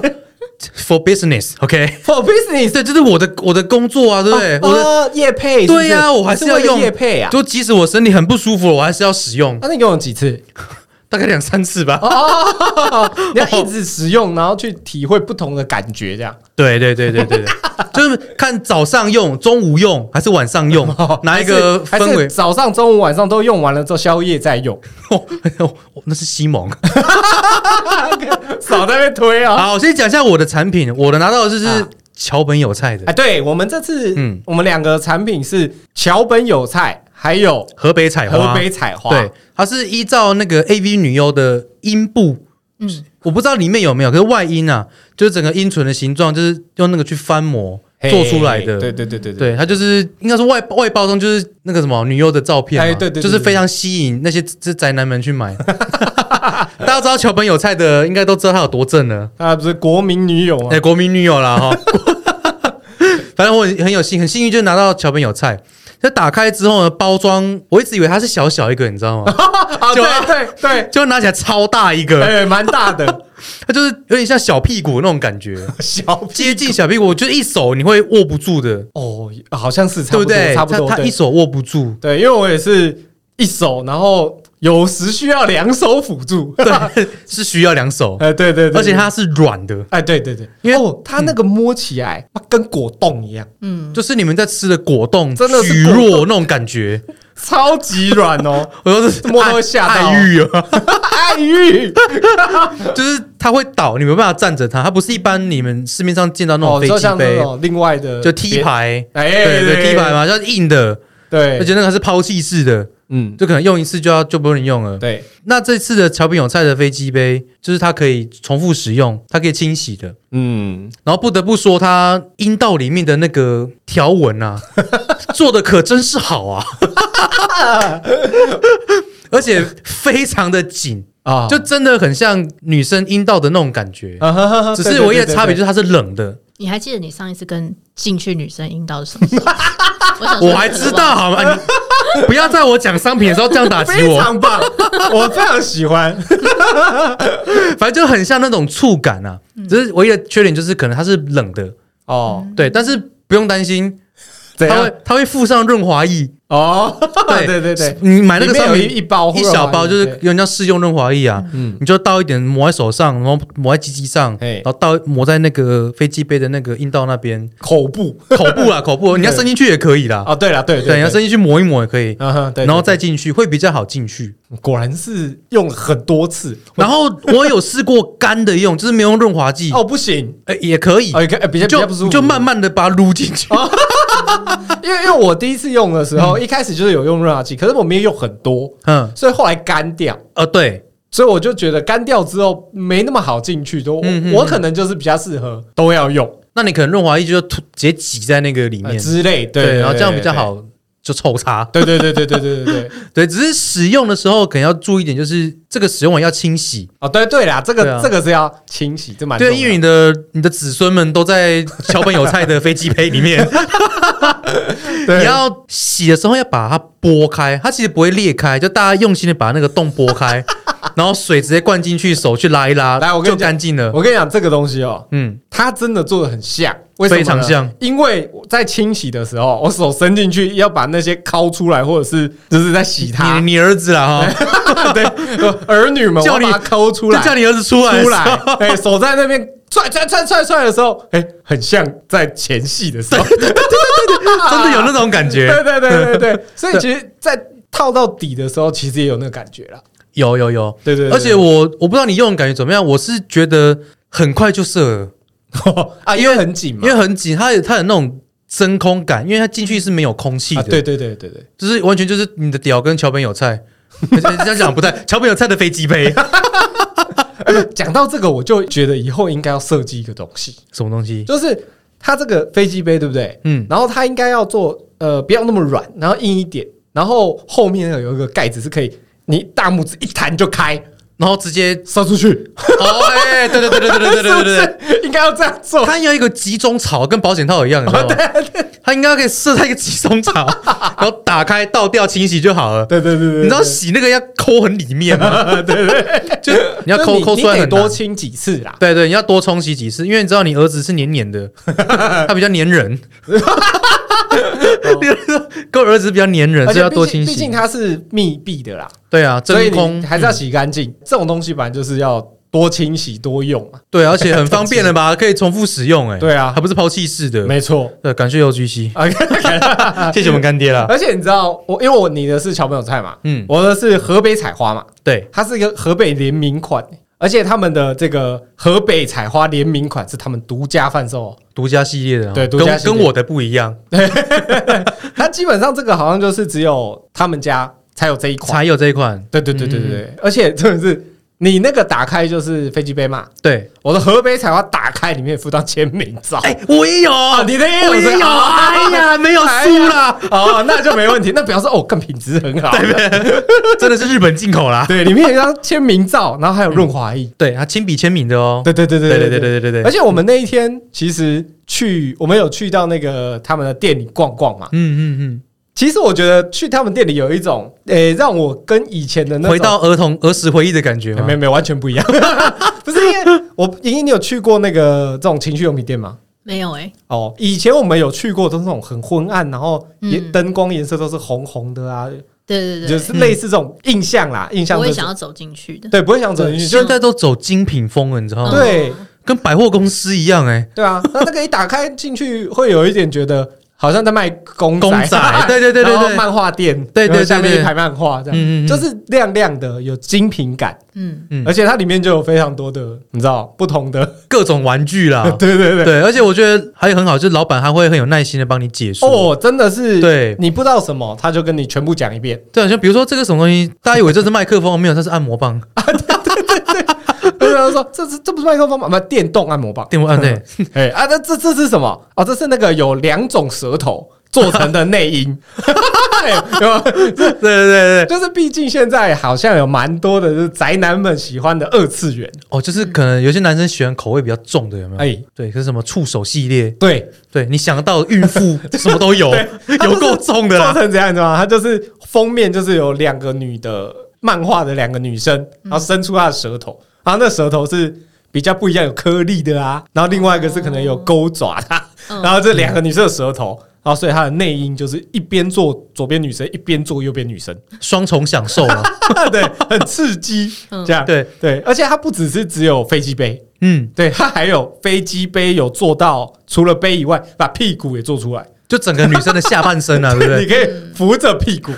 [SPEAKER 2] for business，OK。
[SPEAKER 1] for business
[SPEAKER 2] 对，这是我的我的工作啊，对不对？我的
[SPEAKER 1] 哦，叶配是不是
[SPEAKER 2] 对呀、我还
[SPEAKER 1] 是
[SPEAKER 2] 要
[SPEAKER 1] 为了
[SPEAKER 2] 用
[SPEAKER 1] 叶配啊。哦
[SPEAKER 2] 就即使我身体很不舒服，我还是要使用，
[SPEAKER 1] 那你用了几次？
[SPEAKER 2] 大概两三次吧。
[SPEAKER 1] 哦你要一直使用，然后去体会不同的感觉，这样
[SPEAKER 2] 对对对对对对，就是看早上用、中午用还是晚上用，哪一个
[SPEAKER 1] 哦还是还
[SPEAKER 2] 氛
[SPEAKER 1] 是
[SPEAKER 2] 围？
[SPEAKER 1] 早上、中午、晚上都用完了之后，宵夜再 用，
[SPEAKER 2] 哦哦那是西蒙。
[SPEAKER 1] 少在那边推啊！
[SPEAKER 2] 好，我先讲一下我的产品，我的拿到的就是
[SPEAKER 1] 啊
[SPEAKER 2] 桥本有菜的
[SPEAKER 1] 哎，对我们这次，
[SPEAKER 2] 嗯
[SPEAKER 1] 我们两个产品是桥本有菜，还有
[SPEAKER 2] 河北采花。
[SPEAKER 1] 河北采花，
[SPEAKER 2] 对，它是依照那个 AV 女优的阴部，
[SPEAKER 3] 嗯，
[SPEAKER 2] 我不知道里面有没有，可是外阴啊，就是整个阴唇的形状，就是用那个去翻模
[SPEAKER 1] 嘿
[SPEAKER 2] 做出来的。
[SPEAKER 1] 对对对对对。
[SPEAKER 2] 对，它就是应该是外外包装，就是那个什么女优的照片嘛，
[SPEAKER 1] 哎对对对
[SPEAKER 2] 就是非常吸引那些这宅男们去买。 大家知道桥本有菜的，应该都知道她有多正了，
[SPEAKER 1] 啊，不是国民女友
[SPEAKER 2] 哎、
[SPEAKER 1] 啊，
[SPEAKER 2] 国民女 友啦哈。反正我很很有幸，很幸运就拿到桥本有菜。那打开之后呢，包装我一直以为它是小小一个，你知道吗？
[SPEAKER 1] 啊，
[SPEAKER 2] 就
[SPEAKER 1] 对对 对，
[SPEAKER 2] 就拿起来超大一个，
[SPEAKER 1] 哎，蛮大 的
[SPEAKER 2] 它就是有点像小屁股那种感 觉，
[SPEAKER 1] 小
[SPEAKER 2] 接近小屁股，就是一手你会握不住的，
[SPEAKER 1] 哦，好像是差不
[SPEAKER 2] 对不
[SPEAKER 1] 多，
[SPEAKER 2] 对？
[SPEAKER 1] 差不多，
[SPEAKER 2] 它 它
[SPEAKER 1] 对
[SPEAKER 2] 一手握不住，
[SPEAKER 1] 对，因为我也是一手，然后有时需要两手辅助。
[SPEAKER 2] 对，是需要两手，
[SPEAKER 1] 哎，对对对，
[SPEAKER 2] 而且它是软的，
[SPEAKER 1] 哎，对对对，
[SPEAKER 2] 因为
[SPEAKER 1] 哦，它那个摸起来跟果冻一样，
[SPEAKER 2] 就是你们在吃的果冻，
[SPEAKER 1] 真的是
[SPEAKER 2] 许
[SPEAKER 1] 果冻
[SPEAKER 2] 弱那种感觉。
[SPEAKER 1] 超级软哦，
[SPEAKER 2] 我说是
[SPEAKER 1] 摸都会吓到
[SPEAKER 2] 爱欲啊，
[SPEAKER 1] 爱 玉
[SPEAKER 2] 哦就是它会倒，你没办法站着它，它不是一般你们市面上见到那
[SPEAKER 1] 哦
[SPEAKER 2] 种，飞
[SPEAKER 1] 就
[SPEAKER 2] 机
[SPEAKER 1] 像那
[SPEAKER 2] 杯，
[SPEAKER 1] 种另外的
[SPEAKER 2] 就 T
[SPEAKER 1] 别，
[SPEAKER 2] 牌，
[SPEAKER 1] 哎，
[SPEAKER 2] 对对 T 牌
[SPEAKER 1] 嘛，
[SPEAKER 2] 嘛，就是硬的，而
[SPEAKER 1] 对，
[SPEAKER 2] 且那个是抛弃式的，
[SPEAKER 1] 嗯，
[SPEAKER 2] 就可能用一次就要就不能用了。
[SPEAKER 1] 对，
[SPEAKER 2] 那这次的乔饼有菜的飞机杯，就是它可以重复使用，它可以清洗的。
[SPEAKER 1] 嗯，
[SPEAKER 2] 然后不得不说，它阴道里面的那个条 纹啊，做的可真是好啊，而且非常的紧，
[SPEAKER 1] 啊，
[SPEAKER 2] 就真的很像女生阴道的那种感觉。
[SPEAKER 1] 啊哈哈哈
[SPEAKER 2] 只是唯一的差别
[SPEAKER 1] 对对对对
[SPEAKER 2] 就是它是冷的，
[SPEAKER 3] 你还记得你上一次跟进去女生阴道是什么时 候？我
[SPEAKER 1] 啊
[SPEAKER 3] 想说
[SPEAKER 2] 我还知道好吗？你不要在我讲商品的时候这样打击
[SPEAKER 1] 非
[SPEAKER 2] 我，
[SPEAKER 1] 常棒， 我非常喜 欢。
[SPEAKER 2] 反正就很像那种触感啊。
[SPEAKER 1] 嗯
[SPEAKER 2] 只是唯一的缺点就是可能它是冷的，
[SPEAKER 1] 哦，
[SPEAKER 2] 对，但是不用担心，
[SPEAKER 1] 怎
[SPEAKER 2] 它
[SPEAKER 1] 样？
[SPEAKER 2] 会它会附上润滑液，
[SPEAKER 1] 哦，啊对对对对，
[SPEAKER 2] 你买那个
[SPEAKER 1] 里面
[SPEAKER 2] 商
[SPEAKER 1] 有
[SPEAKER 2] 品
[SPEAKER 1] 一一包或
[SPEAKER 2] 一
[SPEAKER 1] 者
[SPEAKER 2] 小包，就是
[SPEAKER 1] 对
[SPEAKER 2] 人家试用润滑液啊，
[SPEAKER 1] 嗯
[SPEAKER 2] 你就倒一点抹在手上，然后抹在鸡鸡上，
[SPEAKER 1] 嘿，
[SPEAKER 2] 然后倒抹在那个飞机杯的那个阴道那边
[SPEAKER 1] 口部
[SPEAKER 2] 口部 啦，口部，你要伸进去也可以啦，
[SPEAKER 1] 哦，对了，对
[SPEAKER 2] 对，你要伸进去抹一抹也可以，
[SPEAKER 1] 嗯哼，对，对
[SPEAKER 2] 然后再进去会比较好进去。
[SPEAKER 1] 对果然是用了很多次
[SPEAKER 2] 然后我有试过干的用，就是没有用润滑剂，
[SPEAKER 1] 哦，不行，
[SPEAKER 2] 呃，也可以，
[SPEAKER 1] 哦，也可以哎比较比较
[SPEAKER 2] 就
[SPEAKER 1] 不舒服，哦
[SPEAKER 2] 就慢，慢的把它撸进去。
[SPEAKER 1] 因为因为我第一次用的时候，一开始就是有用润滑剂，可是我没有用很多，
[SPEAKER 2] 嗯，
[SPEAKER 1] 所以后来干掉。
[SPEAKER 2] 呃，对，
[SPEAKER 1] 所以我就觉得干掉之后没那么好进去，就我,、
[SPEAKER 2] 嗯嗯
[SPEAKER 1] 我可能就是比较适合都要用、
[SPEAKER 2] 那你可能润滑液就吐直接挤在那个里
[SPEAKER 1] 呃
[SPEAKER 2] 面，
[SPEAKER 1] 之类，对
[SPEAKER 2] 然后这样比较。好，就抽插。
[SPEAKER 1] 对对对对对对对对对，
[SPEAKER 2] 对，只是使用的时候可能要注意一点，就是这个使用完要清洗。
[SPEAKER 1] 哦对对啦，这
[SPEAKER 2] 对
[SPEAKER 1] 个、
[SPEAKER 2] 啊
[SPEAKER 1] 这个是要清洗，这蛮重要
[SPEAKER 2] 对，因为你的你的子孙们都在桥本有菜的飞机杯里面，
[SPEAKER 1] 对
[SPEAKER 2] 你要洗的时候要把它拨开，它其实不会裂开，就大家用心的把那个洞拨开， 然后水直接灌进去，手去拉一拉，
[SPEAKER 1] 来我跟
[SPEAKER 2] 就
[SPEAKER 1] 你讲
[SPEAKER 2] 干净了。
[SPEAKER 1] 我跟你讲这个东西哦，
[SPEAKER 2] 嗯，
[SPEAKER 1] 它真的做的很像，为什么呢
[SPEAKER 2] 非常像？
[SPEAKER 1] 因为我在清洗的时候，我手伸进去要把那些抠出来，或者是就是在洗它
[SPEAKER 2] 你，你儿子啦哈，
[SPEAKER 1] 对儿女们，
[SPEAKER 2] 叫
[SPEAKER 1] 我
[SPEAKER 2] 你
[SPEAKER 1] 要把它抠出
[SPEAKER 2] 就
[SPEAKER 1] 来，
[SPEAKER 2] 叫你儿子出来的时
[SPEAKER 1] 出
[SPEAKER 2] 候
[SPEAKER 1] 来，哎，手在那边踹踹踹踹踹的时候，哎，很像在前戏的时候，
[SPEAKER 2] 真的有那种感觉，
[SPEAKER 1] 对对对对对，所以其实，在套到底的时候，其实也有那个感觉啦。
[SPEAKER 2] 有有有。
[SPEAKER 1] 对对对
[SPEAKER 2] 而且我我不知道你用的感觉怎么样，我是觉得很快就射了。
[SPEAKER 1] 啊，因为很紧嘛
[SPEAKER 2] 因，为很紧，它有它有那种真空感，因为它进去是没有空气的，
[SPEAKER 1] 啊，对，对对对对，
[SPEAKER 2] 就是完全就是你的屌跟桥本有菜， 这样讲不太，桥本有菜的飞机 杯
[SPEAKER 1] 哎讲到这个，我就觉得以后应该要设计一个东西，
[SPEAKER 2] 什么东西？
[SPEAKER 1] 就是它这个飞机杯，对不对？
[SPEAKER 2] 嗯，
[SPEAKER 1] 然后它应该要做呃，不要那么软，然后硬一点，然后后面有一个盖子是可以，你大拇指一弹就开，
[SPEAKER 2] 然后直接，
[SPEAKER 1] 射出去。
[SPEAKER 2] 哦，哎，对对对对对对对对对对。
[SPEAKER 1] 是不是应该要这样做。
[SPEAKER 2] 它有一个集中槽，跟保险套一样，你 知道吗？它应该可以设在一个集中槽， 然后打开倒掉清洗就好了。
[SPEAKER 1] 对对对对，
[SPEAKER 2] 你知道洗那个要抠很里面 吗？对对，就你
[SPEAKER 1] 你
[SPEAKER 2] 要抠抠出来很难
[SPEAKER 1] 多清几次啦。
[SPEAKER 2] 对对，你要多冲洗几次，因为你知道你儿子是黏黏 的，他比较黏 人。跟我儿子比较黏人，
[SPEAKER 1] 而
[SPEAKER 2] 所以
[SPEAKER 1] 且
[SPEAKER 2] 要
[SPEAKER 1] 毕
[SPEAKER 2] 多
[SPEAKER 1] 竟
[SPEAKER 2] 清
[SPEAKER 1] 毕
[SPEAKER 2] 洗
[SPEAKER 1] 竟。它是密闭的啦，
[SPEAKER 2] 对啊，
[SPEAKER 1] 所以
[SPEAKER 2] 真
[SPEAKER 1] 你
[SPEAKER 2] 空
[SPEAKER 1] 还是要洗干净。这种东西本来就是要多清洗多用嘛。
[SPEAKER 2] 对，啊而且很方便的 吧，可以重复使用。哎，
[SPEAKER 1] 对啊
[SPEAKER 2] 还不是抛弃式的。
[SPEAKER 1] 没 错。
[SPEAKER 2] 对，感谢 O G C，
[SPEAKER 1] 啊
[SPEAKER 2] 谢谢我们干爹啦。
[SPEAKER 1] 而且你知道我，因为我你的是小朋友菜嘛，
[SPEAKER 2] 嗯，
[SPEAKER 1] 我的是河北采花嘛，
[SPEAKER 2] 对，
[SPEAKER 1] 它是一个河北联名款，而且他们的这个河北采花联名款是他们独家贩售 哦。
[SPEAKER 2] 独家系列的啊，
[SPEAKER 1] 对独
[SPEAKER 2] 跟
[SPEAKER 1] 家系列
[SPEAKER 2] 跟我的不一样，
[SPEAKER 1] 它基本上这个好像就是只有他们家才有这一款。
[SPEAKER 2] 才有这一款。
[SPEAKER 1] 对对对对对对，而且真的是你那个打开就是飞机杯嘛，
[SPEAKER 2] 对，
[SPEAKER 1] 我的河北采花打开里面附上签名照。
[SPEAKER 2] 哎，我也有，
[SPEAKER 1] 哦你的也有
[SPEAKER 2] 我也
[SPEAKER 1] 是
[SPEAKER 2] 有，
[SPEAKER 1] 吧
[SPEAKER 2] 哎呀，没有输啦，
[SPEAKER 1] 哦，那就没问题，那表示哦，更品质很好。
[SPEAKER 2] 真的是日本进口啦。
[SPEAKER 1] 对，里面有一张签名照，然后还有润滑液。
[SPEAKER 2] 对，他亲笔签名的哦。
[SPEAKER 1] 对对对
[SPEAKER 2] 对
[SPEAKER 1] 对
[SPEAKER 2] 对对对对对
[SPEAKER 1] 而且我们那一天其实去，我们有去到那个他们的店里逛逛嘛。
[SPEAKER 2] 嗯嗯嗯。
[SPEAKER 1] 其实我觉得去他们店里有一种，诶、让我跟以前的那种
[SPEAKER 2] 回到儿童儿时回忆的感觉
[SPEAKER 1] 没
[SPEAKER 2] 吗？
[SPEAKER 1] 没没完全不一样。 不是因为我莹莹，你有去过那个这种情趣用品店吗？
[SPEAKER 3] 没有哎，
[SPEAKER 1] 哦，以前我们有去过，都是那种很昏暗，然后
[SPEAKER 3] 嗯
[SPEAKER 1] 颜灯光颜色都是红红的啊，
[SPEAKER 3] 对对
[SPEAKER 1] 就
[SPEAKER 3] 对，
[SPEAKER 2] 嗯
[SPEAKER 1] 是类似这种印象啦，印象
[SPEAKER 3] 我
[SPEAKER 1] 这
[SPEAKER 3] 也
[SPEAKER 1] 种
[SPEAKER 3] 想要走进去的。
[SPEAKER 1] 对，不会想走进去，就
[SPEAKER 2] 现在都走精品风了，你知道吗？
[SPEAKER 1] 对
[SPEAKER 3] 哦
[SPEAKER 2] 跟百货公司一样、哎，
[SPEAKER 1] 对啊。那那个一打开进去，会有一点觉得好像在卖公
[SPEAKER 2] 公 仔对对对对对
[SPEAKER 1] 然后漫画店，
[SPEAKER 2] 对对对
[SPEAKER 1] 然后下面
[SPEAKER 2] 对
[SPEAKER 1] 一排漫画这
[SPEAKER 2] 嗯嗯
[SPEAKER 1] 样，
[SPEAKER 2] 嗯
[SPEAKER 1] 就是亮亮的，有精品感，
[SPEAKER 3] 嗯，
[SPEAKER 2] 嗯
[SPEAKER 1] 而且它里面就有非常多的，你知道不同的，
[SPEAKER 2] 各种玩具啦，
[SPEAKER 1] 对对对。
[SPEAKER 2] 啊对，而且我觉得还很好，就是老板他会很有耐心的帮你解说。
[SPEAKER 1] 哦，真的是，
[SPEAKER 2] 对
[SPEAKER 1] 你不知道什么，他就跟你全部讲一遍，
[SPEAKER 2] 对，像比如说这个什么东西，大家以为这是麦克风，没有，它是按摩棒，
[SPEAKER 1] 对他说这是这不是麦克风吗？不，电动按摩棒。
[SPEAKER 2] 电话按对，
[SPEAKER 1] 哎啊，那这这是什么？哦，这是那个有两种舌头做成的内音。 哎有吗
[SPEAKER 2] 对对对对，
[SPEAKER 1] 就是毕竟现在好像有蛮多的就是宅男们喜欢的二次元。
[SPEAKER 2] 哦，就是可能有些男生喜欢口味比较重的，有没有？
[SPEAKER 1] 哎，
[SPEAKER 2] 对，可是什么触手系列，
[SPEAKER 1] 对，
[SPEAKER 2] 对你想到孕妇什么都有，
[SPEAKER 1] 它就
[SPEAKER 2] 有
[SPEAKER 1] 是
[SPEAKER 2] 够重的
[SPEAKER 1] 做
[SPEAKER 2] 啦。
[SPEAKER 1] 成怎样你知道吗？它就是封面就是有两个女的漫画的两个女生，然后伸出她的舌头，然后那舌头是。比较不一样，有颗粒的啊，然后另外一个是可能有钩爪的啊、
[SPEAKER 3] 嗯
[SPEAKER 1] 然后这两个女生的舌头，然后所以她的内音就是一边做左边女生，一边做右边女生，
[SPEAKER 2] 双重享受啊。
[SPEAKER 1] 对，很刺激，
[SPEAKER 3] 嗯
[SPEAKER 1] 这样
[SPEAKER 2] 对，
[SPEAKER 1] 对，而且它不只是只有飞机杯，
[SPEAKER 2] 嗯，
[SPEAKER 1] 对，它还有飞机杯有做到，除了杯以外，把屁股也做出来，
[SPEAKER 2] 就整个女生的下半身啊，对不
[SPEAKER 1] 你
[SPEAKER 2] 对？
[SPEAKER 1] 可以扶着屁 股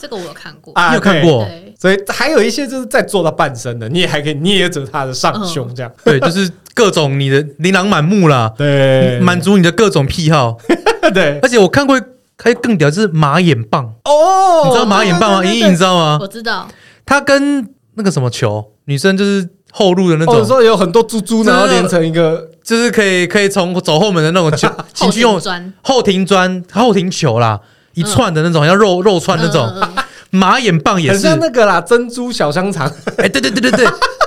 [SPEAKER 3] 这个我有看过，
[SPEAKER 1] 啊，
[SPEAKER 2] 你有看
[SPEAKER 1] 对
[SPEAKER 2] 过
[SPEAKER 3] 对，
[SPEAKER 1] 所以还有一些就是在做到半身的，你也还可以捏着他的上胸这样，
[SPEAKER 2] 对，就是各种你的琳琅满目啦，
[SPEAKER 1] 对，
[SPEAKER 2] 满足你的各种癖好。
[SPEAKER 1] 对
[SPEAKER 2] 而且我看过还更屌，就是马眼棒，
[SPEAKER 1] 哦，
[SPEAKER 2] 你知道马眼棒吗？
[SPEAKER 1] 对哦
[SPEAKER 2] 莹莹，你知道吗
[SPEAKER 3] 我？知道，
[SPEAKER 2] 它跟那个什么球，女生就是后路的那
[SPEAKER 1] 或者
[SPEAKER 2] 种，
[SPEAKER 1] 哦说有很多珠珠，
[SPEAKER 2] 这
[SPEAKER 1] 然后连成一个，
[SPEAKER 2] 就是可以可以从走后门的那种 球进
[SPEAKER 3] 后
[SPEAKER 2] 去用
[SPEAKER 3] 庭砖
[SPEAKER 2] 后庭砖、后庭球啦，
[SPEAKER 1] 嗯
[SPEAKER 2] 一串的那种，像肉肉串啊那种。
[SPEAKER 3] 嗯嗯嗯
[SPEAKER 2] 马眼棒也
[SPEAKER 1] 很
[SPEAKER 2] 是，
[SPEAKER 1] 像那个啦，珍珠小香肠，
[SPEAKER 2] 哎，对对对对 对，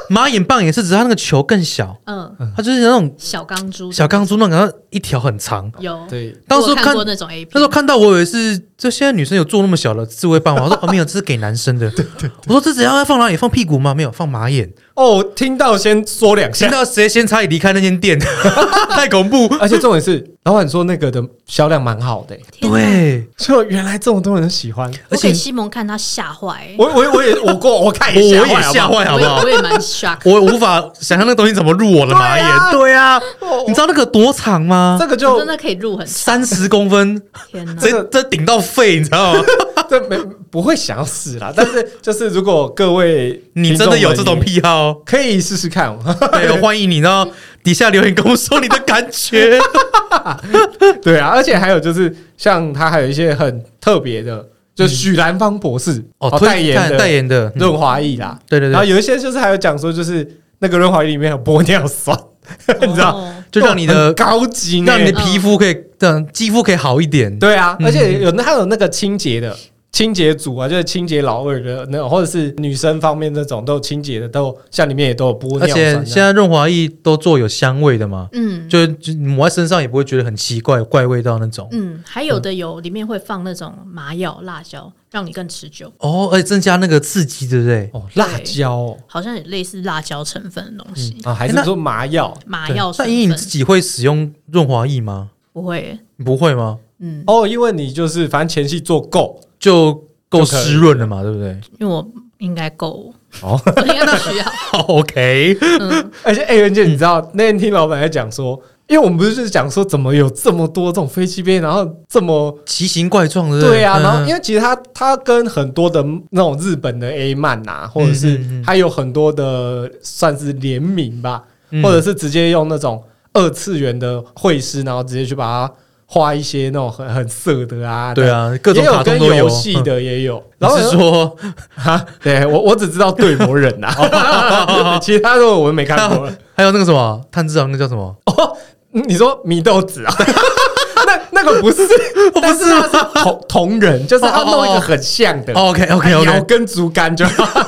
[SPEAKER 2] 马眼棒也是，只是它那个球更小，
[SPEAKER 3] 嗯，
[SPEAKER 2] 它就是那种
[SPEAKER 3] 小钢珠，
[SPEAKER 2] 小钢珠那种，然后一条很长。
[SPEAKER 3] 有，
[SPEAKER 1] 对，
[SPEAKER 2] 当时
[SPEAKER 3] 我
[SPEAKER 2] 看
[SPEAKER 3] 看过那种 A
[SPEAKER 2] 那
[SPEAKER 3] P，
[SPEAKER 2] 时候看到我以为是，这现在女生有做那么小的自慰棒吗？我说哦没有，这是给男生的。 我说这只要放哪里放屁股吗？没有，放马眼。
[SPEAKER 1] 哦，听到先说两
[SPEAKER 2] 听
[SPEAKER 1] 下。
[SPEAKER 2] 到谁先差点离开那间 店，太恐怖。
[SPEAKER 1] 而且重点是，老板说那个的销量蛮好的、欸，
[SPEAKER 3] 天哪，
[SPEAKER 2] 对，
[SPEAKER 1] 就原来这么多人喜欢。
[SPEAKER 3] 我
[SPEAKER 2] 而且
[SPEAKER 3] 给西蒙看他吓坏，
[SPEAKER 1] 我我我也我过我看
[SPEAKER 2] 我
[SPEAKER 1] 一下，
[SPEAKER 2] 我也哎吓坏好
[SPEAKER 3] 我
[SPEAKER 2] 不
[SPEAKER 3] 也
[SPEAKER 2] 好
[SPEAKER 3] 我？也蛮 shock，
[SPEAKER 2] 我无法想象那个东西怎么入我的马眼。对啊，
[SPEAKER 1] 我
[SPEAKER 2] 你知道那个多长吗
[SPEAKER 1] 哦这？个
[SPEAKER 3] 我
[SPEAKER 1] 就
[SPEAKER 3] 真的可以入很
[SPEAKER 2] 三十公分，
[SPEAKER 3] 天哪，
[SPEAKER 1] 这
[SPEAKER 2] 这
[SPEAKER 1] 个
[SPEAKER 2] 这顶到肺，你知道 吗？
[SPEAKER 1] 这没不会想要死啦，但是就是如果各位
[SPEAKER 2] 你真的有这
[SPEAKER 1] 听
[SPEAKER 2] 种
[SPEAKER 1] 众们，
[SPEAKER 2] 癖好？
[SPEAKER 1] 可以试试看。
[SPEAKER 2] 对，欢迎你到底下留言跟我说你的感觉。
[SPEAKER 1] 对啊，而且还有就是像他还有一些很特别的，就许兰芳博士
[SPEAKER 2] 嗯
[SPEAKER 1] 哦
[SPEAKER 2] 推
[SPEAKER 1] 代言的
[SPEAKER 2] 哦代言的，嗯
[SPEAKER 1] 润滑液啦，
[SPEAKER 2] 对对
[SPEAKER 1] 然后
[SPEAKER 2] 对，
[SPEAKER 1] 有一些就是还有讲说就是那个润滑液里面有玻尿酸，你知道，
[SPEAKER 3] 哦
[SPEAKER 2] 就让你的
[SPEAKER 1] 很高级呢，
[SPEAKER 2] 让你的皮肤可以让肌肤可以好一点。
[SPEAKER 1] 对啊，
[SPEAKER 2] 嗯
[SPEAKER 1] 而且有那还有那个清洁的清洁组啊，就是清洁老二的那种，或者是女生方面那种都有清洁的，都有像里面也都有玻
[SPEAKER 2] 而
[SPEAKER 1] 尿酸
[SPEAKER 2] 且
[SPEAKER 1] 啊。
[SPEAKER 2] 现在润滑液都做有香味的嘛，
[SPEAKER 3] 嗯
[SPEAKER 2] 就就你抹在身上也不会觉得很奇怪、有怪味道那种。
[SPEAKER 3] 嗯，还有的有里面会放那种麻药、辣椒，让你更持久，
[SPEAKER 2] 哦，而且增加那个刺激，对不对？
[SPEAKER 1] 哦，辣椒哦，
[SPEAKER 3] 好像也类似辣椒成分的东西，
[SPEAKER 2] 哎
[SPEAKER 1] 啊，还是说麻药
[SPEAKER 3] 麻
[SPEAKER 2] 对
[SPEAKER 3] 药成
[SPEAKER 2] 那莹莹你
[SPEAKER 3] 分
[SPEAKER 2] 自己会使用润滑液吗？
[SPEAKER 3] 不会，
[SPEAKER 2] 你不会吗？
[SPEAKER 3] 嗯，
[SPEAKER 1] 哦，因为你就是反正前期做够
[SPEAKER 2] 就够湿润了嘛，对不 对？
[SPEAKER 3] 因为我应该够，
[SPEAKER 1] 哦，
[SPEAKER 3] 我应该不需要，
[SPEAKER 2] 好，OK，
[SPEAKER 3] 嗯，
[SPEAKER 1] 而且哎，袁姐，你知道那天听老板在讲说，因为我们不是就是讲说怎么有这么多这种飞机杯，然后这么。
[SPEAKER 2] 奇形怪状，对不嗯
[SPEAKER 1] 对啊，然后因
[SPEAKER 2] 为
[SPEAKER 1] 为其实它它跟很多的那种日本的 A 漫呐、或者是
[SPEAKER 2] 嗯嗯嗯
[SPEAKER 1] 它有很多的算是联名吧，
[SPEAKER 2] 嗯
[SPEAKER 1] 或者是直接用那种二次元的绘师，然后直接去把它画一些那种很很色的啊，
[SPEAKER 2] 对，啊，各种
[SPEAKER 1] 也有
[SPEAKER 2] 卡通
[SPEAKER 1] 跟
[SPEAKER 2] 都嗯
[SPEAKER 1] 游戏的也有。然后
[SPEAKER 2] 你是说
[SPEAKER 1] 哈，对我我只知道对魔人
[SPEAKER 2] 哦
[SPEAKER 1] 啊， 其他的我没看过。
[SPEAKER 2] 还有那个什么炭治郎，那叫什么？
[SPEAKER 1] 哦，你说米豆子 啊？那那个哦不是，
[SPEAKER 2] 啊
[SPEAKER 1] 但是他是同同人，就是他弄一个很像的。
[SPEAKER 2] 哦
[SPEAKER 1] 摇
[SPEAKER 2] ，OK，OK，OK，
[SPEAKER 1] 跟竹竿就好，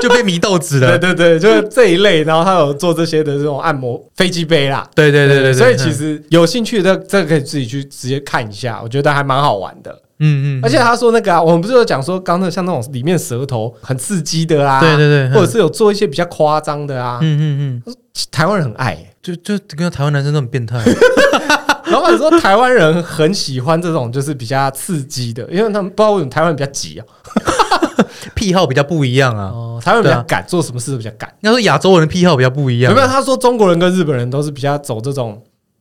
[SPEAKER 2] 就被迷豆子
[SPEAKER 1] 对
[SPEAKER 2] 了。
[SPEAKER 1] 对对，就是这一类，然后他有做这些的这种按摩飞机杯啦，
[SPEAKER 2] 对对对对，
[SPEAKER 1] 所以其实有兴趣的，这个可以自己去直接看一下，我觉得还蛮好玩的。
[SPEAKER 2] 嗯嗯，
[SPEAKER 1] 而且他说那个啊，我们不是有讲说，刚才像那种里面舌头很刺激的啊，
[SPEAKER 2] 对对对，
[SPEAKER 1] 或者是有做一些比较夸张的啊，
[SPEAKER 2] 嗯嗯嗯，
[SPEAKER 1] 台湾人很爱欸、
[SPEAKER 2] 就就跟台湾男生都很变态，
[SPEAKER 1] 老板说台湾人很喜欢这种就是比较刺激的，因为他们不知道为什么台湾人比较急啊，
[SPEAKER 2] 癖好比较不一样啊。
[SPEAKER 1] 哦，台湾人比
[SPEAKER 2] 对
[SPEAKER 1] 较
[SPEAKER 2] 啊
[SPEAKER 1] 敢，做什么事都比较敢。
[SPEAKER 2] 应该说亚洲人的癖好比较不一样
[SPEAKER 1] 有没。有？他说中国人跟日本人都是比较走这种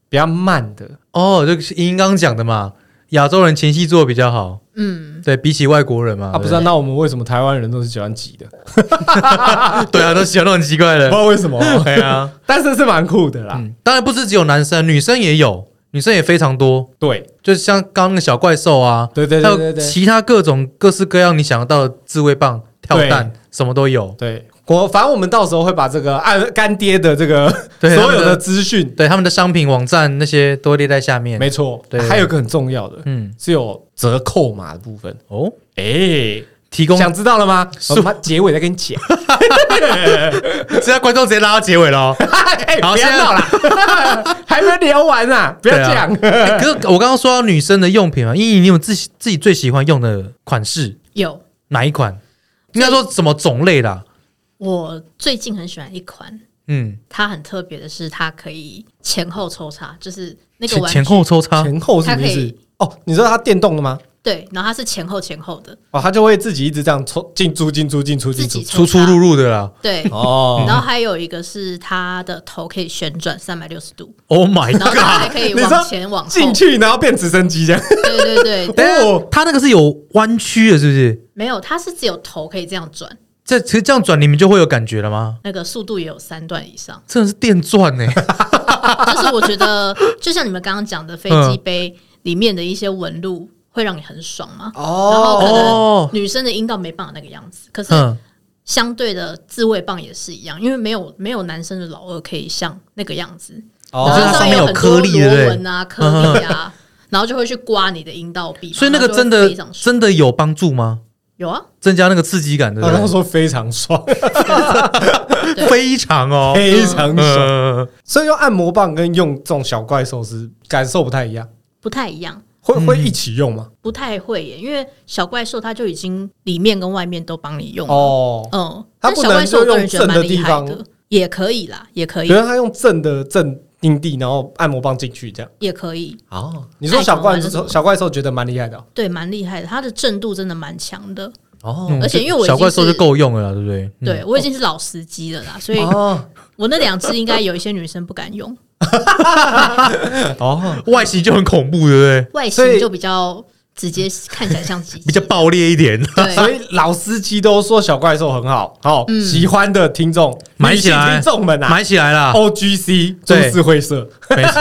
[SPEAKER 1] 比较慢的，
[SPEAKER 2] 哦，就是英刚讲的嘛，亚洲人前戏做的比较好，
[SPEAKER 3] 嗯，
[SPEAKER 2] 对比起外国人嘛。
[SPEAKER 1] 啊，不是、
[SPEAKER 2] 对
[SPEAKER 1] 啊？那我们为什么台湾人都是喜欢急的？
[SPEAKER 2] 对 啊，都喜欢那种奇怪
[SPEAKER 1] 不知
[SPEAKER 2] 的。
[SPEAKER 1] 道为什么，
[SPEAKER 2] 对啊，
[SPEAKER 1] 但是是蛮酷的啦。
[SPEAKER 2] 嗯，当然不是只有男生，女生也有，女生也非常多。
[SPEAKER 1] 对，
[SPEAKER 2] 就像刚刚那个小怪兽啊，
[SPEAKER 1] 对对
[SPEAKER 2] 还
[SPEAKER 1] 对
[SPEAKER 2] 有
[SPEAKER 1] 对对
[SPEAKER 2] 其他各种各式各样你想得到的自慰棒、跳蛋，什么都有。
[SPEAKER 1] 对，我反正我们到时候会把这个按干爹的这个
[SPEAKER 2] 对
[SPEAKER 1] 所有
[SPEAKER 2] 他们的
[SPEAKER 1] 的资讯，
[SPEAKER 2] 对，他们的商品网站那些都列在下面。
[SPEAKER 1] 没错
[SPEAKER 2] 嗯对。
[SPEAKER 1] 还有一个很重要的
[SPEAKER 2] 嗯，
[SPEAKER 1] 是有折扣码的部分。
[SPEAKER 2] 哦，
[SPEAKER 1] 哎，
[SPEAKER 2] 提供
[SPEAKER 1] 想知道了吗？
[SPEAKER 2] 是
[SPEAKER 1] 我们结尾再跟你 讲。
[SPEAKER 2] 现在观众直接拉到结尾了 哦。
[SPEAKER 1] 哎，
[SPEAKER 2] 好
[SPEAKER 1] 不
[SPEAKER 2] 现
[SPEAKER 1] 要
[SPEAKER 2] 在
[SPEAKER 1] 闹啦， 还没聊完啊！不要
[SPEAKER 2] 对啊
[SPEAKER 1] 这样。
[SPEAKER 2] 欸可是我刚刚说到女生的用品嘛，依依，你有自己自己最喜欢用的款式
[SPEAKER 3] 有。
[SPEAKER 2] 哪一款？应该说什么种类啦？
[SPEAKER 3] 我最近很喜欢一款，
[SPEAKER 2] 嗯，
[SPEAKER 3] 它很特别的是，它可以前后抽插，就是那个
[SPEAKER 2] 前
[SPEAKER 3] 玩具
[SPEAKER 2] 前后抽插，
[SPEAKER 1] 前后是什
[SPEAKER 3] 它
[SPEAKER 1] 么
[SPEAKER 3] 可
[SPEAKER 1] 意思
[SPEAKER 3] 以？
[SPEAKER 1] 哦，你知道它电动的吗？
[SPEAKER 3] 对，然后它是前后前后的，
[SPEAKER 1] 哦，它就会自己一直这样抽进出进出进出进
[SPEAKER 3] 自
[SPEAKER 1] 出
[SPEAKER 3] 己。
[SPEAKER 2] 出出入入的啦。
[SPEAKER 3] 对。
[SPEAKER 1] 哦
[SPEAKER 2] 嗯
[SPEAKER 3] 然后还有一个是它的头可以旋转三百六十度，
[SPEAKER 2] Oh my
[SPEAKER 3] 然后它还
[SPEAKER 2] god！
[SPEAKER 3] 可以
[SPEAKER 1] 你说
[SPEAKER 3] 往前往后
[SPEAKER 1] 进，去然后变直升机这样。
[SPEAKER 3] 对对 对，
[SPEAKER 2] 哦，它那个是有弯曲的，是不是？
[SPEAKER 3] 没有，它是只有头可以这样转，
[SPEAKER 2] 这其实这样转你们就会有感觉了吗？。
[SPEAKER 3] 那个速度也有三段以上
[SPEAKER 2] 真的是电钻欸呢、
[SPEAKER 3] 就是我觉得， 就像你们刚刚讲的飞机杯里面的一些纹路，会让你很爽嘛。 然后可
[SPEAKER 2] 哦
[SPEAKER 3] 能女生的阴道没办法那个样子，可是
[SPEAKER 2] 嗯，
[SPEAKER 3] 相对的自慰棒也是一样，因为没有没有男生的老二可以像那个样子，
[SPEAKER 2] 哦所
[SPEAKER 3] 然
[SPEAKER 2] 以它上
[SPEAKER 3] 后上
[SPEAKER 2] 面
[SPEAKER 3] 面
[SPEAKER 2] 有
[SPEAKER 3] 很
[SPEAKER 2] 颗
[SPEAKER 3] 多
[SPEAKER 2] 粒
[SPEAKER 3] 螺
[SPEAKER 2] 对不对
[SPEAKER 3] 纹啊、颗粒啊，然后就会去刮你的阴道壁 嘛，
[SPEAKER 2] 所以那个
[SPEAKER 3] 然后就
[SPEAKER 2] 真
[SPEAKER 3] 会
[SPEAKER 2] 的
[SPEAKER 3] 非常爽
[SPEAKER 2] 真的有帮助吗？
[SPEAKER 3] 有啊，
[SPEAKER 2] 增啊加那个刺激感，对不
[SPEAKER 1] 哦他刚
[SPEAKER 2] 对？
[SPEAKER 1] 说非常爽，
[SPEAKER 3] 对
[SPEAKER 2] 非常哦，
[SPEAKER 1] 非常爽。
[SPEAKER 2] 呃，
[SPEAKER 1] 所以用按摩棒跟用这种小怪兽是感受不太一样，
[SPEAKER 3] 不太一样，
[SPEAKER 1] 会会一起用吗？
[SPEAKER 3] 不太会耶，因为小怪兽它就已经里面跟外面都帮你用了，
[SPEAKER 1] 哦，
[SPEAKER 3] 嗯，
[SPEAKER 1] 它
[SPEAKER 3] 但
[SPEAKER 1] 不
[SPEAKER 3] 小怪
[SPEAKER 1] 能
[SPEAKER 3] 兽
[SPEAKER 1] 就
[SPEAKER 3] 我个
[SPEAKER 1] 用
[SPEAKER 3] 人觉得
[SPEAKER 1] 正
[SPEAKER 3] 蛮
[SPEAKER 1] 的
[SPEAKER 3] 厉
[SPEAKER 1] 地
[SPEAKER 3] 害
[SPEAKER 1] 方，啊
[SPEAKER 3] 的，也可以啦，也可以
[SPEAKER 1] 比如，他用正的正定地，然后按摩棒进去这样。
[SPEAKER 3] 也可以，
[SPEAKER 1] 哦，你说小怪
[SPEAKER 3] 按摩
[SPEAKER 1] 兽
[SPEAKER 3] 棒
[SPEAKER 1] 小怪兽觉得蛮厉害的
[SPEAKER 3] 对，蛮厉害的，它的震度真的蛮强的，
[SPEAKER 1] 哦
[SPEAKER 3] 而且因为我已经
[SPEAKER 2] 小怪兽
[SPEAKER 3] 是
[SPEAKER 2] 就够用了啦，对不对？
[SPEAKER 3] 对我已经是老司机了啦，所以
[SPEAKER 1] 嗯哦
[SPEAKER 3] 我那两只应该有一些女生不敢用，
[SPEAKER 2] 嗯
[SPEAKER 1] 哦，
[SPEAKER 2] 外形就很恐怖，对不
[SPEAKER 3] 外
[SPEAKER 1] 所以
[SPEAKER 3] 形就比较直接，看起来像鸡
[SPEAKER 2] 对？比较爆裂一点，
[SPEAKER 3] 对，
[SPEAKER 1] 所以老司机都说小怪兽很好，好
[SPEAKER 3] 嗯
[SPEAKER 1] 喜欢的听众
[SPEAKER 2] 买起来
[SPEAKER 1] 女性听众们啊，
[SPEAKER 2] 买起来啦。
[SPEAKER 1] O G C 株
[SPEAKER 2] 对
[SPEAKER 1] 式会社，
[SPEAKER 2] 没错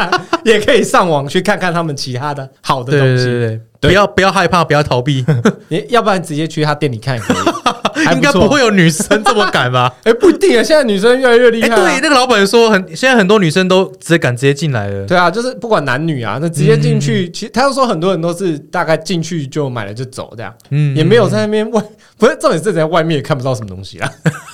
[SPEAKER 1] 也可以上网去看看他们其他的好的
[SPEAKER 2] 对
[SPEAKER 1] 东
[SPEAKER 2] 对
[SPEAKER 1] 西。
[SPEAKER 2] 对对，
[SPEAKER 1] 对
[SPEAKER 2] 不要不要害怕，不要逃避，
[SPEAKER 1] 你要不然直接去他店里看也 可以，还
[SPEAKER 2] 应该
[SPEAKER 1] 错
[SPEAKER 2] 不会。有女生这么敢吧？
[SPEAKER 1] 哎、不一定啊，现在女生越来 越厉
[SPEAKER 2] 哎，
[SPEAKER 1] 害、啊
[SPEAKER 2] 对，那个老板说很，现在很多女生都直接敢直接进来了。
[SPEAKER 1] 对啊，就是不管男女啊，那直接进
[SPEAKER 2] 嗯
[SPEAKER 1] 去，其实他又说很多人都是大概进去就买了就走这样，
[SPEAKER 2] 嗯
[SPEAKER 1] 也没有在那边外，不是重点是在外面也看不到什么东西啊。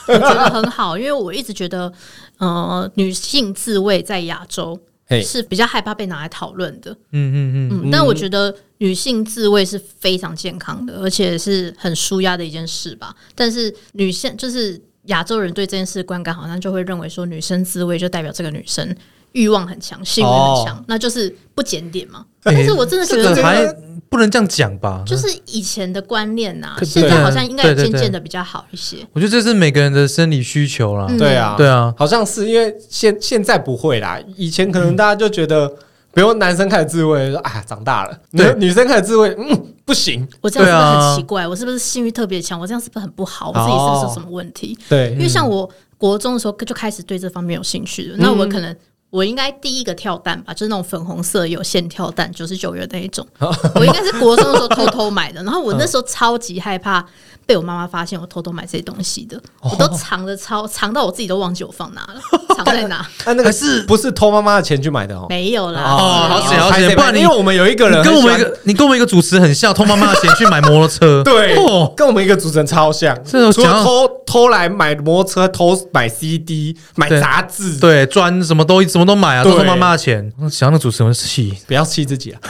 [SPEAKER 3] 我觉得很好，因为我一直觉得，呃，女性自慰在亚洲
[SPEAKER 1] 嘿
[SPEAKER 3] 是比较害怕被拿来讨论的，
[SPEAKER 2] 嗯嗯嗯，
[SPEAKER 3] 嗯，但我觉得女性自慰是非常健康的，而且是很舒压的一件事吧。但是女性就是亚洲人对这件事观感好像就会认为说，女生自慰就代表这个女生欲望很强，性欲很强，那就是不检点嘛。但是我真的觉
[SPEAKER 2] 哦哎这
[SPEAKER 3] 得
[SPEAKER 2] 个
[SPEAKER 1] 这个
[SPEAKER 2] 还不能这样讲吧？
[SPEAKER 3] 就是以前的观念呐、
[SPEAKER 2] 可
[SPEAKER 3] 现在好像应该
[SPEAKER 2] 对
[SPEAKER 3] 也
[SPEAKER 2] 对
[SPEAKER 3] 渐
[SPEAKER 2] 对
[SPEAKER 3] 渐的比较好一些。
[SPEAKER 2] 我觉得这是每个人的生理需求啦。
[SPEAKER 3] 嗯
[SPEAKER 1] 对啊，
[SPEAKER 2] 对啊，
[SPEAKER 1] 好像是因为现现在不会啦，以前可能大家就觉得，比如男生开始自慰，说啊长大了，女
[SPEAKER 2] 对
[SPEAKER 1] 女生开始自慰，嗯不行，
[SPEAKER 3] 我这
[SPEAKER 2] 对
[SPEAKER 3] 样是不是
[SPEAKER 2] 啊
[SPEAKER 3] 很奇怪？我是不是性欲特别强？我这样是不是很不好？我自己是不是有什么问题？
[SPEAKER 1] 对
[SPEAKER 3] 因为
[SPEAKER 2] 嗯
[SPEAKER 3] 像我国中的时候就开始对这方面有兴趣了，那我可能。我应该第一个跳蛋吧，就是那种粉红色有线跳蛋，九十九元那一种。
[SPEAKER 2] 哦
[SPEAKER 3] 我应该是国中的时候偷偷买的，然后我
[SPEAKER 2] 嗯
[SPEAKER 3] 那时候超级害怕被我妈妈发现我偷偷买这些东西的，
[SPEAKER 2] 哦
[SPEAKER 3] 我都藏的超藏到我自己都忘记我放哪了，藏在 哪
[SPEAKER 1] 但那
[SPEAKER 2] 还
[SPEAKER 1] 个
[SPEAKER 2] 是
[SPEAKER 1] 不是偷妈妈的钱去买的哦。
[SPEAKER 3] 没有啦。
[SPEAKER 2] 哦好险
[SPEAKER 3] 没有
[SPEAKER 2] 好险
[SPEAKER 1] 拍谁
[SPEAKER 2] 不然你
[SPEAKER 1] 因为我们有一个人
[SPEAKER 2] 你跟我们一
[SPEAKER 1] 很喜欢
[SPEAKER 2] 个，你跟我们一个主持人很像，偷妈妈的钱去买摩托 车。
[SPEAKER 1] 对，
[SPEAKER 2] 哦，
[SPEAKER 1] 跟我们一个主持人超像，
[SPEAKER 2] 这种
[SPEAKER 1] 除了
[SPEAKER 2] 讲
[SPEAKER 1] 偷偷来买摩托车、偷买 CD、买
[SPEAKER 2] 对
[SPEAKER 1] 杂志，
[SPEAKER 2] 对，砖什么都什么都买啊，都
[SPEAKER 1] 对
[SPEAKER 2] 偷妈妈的钱。想那主持人会气，
[SPEAKER 1] 不要气自己啊！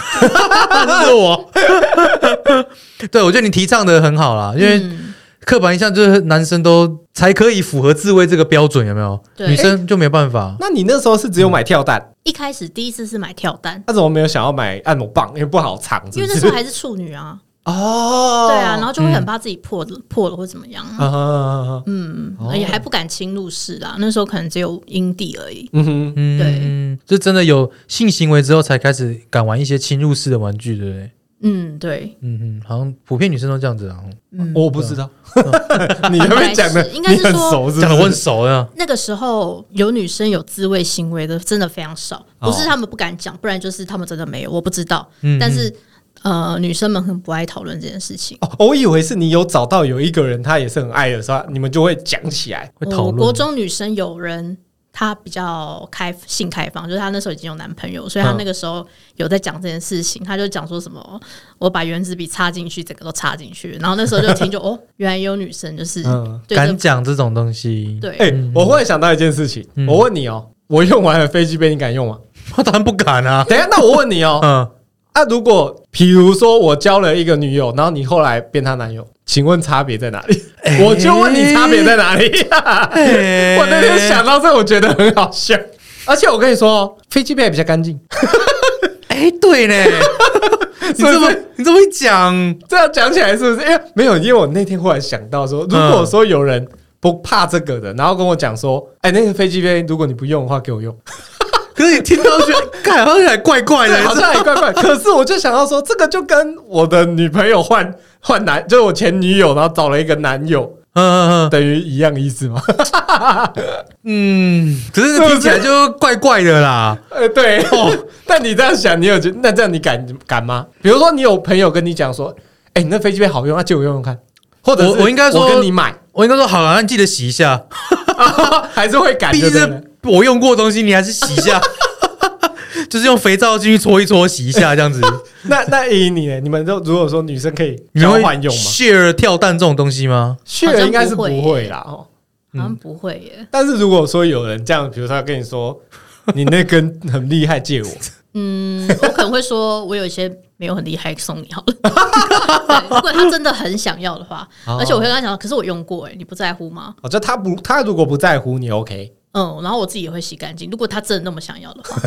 [SPEAKER 2] 是我。对，我觉得你提倡的很好啦，因为
[SPEAKER 3] 嗯
[SPEAKER 2] 刻板印象就是男生都才可以符合自慰这个标准，有没有？
[SPEAKER 3] 对
[SPEAKER 2] 女生就没办法。
[SPEAKER 1] 那你那时候是只有买跳蛋，
[SPEAKER 3] 一开始第一次是买跳蛋，
[SPEAKER 1] 他怎么没有想要买按摩棒？因为不好藏，
[SPEAKER 3] 因为
[SPEAKER 1] 是不
[SPEAKER 3] 那时
[SPEAKER 1] 是
[SPEAKER 3] 候还是处女啊，
[SPEAKER 1] 哦，
[SPEAKER 3] 对啊，然后就会
[SPEAKER 2] 嗯
[SPEAKER 3] 很怕自己破了、破了或怎么样，
[SPEAKER 1] 啊啊啊啊
[SPEAKER 3] 嗯，
[SPEAKER 2] 哦
[SPEAKER 3] 而且还不敢侵入室啊，那时候可能只有阴蒂而已，
[SPEAKER 1] 嗯哼，
[SPEAKER 2] 嗯，就真的有性行为之后才开始敢玩一些侵入式的玩具，对不对？
[SPEAKER 3] 嗯，对，
[SPEAKER 2] 嗯嗯，好像普遍女生都这样子啊，
[SPEAKER 3] 嗯，
[SPEAKER 1] 我不知道， 你那边讲的
[SPEAKER 3] 应该是
[SPEAKER 1] 你很熟啊是不是
[SPEAKER 2] 讲的我很熟啊呀。
[SPEAKER 3] 那个时候有女生有自慰行为的真的非常少，
[SPEAKER 1] 哦
[SPEAKER 3] 不是他们不敢讲，不然就是他们真的没有，我不知道，
[SPEAKER 2] 嗯
[SPEAKER 3] 但是呃，女生们很不爱讨论这件事情。
[SPEAKER 1] 哦，我以为是你有找到有一个人，他也是很爱的时候，你们就会讲起来。
[SPEAKER 2] 会讨
[SPEAKER 3] 我
[SPEAKER 2] 论
[SPEAKER 3] 国中女生有人她比较开性开放，就是她那时候已经有男朋友，所以她
[SPEAKER 1] 嗯
[SPEAKER 3] 那个时候有在讲这件事情，她就讲说什么我把原子笔插进去，整个都插进去，然后那时候就听就哦，原来有女生就是
[SPEAKER 1] 嗯，
[SPEAKER 3] 对
[SPEAKER 2] 敢
[SPEAKER 3] 这
[SPEAKER 2] 讲这种东西，
[SPEAKER 3] 对
[SPEAKER 1] 哎、我忽然想到一件事情，
[SPEAKER 2] 嗯
[SPEAKER 1] 我问你哦，我用完了飞机杯，你敢用吗？
[SPEAKER 2] 我当然不敢啊。
[SPEAKER 1] 等一下，那我问你 哦，
[SPEAKER 2] 嗯，
[SPEAKER 1] 啊，如果比如说我交了一个女友，然后你后来变她男友，请问差别在哪里？我就问你差别在哪里、
[SPEAKER 2] 哎
[SPEAKER 1] 我那天想到这，我觉得很好笑。而且我跟你说哦，飞机杯也比较干净。
[SPEAKER 2] 哎，对 呢，你这么
[SPEAKER 1] 是
[SPEAKER 2] 你这么一讲，
[SPEAKER 1] 这样讲起来是不是？因为没有，因为我那天忽然想到说，如果说有人不怕这个的，然后跟我讲说，哎、那个飞机杯如果你不用的话，给我 用，
[SPEAKER 2] 可是你听到觉 得，看好像还怪怪的，
[SPEAKER 1] 对，好像也怪怪。可是我就想到说，这个就跟我的女朋友换换男，就是我前女友，然后找了一个男友，
[SPEAKER 2] 嗯嗯嗯
[SPEAKER 1] 等于一样意思 吗？
[SPEAKER 2] 嗯，可是听起来就怪怪的啦。
[SPEAKER 1] 呃，对。哦、但你这样想，你有觉那这样你敢敢吗？比如说你有朋友跟你讲说，哎、你那飞机杯好用，那、借我用用看，或者是
[SPEAKER 2] 我我应该说
[SPEAKER 1] 我跟你 买，
[SPEAKER 2] 我应该说好了，那你记得洗一下，
[SPEAKER 1] 还是会敢
[SPEAKER 2] 毕
[SPEAKER 1] 就
[SPEAKER 2] 竟
[SPEAKER 1] 对了
[SPEAKER 2] 是我用过的东西，你还是洗一 下，就是用肥皂进去搓一搓，洗一下这 样子。
[SPEAKER 1] 那那以你呢，你们就如果说女生可以
[SPEAKER 2] 你
[SPEAKER 1] 交
[SPEAKER 2] 会
[SPEAKER 1] 换用吗？
[SPEAKER 2] share 跳蛋这种东西吗？
[SPEAKER 1] 去了应该是不会啦哦。
[SPEAKER 3] 好像不会耶，
[SPEAKER 1] 但是如果说有人这样，比如说他跟你说你那根很厉害，借我，
[SPEAKER 3] 嗯，我可能会说我有一些。没有很厉害，送你好了。 对如果他真的很想要的话，
[SPEAKER 1] 哦
[SPEAKER 3] 而且我会跟他讲，可是我用过哎、你不在乎吗？
[SPEAKER 1] 哦，就他不他如果不在乎你 OK
[SPEAKER 3] 嗯，然后我自己也会洗干净。如果他真的那么想要的话，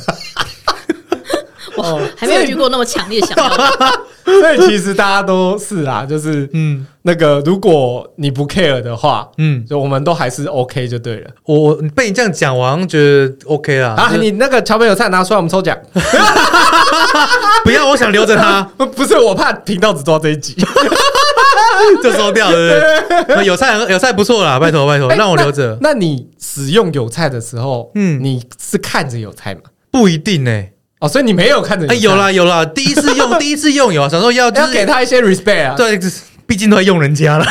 [SPEAKER 1] 哦
[SPEAKER 3] 我，还没有遇过那么强烈想要的。
[SPEAKER 1] 所以其实大家都是啦，就是
[SPEAKER 2] 嗯
[SPEAKER 1] 那个如果你不 care 的话，
[SPEAKER 2] 嗯，
[SPEAKER 1] 就我们都还是 OK 就对了。
[SPEAKER 2] 我我被你这样讲，我好像觉得 OK 啦。
[SPEAKER 1] 啊，
[SPEAKER 2] 就是
[SPEAKER 1] 你那个桥本有菜拿出来，我们抽 奖。
[SPEAKER 2] 不要，我想留着 它，
[SPEAKER 1] 不不是我怕频道只做到这一集，
[SPEAKER 2] 就收掉，对不对？有菜有菜不错啦，拜托拜托，
[SPEAKER 1] 哎
[SPEAKER 2] 让我留着。
[SPEAKER 1] 那那你使用有菜的时候，嗯，
[SPEAKER 2] 嗯
[SPEAKER 1] 你是看着有菜吗？
[SPEAKER 2] 不一定呢。
[SPEAKER 1] 哦，所以你没有看着
[SPEAKER 2] 哎，
[SPEAKER 1] 有
[SPEAKER 2] 有
[SPEAKER 1] 菜
[SPEAKER 2] 啦有啦，第一次 用第一次用有啊，想说要就
[SPEAKER 1] 要
[SPEAKER 2] 是
[SPEAKER 1] 给他一些 respect 啊。
[SPEAKER 2] 对，毕竟都在用人家了。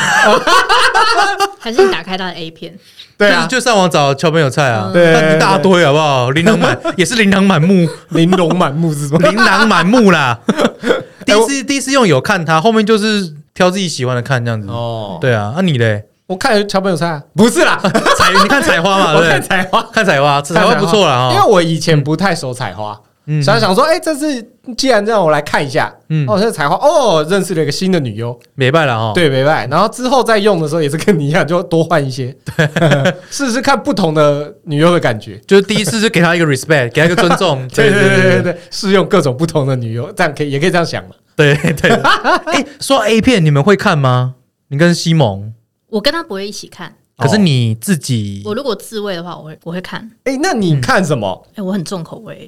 [SPEAKER 3] 还是你打开他的 A 片，
[SPEAKER 1] 对啊， 嗯
[SPEAKER 2] 就就上网找桥本有菜啊，
[SPEAKER 1] 对
[SPEAKER 2] 那一大堆好不好？琳琅满 也是琳琅 满目，
[SPEAKER 1] 玲珑满目 是吗？
[SPEAKER 2] 琳琅满目 啦。第一次第一次用有看它，后面就是挑自己喜欢的看这样子。
[SPEAKER 1] 哦，
[SPEAKER 2] 对啊，那你嘞？
[SPEAKER 1] 我看桥本有菜啊，不是 啦，
[SPEAKER 2] 采你看采 花嘛，
[SPEAKER 1] 我
[SPEAKER 2] 啊对
[SPEAKER 1] 看
[SPEAKER 2] 不对？
[SPEAKER 1] 采花，
[SPEAKER 2] 看采花，采花不 错啦
[SPEAKER 1] 因为
[SPEAKER 2] 哈。
[SPEAKER 1] 我以前不太熟采花，
[SPEAKER 2] 嗯
[SPEAKER 1] 想想说，哎，这次既然让我来看一下，
[SPEAKER 2] 嗯哦
[SPEAKER 1] 哦，这采花，哦，认识了一个新的女优，
[SPEAKER 2] 没办了哈。
[SPEAKER 1] 对，没拜。然后之后再用的时候也是跟你一样，就多换一些， 试试看不同的女优的感觉。
[SPEAKER 2] 就是第一次就给他一个 respect，给他一个尊 重。
[SPEAKER 1] 对对对对
[SPEAKER 2] 对
[SPEAKER 1] 对，试用各种不同的女优，这样可以也可以这样想嘛。
[SPEAKER 2] 对 对。哎，说到 A 片，你们会看吗？你跟西蒙，
[SPEAKER 3] 我跟他不会一起看。
[SPEAKER 1] 哦
[SPEAKER 2] 可是你自己，
[SPEAKER 1] 嗯
[SPEAKER 3] 我如果自慰的话，我会我会看。
[SPEAKER 1] 哎，那
[SPEAKER 2] 嗯
[SPEAKER 1] 你看什么？
[SPEAKER 3] 哎、我很重口 味，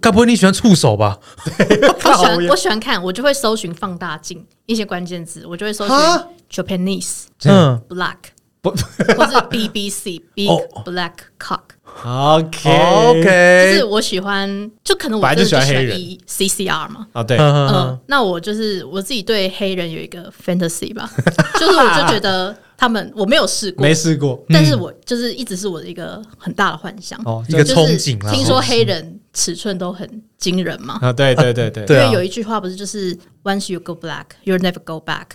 [SPEAKER 2] 该不会你喜欢触手吧？
[SPEAKER 3] 我喜
[SPEAKER 1] 靠
[SPEAKER 3] 欢我喜欢看，我就会搜寻放大镜一些关键字，我就会搜寻
[SPEAKER 1] 哈
[SPEAKER 3] Japanese
[SPEAKER 2] 嗯，
[SPEAKER 3] black
[SPEAKER 1] 不
[SPEAKER 3] 或是 BBC big
[SPEAKER 2] 哦
[SPEAKER 3] black cock，、
[SPEAKER 1] ，OK
[SPEAKER 3] 就
[SPEAKER 2] OK，
[SPEAKER 3] 是我喜欢，就可能我
[SPEAKER 1] 本来就
[SPEAKER 3] 真的
[SPEAKER 2] 哎
[SPEAKER 1] 喜欢黑人
[SPEAKER 3] 喜欢 ECCR 嘛，
[SPEAKER 1] 啊，对，
[SPEAKER 2] 嗯嗯嗯
[SPEAKER 3] 嗯，那我就是我自己对黑人有一个 fantasy 吧， 就是我就觉得他们我没有试过
[SPEAKER 1] 没，试过
[SPEAKER 2] 嗯
[SPEAKER 3] 但是我就是一直是我的一个很大的幻想，
[SPEAKER 1] 哦，
[SPEAKER 2] 一个
[SPEAKER 3] 就是
[SPEAKER 2] 憧憬啦嗯
[SPEAKER 3] 听说黑人尺寸都很惊人嘛。
[SPEAKER 1] 啊，对对对对，
[SPEAKER 2] 对啊
[SPEAKER 3] 因为有一句话不是就是 “once you go black, you'll never go back”，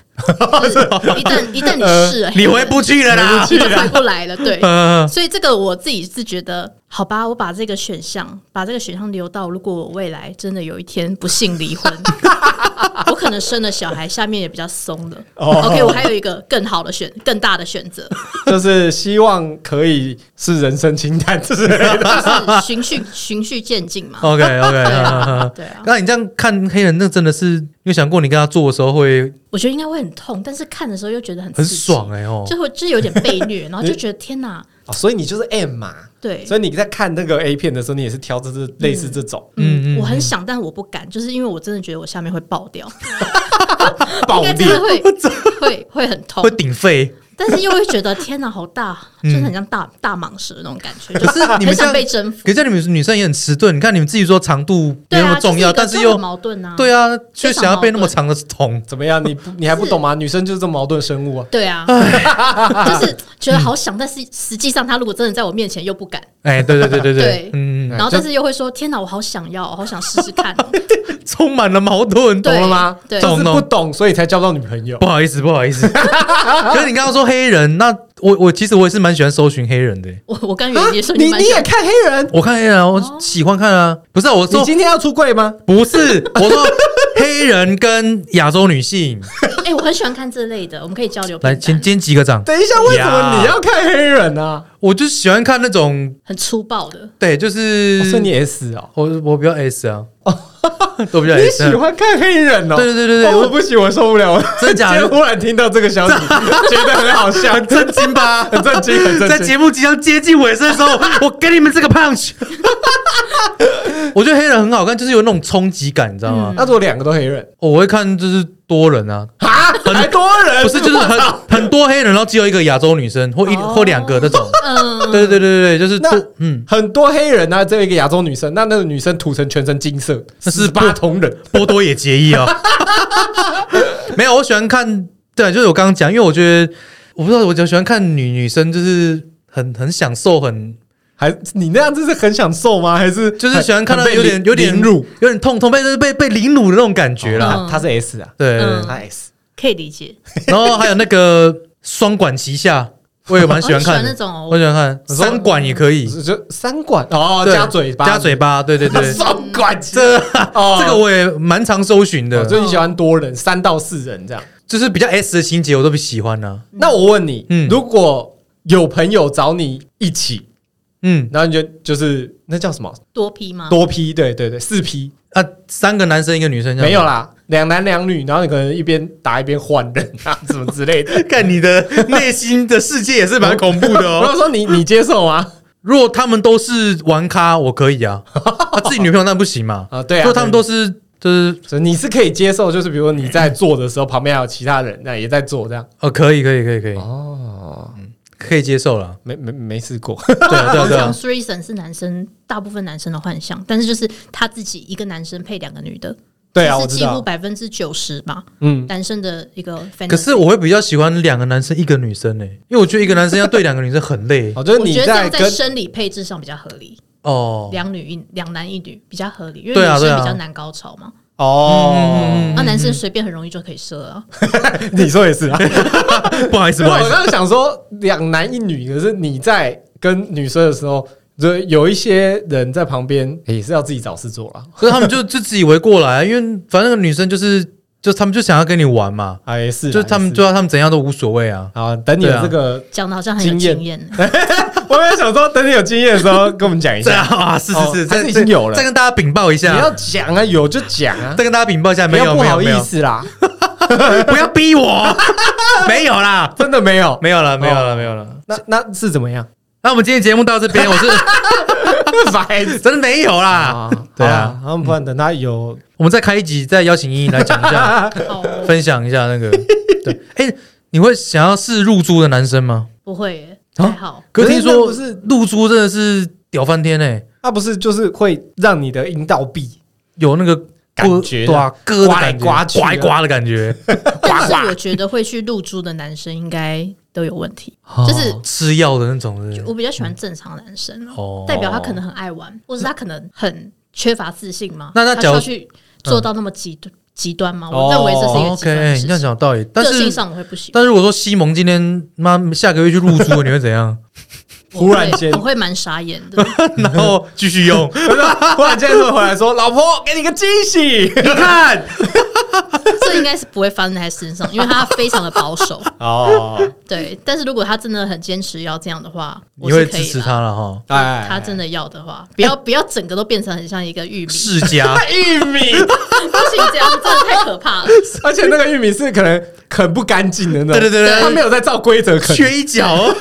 [SPEAKER 3] 就是一旦一旦你试了，
[SPEAKER 2] 呃你回不去了啦。
[SPEAKER 3] 你就回不来了。对，
[SPEAKER 2] 嗯，
[SPEAKER 3] 所以这个我自己是觉得，好吧，我把这个选项，把这个选项留到，如果我未来真的有一天不幸离婚，我可能生了小孩，下面也比较松了。
[SPEAKER 1] 哦
[SPEAKER 3] OK，我还有一个更好的选，更大的选择，
[SPEAKER 1] 就是希望可以是人生清单之类
[SPEAKER 3] 哦
[SPEAKER 1] 的。
[SPEAKER 3] 就是循序循序渐进 嘛。
[SPEAKER 2] OK OK，
[SPEAKER 3] 对啊，对啊，
[SPEAKER 2] 嗯那你这样看黑人，那真的是你有想过你跟他做的时候会
[SPEAKER 3] 我觉得应该会很痛，但是看的时候又觉得很
[SPEAKER 2] 很
[SPEAKER 3] 刺激，
[SPEAKER 2] 爽哎哦，
[SPEAKER 3] 就会就是有点被虐，然后就觉得天哪，
[SPEAKER 1] 哦所以你就是 M 嘛，
[SPEAKER 3] 对，
[SPEAKER 1] 所以你在看那个 A 片的时候，你也是挑这这类似这种
[SPEAKER 2] 嗯嗯
[SPEAKER 3] 嗯，我很想，但我不敢，就是因为我真的觉得我下面会爆掉，
[SPEAKER 1] 暴
[SPEAKER 3] 应该
[SPEAKER 1] 力
[SPEAKER 3] 真的会会会很痛
[SPEAKER 2] 会，顶肺。
[SPEAKER 3] 但是又会觉得天哪，好大，就是很像大大蟒蛇那种感 觉，就
[SPEAKER 2] 可是嗯你
[SPEAKER 3] 很
[SPEAKER 2] 们这
[SPEAKER 3] 想
[SPEAKER 2] 样，
[SPEAKER 3] 被征服。
[SPEAKER 2] 可是这样你们女生也很迟钝。你看你们自己说长度没
[SPEAKER 3] 对
[SPEAKER 2] 那么
[SPEAKER 3] 啊，
[SPEAKER 2] 重要，但
[SPEAKER 3] 是
[SPEAKER 2] 是
[SPEAKER 3] 一个这
[SPEAKER 2] 又
[SPEAKER 3] 很矛盾啊，
[SPEAKER 2] 对啊，却
[SPEAKER 3] 非常
[SPEAKER 2] 想要被那
[SPEAKER 3] 矛
[SPEAKER 2] 么
[SPEAKER 3] 盾
[SPEAKER 2] 长的捅。
[SPEAKER 1] 怎么样？你不你还不懂吗？女生就是这么矛盾生物啊。
[SPEAKER 3] 对啊，就是觉得好想，但是实际上他如果真的在我面前又不敢，
[SPEAKER 2] 哎，对对对对
[SPEAKER 3] 对
[SPEAKER 2] 嗯，嗯
[SPEAKER 1] 哎
[SPEAKER 3] 然后
[SPEAKER 1] 就
[SPEAKER 3] 但是又会说天哪，我好想要，我好想试 试看哦，
[SPEAKER 2] 嗯充满了矛盾。哦
[SPEAKER 3] 对
[SPEAKER 1] 懂了吗？
[SPEAKER 3] 对
[SPEAKER 1] 就是不懂，所以才交到女朋友。
[SPEAKER 2] 不好意思，不好意 思。可是你刚刚说黑人，那我我其实我也是蛮喜欢搜寻黑人的。欸
[SPEAKER 3] 我我刚
[SPEAKER 1] 啊
[SPEAKER 3] 原 也说
[SPEAKER 1] 你
[SPEAKER 3] 蛮
[SPEAKER 1] 你
[SPEAKER 3] 想
[SPEAKER 1] 也看黑人？
[SPEAKER 2] 我看黑人啊，
[SPEAKER 3] 哦
[SPEAKER 2] 我喜欢看啊。不是啊，我
[SPEAKER 1] 你
[SPEAKER 2] 说
[SPEAKER 1] 今天要出柜吗？
[SPEAKER 2] 不是，我说黑人跟亚洲女性。
[SPEAKER 3] 哎，我很喜欢看这类的，我们可以交流片
[SPEAKER 2] 来，
[SPEAKER 3] 段。
[SPEAKER 2] 先先几个掌。
[SPEAKER 1] 等一下，为什么
[SPEAKER 2] 呀
[SPEAKER 1] 你要看黑人啊哦呢？
[SPEAKER 2] 我就喜欢看那种，
[SPEAKER 3] 很粗暴的，
[SPEAKER 2] 对，就是
[SPEAKER 1] 哦所以你 S 哦，
[SPEAKER 2] 我我比较 S 啊， 我比较
[SPEAKER 1] 你喜
[SPEAKER 2] S 啊。
[SPEAKER 1] 欢看黑人哦？
[SPEAKER 2] 对对对对对
[SPEAKER 1] 哦
[SPEAKER 2] 我
[SPEAKER 1] 我不行，我受不 了。
[SPEAKER 2] 真的假的
[SPEAKER 1] 今天忽然听到这个消息，觉得很好 笑，很震惊吧？很震惊，很
[SPEAKER 2] 在
[SPEAKER 1] 震惊。
[SPEAKER 2] 节目即将接近尾声的时候， 我给你们这个 punch。我觉得黑人很好看，就是有那种冲击感，你知道吗？
[SPEAKER 1] 那如果两个都黑人
[SPEAKER 2] 哦我会看就是多人啊，
[SPEAKER 1] 啊，还多人
[SPEAKER 2] 不是就是很很多黑人，然后只有一个亚洲女生或一
[SPEAKER 3] 哦
[SPEAKER 2] 或两个那种。
[SPEAKER 3] 嗯，
[SPEAKER 2] 对对对对对，就是
[SPEAKER 1] 那
[SPEAKER 2] 多嗯，
[SPEAKER 1] 很多黑人啊，只有一个亚洲女生，那那个女生涂成全身金色，
[SPEAKER 2] 那是
[SPEAKER 1] 八同人。
[SPEAKER 2] 波多野 结衣啊。没有，我喜欢看，对，就是我刚刚讲，因为我觉得我不知道，我就喜欢看女女生，就是很很享受，很
[SPEAKER 1] 还你那样子是很享受吗？还是
[SPEAKER 2] 就是喜欢看到
[SPEAKER 1] 很被
[SPEAKER 2] 有点有点
[SPEAKER 1] 凌辱？
[SPEAKER 2] 有点痛痛被被被凌辱的那种感觉啦。
[SPEAKER 1] 啊，他是 S 啊，
[SPEAKER 2] 对，
[SPEAKER 3] 嗯
[SPEAKER 1] 他 S。
[SPEAKER 3] 可以理解。
[SPEAKER 2] 然后还有那个双管齐下，我也蛮喜欢
[SPEAKER 3] 哦
[SPEAKER 2] 看
[SPEAKER 3] 你喜欢 那
[SPEAKER 2] 的。
[SPEAKER 3] 种哦
[SPEAKER 2] 我喜欢看
[SPEAKER 1] 你说
[SPEAKER 2] 三管也可以，
[SPEAKER 1] 就三管哦，
[SPEAKER 2] 对
[SPEAKER 1] 加嘴巴，
[SPEAKER 2] 加嘴巴，对 对对，
[SPEAKER 1] 双管齐
[SPEAKER 2] 这
[SPEAKER 1] 哦
[SPEAKER 2] 这个我也蛮常搜寻
[SPEAKER 1] 我
[SPEAKER 2] 的，
[SPEAKER 1] 最近喜欢多人，三到四人这样。
[SPEAKER 2] 就是比较 S 的情节我都不喜欢啊呢。
[SPEAKER 1] 那我问你
[SPEAKER 2] 嗯，
[SPEAKER 1] 如果有朋友找你一起，
[SPEAKER 2] 嗯
[SPEAKER 1] 然后你就就是那叫什么
[SPEAKER 3] 多批吗？
[SPEAKER 1] 多批？对对对，四批
[SPEAKER 2] 啊，三个男生一个女生这样
[SPEAKER 1] 没有，啦，两男两女，然后你可能一边打一边换人啊， 什么之类的。
[SPEAKER 2] 看你的内心的世界也是蛮恐怖的
[SPEAKER 1] 我
[SPEAKER 2] 哦。
[SPEAKER 1] 就说你你接受吗？
[SPEAKER 2] 如果他们都是玩咖，我可以 啊，啊自己女朋友那不行嘛。
[SPEAKER 1] 啊，对啊，
[SPEAKER 2] 如果他们都是就是
[SPEAKER 1] 所以你是可以接受，就是比如说你在做的时候，旁边还有其他人，那也在做这样。
[SPEAKER 2] 哦，可以可以可以可以
[SPEAKER 1] 哦，
[SPEAKER 2] 可以接受了。
[SPEAKER 1] 没没没试过，
[SPEAKER 2] 对啊对啊
[SPEAKER 3] 通
[SPEAKER 2] 对啊
[SPEAKER 3] 常 threeson 是男生大部分男生的幻想，但是就是他自己一个男生配两个女的，
[SPEAKER 1] 对啊，我
[SPEAKER 3] 这是
[SPEAKER 1] 知
[SPEAKER 3] 几乎
[SPEAKER 1] 道，
[SPEAKER 3] 百分之九十吧，
[SPEAKER 1] 嗯，
[SPEAKER 3] 男生的一个 fantasy。
[SPEAKER 2] 可是我会比较喜欢两个男生一个女生呢、欸因为我觉得一个男生要对两个女生很累
[SPEAKER 1] 哦，就是
[SPEAKER 3] 我
[SPEAKER 1] 你
[SPEAKER 3] 觉得这样在
[SPEAKER 1] 跟
[SPEAKER 3] 生理配置上比较合理，
[SPEAKER 2] 哦。
[SPEAKER 3] 两女一两男一女比较合理，因为
[SPEAKER 2] 对啊
[SPEAKER 3] 女
[SPEAKER 2] 对
[SPEAKER 3] 生
[SPEAKER 2] 啊嗯
[SPEAKER 3] 比较难高潮嘛，
[SPEAKER 1] 哦，
[SPEAKER 3] 那男生随便很容易就可以射啊。
[SPEAKER 1] 你说也是啊，
[SPEAKER 2] 不好意思
[SPEAKER 1] 因
[SPEAKER 2] 不
[SPEAKER 1] 为
[SPEAKER 2] 好意
[SPEAKER 1] 我
[SPEAKER 2] 思，
[SPEAKER 1] 刚刚想说两男一女，可是你在跟女生的时候，就有一些人在旁边也是要自己找事做啦，
[SPEAKER 2] 可是他们就就自以为过来，因为反正那个女生就是就他们就想要跟你玩嘛，
[SPEAKER 1] 啊，也是啦，
[SPEAKER 2] 就他们
[SPEAKER 1] 也是
[SPEAKER 2] 就要他们怎样都无所谓啊。
[SPEAKER 1] 好，等你有这个，
[SPEAKER 3] 讲的好像很有
[SPEAKER 1] 经验
[SPEAKER 3] 经验，
[SPEAKER 1] 我本来想说等你有经验的时候跟我们讲一
[SPEAKER 2] 这样
[SPEAKER 1] 下，
[SPEAKER 2] 啊，是是是，
[SPEAKER 1] 哦还
[SPEAKER 2] 这
[SPEAKER 1] 是已经有了
[SPEAKER 2] 再跟大家禀报一
[SPEAKER 1] 你要
[SPEAKER 2] 下，
[SPEAKER 1] 讲啊，有就讲啊，
[SPEAKER 2] 再跟大家禀报一下，
[SPEAKER 1] 不
[SPEAKER 2] 没
[SPEAKER 1] 要
[SPEAKER 2] 有
[SPEAKER 1] 不
[SPEAKER 2] 没有
[SPEAKER 1] 好
[SPEAKER 2] 没
[SPEAKER 1] 意
[SPEAKER 2] 有，
[SPEAKER 1] 思啦，
[SPEAKER 2] 不要逼我， 没有啦，
[SPEAKER 1] 真的没有，
[SPEAKER 2] 没有了没有
[SPEAKER 1] 哦
[SPEAKER 2] 了没有了。
[SPEAKER 1] 那那是怎么样？
[SPEAKER 2] 那我们今天节目到这 边，我是
[SPEAKER 1] 白
[SPEAKER 2] 真的没有
[SPEAKER 1] 哦
[SPEAKER 2] 啦。对啊，
[SPEAKER 1] 他们不然等他有
[SPEAKER 2] 我们再开一集，再邀请依依来讲一下，
[SPEAKER 3] 哦，
[SPEAKER 2] 分享一下那个。对，哎，你会想要试入珠的男生吗？
[SPEAKER 3] 不会耶，
[SPEAKER 2] 啊
[SPEAKER 3] 还 好。
[SPEAKER 2] 可是
[SPEAKER 1] 可是
[SPEAKER 2] 听
[SPEAKER 1] 那
[SPEAKER 2] 说
[SPEAKER 1] 不是
[SPEAKER 2] 露珠真的是屌翻天哎、
[SPEAKER 1] 他啊不是就是会让你的阴道壁
[SPEAKER 2] 有那个
[SPEAKER 1] 感
[SPEAKER 2] 割
[SPEAKER 1] 觉
[SPEAKER 2] 对啊，割的
[SPEAKER 1] 刮来
[SPEAKER 2] 感觉
[SPEAKER 1] 刮去的啊
[SPEAKER 2] 刮一刮的感觉，
[SPEAKER 3] 但是我觉得会去露珠的男生应该都有问题，就是
[SPEAKER 2] 哦吃药的那种是不是
[SPEAKER 3] 我比较喜欢正常男生啊
[SPEAKER 2] 哦
[SPEAKER 3] 代表他可能很爱玩，或是他可能很缺乏自信吗？
[SPEAKER 2] 那那
[SPEAKER 3] 他需
[SPEAKER 2] 假如哦
[SPEAKER 3] 要去做到那么极端极端吗？我认为这是一个极端
[SPEAKER 2] OK，
[SPEAKER 3] 的事
[SPEAKER 2] 你这样
[SPEAKER 3] 情。
[SPEAKER 2] 讲有道理，但
[SPEAKER 3] 个性
[SPEAKER 2] 是
[SPEAKER 3] 上我会不行，
[SPEAKER 2] 但是如果说西蒙今天妈下个月去入住了，你会怎 样？
[SPEAKER 1] 忽然间
[SPEAKER 3] 我会我会蛮傻眼的。
[SPEAKER 2] 然后继续用，
[SPEAKER 1] 忽然间就回来说：“老婆，给你个惊喜。
[SPEAKER 2] 你看，
[SPEAKER 3] 这应该是不会发生在他身上，因为他非常的保守。”
[SPEAKER 1] 哦，
[SPEAKER 3] 对，但是如果他真的很坚持要这样的话， 我
[SPEAKER 2] 你
[SPEAKER 3] 是
[SPEAKER 2] 会
[SPEAKER 3] 可
[SPEAKER 2] 支
[SPEAKER 3] 以
[SPEAKER 2] 持
[SPEAKER 3] 的。
[SPEAKER 2] 他了 哈？
[SPEAKER 1] 哎，
[SPEAKER 3] 他真的要的话，不要不要整个都变成很像一个玉米， 不行
[SPEAKER 2] 世家
[SPEAKER 1] 玉米，
[SPEAKER 3] 这样真的太可怕了。
[SPEAKER 1] 而且那个玉米是可能啃不干净的那种，
[SPEAKER 2] 对对对对哦
[SPEAKER 1] 他没有在照规则啃。
[SPEAKER 2] 缺一角，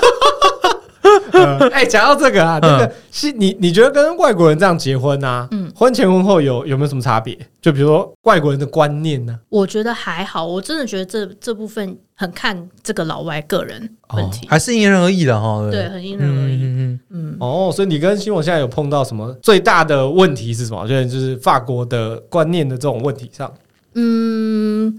[SPEAKER 1] 嗯哎，讲到这个啊，那个
[SPEAKER 2] 嗯
[SPEAKER 1] 是你你觉得跟外国人这样结婚啊，
[SPEAKER 3] 嗯
[SPEAKER 1] 婚前婚后有有没有什么差别？就比如说外国人的观念呢？
[SPEAKER 3] 我觉得还好，我真的觉得这这部分很看这个老外个人问题，
[SPEAKER 2] 还是因人而异的哈。
[SPEAKER 3] 对，
[SPEAKER 2] 不，
[SPEAKER 3] 很因人而异。
[SPEAKER 2] 嗯嗯
[SPEAKER 3] 嗯，
[SPEAKER 1] 哦，所以你跟新闻现在有碰到什么最大的问题是什么？我觉得就是法国的观念的这种问题上，
[SPEAKER 3] 嗯，目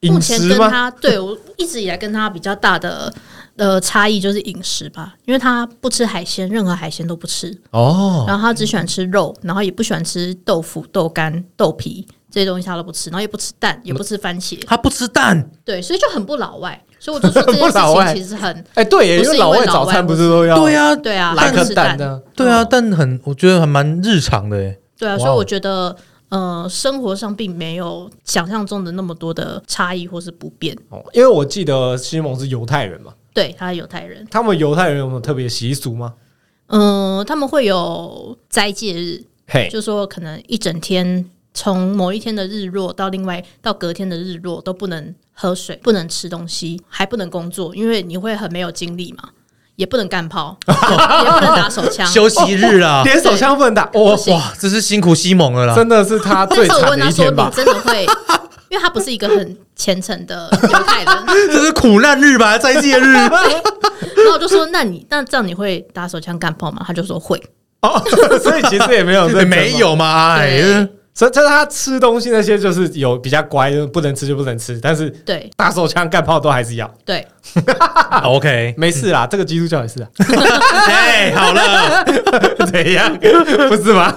[SPEAKER 1] 饮
[SPEAKER 3] 前
[SPEAKER 1] 食
[SPEAKER 3] 跟
[SPEAKER 1] 吗？
[SPEAKER 3] 他对我一直以来跟他比较大的呃差异就是饮食吧，因为他不吃海鲜，任何海鲜都不吃，
[SPEAKER 2] 哦，
[SPEAKER 3] 然后他只喜欢吃肉，然后也不喜欢吃豆腐、豆干、豆皮这些东西他都不吃，然后也不吃蛋，也不吃番茄，
[SPEAKER 2] 他不吃蛋，
[SPEAKER 3] 对，所以就很不老外。所以我就说这件
[SPEAKER 1] 很不
[SPEAKER 3] 事
[SPEAKER 1] 老外
[SPEAKER 3] 情其实很
[SPEAKER 1] 哎、对耶，因
[SPEAKER 3] 不
[SPEAKER 1] 为
[SPEAKER 3] 是因为
[SPEAKER 1] 老外
[SPEAKER 3] 老
[SPEAKER 1] 早
[SPEAKER 3] 外
[SPEAKER 1] 餐
[SPEAKER 3] 不
[SPEAKER 1] 不是都要
[SPEAKER 2] 对呀，
[SPEAKER 3] 对哦啊，
[SPEAKER 1] 来
[SPEAKER 3] 不
[SPEAKER 1] 个
[SPEAKER 3] 吃
[SPEAKER 1] 蛋
[SPEAKER 3] 蛋，
[SPEAKER 1] 呢？
[SPEAKER 2] 对啊，但很我觉得还蛮日常的欸，
[SPEAKER 3] 对啊，
[SPEAKER 1] 哇哦
[SPEAKER 3] 所以我觉得，呃，生活上并没有想象中的那么多的差异或是不便。
[SPEAKER 1] 哦，因为我记得西蒙是犹太人嘛，
[SPEAKER 3] 对，他是犹太人，
[SPEAKER 1] 他们犹太人有没有特别习俗吗？
[SPEAKER 3] 嗯、他们会有斋戒日，
[SPEAKER 1] 嘿，
[SPEAKER 3] 就说可能一整天，从某一天的日落到另外到隔天的日落都不能喝水，不能吃东西，还不能工作，因为你会很没有精力嘛，也不能 干炮，也不能打手枪。
[SPEAKER 2] 休息日啊，
[SPEAKER 1] 连手枪不能打，哇、
[SPEAKER 3] 不行
[SPEAKER 2] 哇，这是辛苦西蒙了啦。
[SPEAKER 1] 真的是他
[SPEAKER 3] 但
[SPEAKER 1] 最
[SPEAKER 3] 是我
[SPEAKER 1] 惨
[SPEAKER 3] 问
[SPEAKER 1] 的
[SPEAKER 3] 他
[SPEAKER 1] 一
[SPEAKER 3] 说：“
[SPEAKER 1] 天吧
[SPEAKER 3] 你。真的会？”因为他不是一个很虔诚的犹太人，
[SPEAKER 2] 这是苦难日吧？斋戒日，
[SPEAKER 3] 然后我就说：“那你那这样你会打手枪干炮吗？”他就说会。
[SPEAKER 1] 哦，所以其实 也没有认
[SPEAKER 2] 欸
[SPEAKER 1] 真嘛
[SPEAKER 2] 没，有嘛？哎
[SPEAKER 3] 对，
[SPEAKER 1] 所以但是他吃东西那些就是有比较乖，就是不能吃就不能吃，但是
[SPEAKER 3] 对
[SPEAKER 1] 大手枪干炮都还是要，
[SPEAKER 3] 对，
[SPEAKER 2] 啊 OK，
[SPEAKER 1] 没事啦，这个基督教也是啊，
[SPEAKER 2] 哎，好了，
[SPEAKER 1] 怎样？ 不是吗？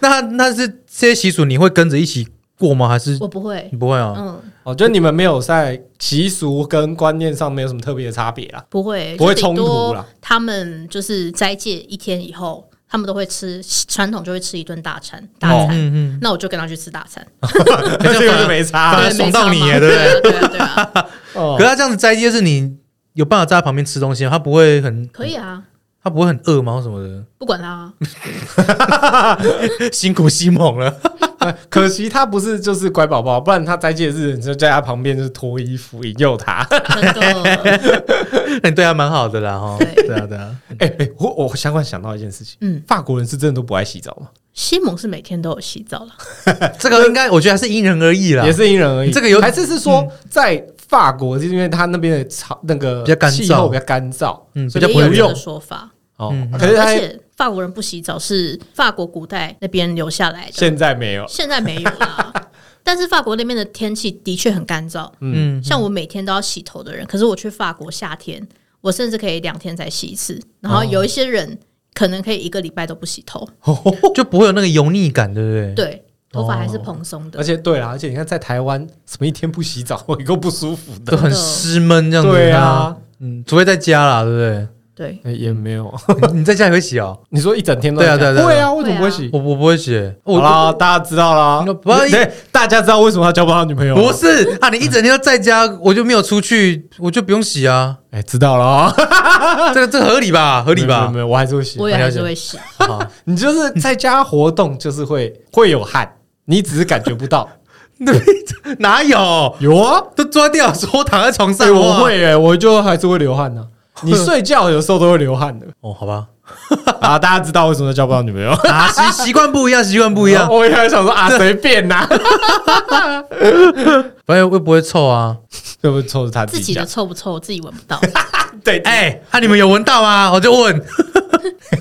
[SPEAKER 2] 那那是这些习俗你会跟着一起过吗？还是
[SPEAKER 3] 我不会，
[SPEAKER 2] 你不会啊？
[SPEAKER 3] 嗯，
[SPEAKER 1] 哦，就你们没有在习俗跟观念上没有什么特别的差别啦。
[SPEAKER 3] 不会，
[SPEAKER 1] 不会
[SPEAKER 3] 就顶多
[SPEAKER 1] 冲突啦
[SPEAKER 3] 他们就是斋戒一天以后，他们都会吃传统，就会吃一顿大餐，大
[SPEAKER 1] 哦
[SPEAKER 3] 餐。
[SPEAKER 2] 嗯
[SPEAKER 3] 那我就跟他去吃大餐，
[SPEAKER 1] 这个 就没差
[SPEAKER 2] 反
[SPEAKER 1] 了
[SPEAKER 2] 而
[SPEAKER 3] 对，
[SPEAKER 2] 啊送到你耶
[SPEAKER 3] 没 差嘛 对啊，对啊，对啊，
[SPEAKER 1] 哦
[SPEAKER 2] 可是他这样子斋戒是你有办法在他旁边吃东西吗，他不会很
[SPEAKER 3] 可以啊，
[SPEAKER 2] 他不会很饿吗？或什么 的？
[SPEAKER 3] 不管他啊，
[SPEAKER 2] 辛苦西蒙 了，
[SPEAKER 1] 可惜他不是就是乖宝宝，不然他斋戒日你就在他旁边就是脱衣服引诱他。
[SPEAKER 3] 真的，
[SPEAKER 2] 你哎对他啊蛮好的啦哈。
[SPEAKER 3] 对
[SPEAKER 2] 对啊对啊，
[SPEAKER 1] 哎、哎，我我相关想到一件事情，
[SPEAKER 3] 嗯，
[SPEAKER 1] 法国人是真的都不爱洗澡吗？
[SPEAKER 3] 西蒙是每天都有洗澡了，
[SPEAKER 2] 这个应该我觉得还是因人而异啦
[SPEAKER 1] 也。是因人而异。
[SPEAKER 2] 啊这个有嗯
[SPEAKER 1] 还是是说在法国，就是因为他那边的潮那个
[SPEAKER 2] 比较干燥
[SPEAKER 1] 气候比较干燥，
[SPEAKER 2] 嗯
[SPEAKER 1] 所
[SPEAKER 2] 比
[SPEAKER 1] 以就
[SPEAKER 2] 较
[SPEAKER 3] 也
[SPEAKER 1] 不
[SPEAKER 3] 有这
[SPEAKER 1] 用
[SPEAKER 3] 个说法。
[SPEAKER 1] 哦
[SPEAKER 2] 嗯。
[SPEAKER 1] 可是他
[SPEAKER 3] 而且法国人不洗澡是法国古代那边留下来的，
[SPEAKER 1] 现在没有，
[SPEAKER 3] 现在没有啦。但是法国那边的天气的确很干燥，
[SPEAKER 2] 嗯，
[SPEAKER 3] 像我每天都要洗头的人，可是我去法国夏天，我甚至可以两天才洗一次。然
[SPEAKER 1] 哦
[SPEAKER 3] 后有一些人可能可以一个礼拜都不洗头，
[SPEAKER 2] 就不会有那个油腻感，对不对？
[SPEAKER 3] 对，头发还是蓬松的
[SPEAKER 1] 哦而。且对啦，而且你看在台湾，什么一天不洗澡，我够不舒服的。
[SPEAKER 2] 都很湿闷这样子。
[SPEAKER 1] 对，啊，
[SPEAKER 2] 嗯，除非在家啦，对不
[SPEAKER 3] 对，
[SPEAKER 1] 哎也没有。
[SPEAKER 2] 对？ 你在家也会洗哦？
[SPEAKER 1] 你说一整天都在
[SPEAKER 2] 对啊
[SPEAKER 1] 家
[SPEAKER 2] 对啊对啊
[SPEAKER 1] 会啊，为什
[SPEAKER 2] 对啊
[SPEAKER 1] 么不会洗？
[SPEAKER 2] 我我不会洗，
[SPEAKER 1] 好
[SPEAKER 2] 哦我
[SPEAKER 1] 啦，大家知道啦
[SPEAKER 2] 那。不要
[SPEAKER 1] 对，大家知道为什么他交不到女朋友了？
[SPEAKER 2] 不是啊，你一整天都在家，我就没有出去，我就不用洗啊。
[SPEAKER 1] 哎，知道了啊，
[SPEAKER 2] 这个这个合理吧？合
[SPEAKER 1] 合
[SPEAKER 2] 理吧
[SPEAKER 1] 没？有，我还是会洗。
[SPEAKER 3] 我也还是会洗。
[SPEAKER 2] 好
[SPEAKER 1] 你就是在家活动，就是会 会有汗，你只是感觉不到。
[SPEAKER 2] 哪有？
[SPEAKER 1] 有啊，
[SPEAKER 2] 都抓掉，说我躺在床
[SPEAKER 1] 对，
[SPEAKER 2] 上，
[SPEAKER 1] 哎我啊
[SPEAKER 2] 哇
[SPEAKER 1] 会耶，我就还是会流汗 呢、你睡觉有时候都会流汗的
[SPEAKER 2] 哦，好吧，
[SPEAKER 1] 啊！大家知道为什么交不到女朋友？
[SPEAKER 2] 啊，习习惯不一样，习惯不
[SPEAKER 1] 不
[SPEAKER 2] 一样，
[SPEAKER 1] 我一开始想说啊，随便 啦、
[SPEAKER 2] 反正会不会臭啊？
[SPEAKER 1] 这不臭是他自
[SPEAKER 3] 自
[SPEAKER 1] 己
[SPEAKER 3] 己的
[SPEAKER 1] 讲。
[SPEAKER 3] 臭不臭，我自己闻不到。
[SPEAKER 1] 对， 哎、
[SPEAKER 2] 哎，啊，你们有闻到吗？我就问，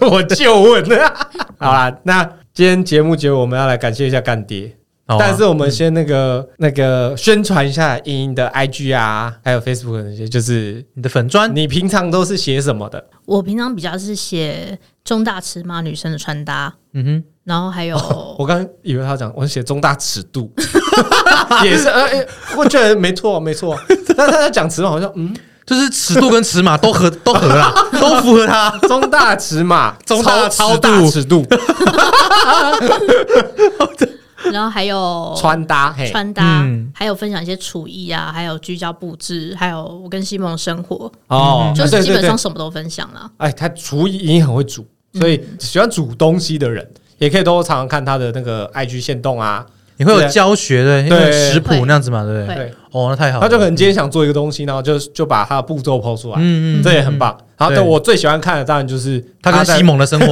[SPEAKER 1] 我就问了。好啦，那今天节目结尾我们要来感谢一下干爹。
[SPEAKER 2] 好啊
[SPEAKER 1] 但是我们先那个那个宣传一下茵茵的 IG 啊，还有 Facebook 的那些，就是
[SPEAKER 2] 你的粉砖
[SPEAKER 1] 你平常都是写什么的？
[SPEAKER 3] 我平常比较是写中大尺码女生的穿搭，
[SPEAKER 2] 嗯
[SPEAKER 3] 然后还有
[SPEAKER 1] 我刚以为他讲我写中大尺度， 也是呃，哎我觉得没错没 错，但他在讲尺码好像嗯，
[SPEAKER 2] 哼，就是尺度跟尺码都合都合啦，都符合它。
[SPEAKER 1] 中大尺码，
[SPEAKER 2] 中大尺度
[SPEAKER 1] 超超大尺度，
[SPEAKER 3] 然后还 有
[SPEAKER 2] 哦
[SPEAKER 1] 穿搭嘿，
[SPEAKER 3] 穿搭，
[SPEAKER 2] 嗯
[SPEAKER 3] 还有分享一些厨艺啊，还有居家布置，还有我跟西蒙的生活，
[SPEAKER 1] 哦，
[SPEAKER 3] 嗯就
[SPEAKER 1] 啊
[SPEAKER 3] 是
[SPEAKER 1] 对
[SPEAKER 3] 基
[SPEAKER 1] 对
[SPEAKER 3] 本
[SPEAKER 1] 对
[SPEAKER 3] 上，什嗯么都分享啦。
[SPEAKER 1] 哎，他厨艺已经很会煮，所以喜欢煮东西的人。也可以都常常看他的那个 IG 线动啊，
[SPEAKER 2] 你会有
[SPEAKER 1] 对
[SPEAKER 2] 教学的，因
[SPEAKER 1] 对
[SPEAKER 2] 为食谱那样子嘛，对不对？
[SPEAKER 3] 会
[SPEAKER 1] 对，
[SPEAKER 2] 哦，那太好了，
[SPEAKER 1] 他就可能今天想做一个东西，然后就就把他的步骤抛出来，
[SPEAKER 2] 嗯
[SPEAKER 1] 这也很。棒。然后
[SPEAKER 2] 对
[SPEAKER 1] 对我最喜欢看的当然就是
[SPEAKER 2] 他跟
[SPEAKER 1] 在
[SPEAKER 2] 西蒙 的生活，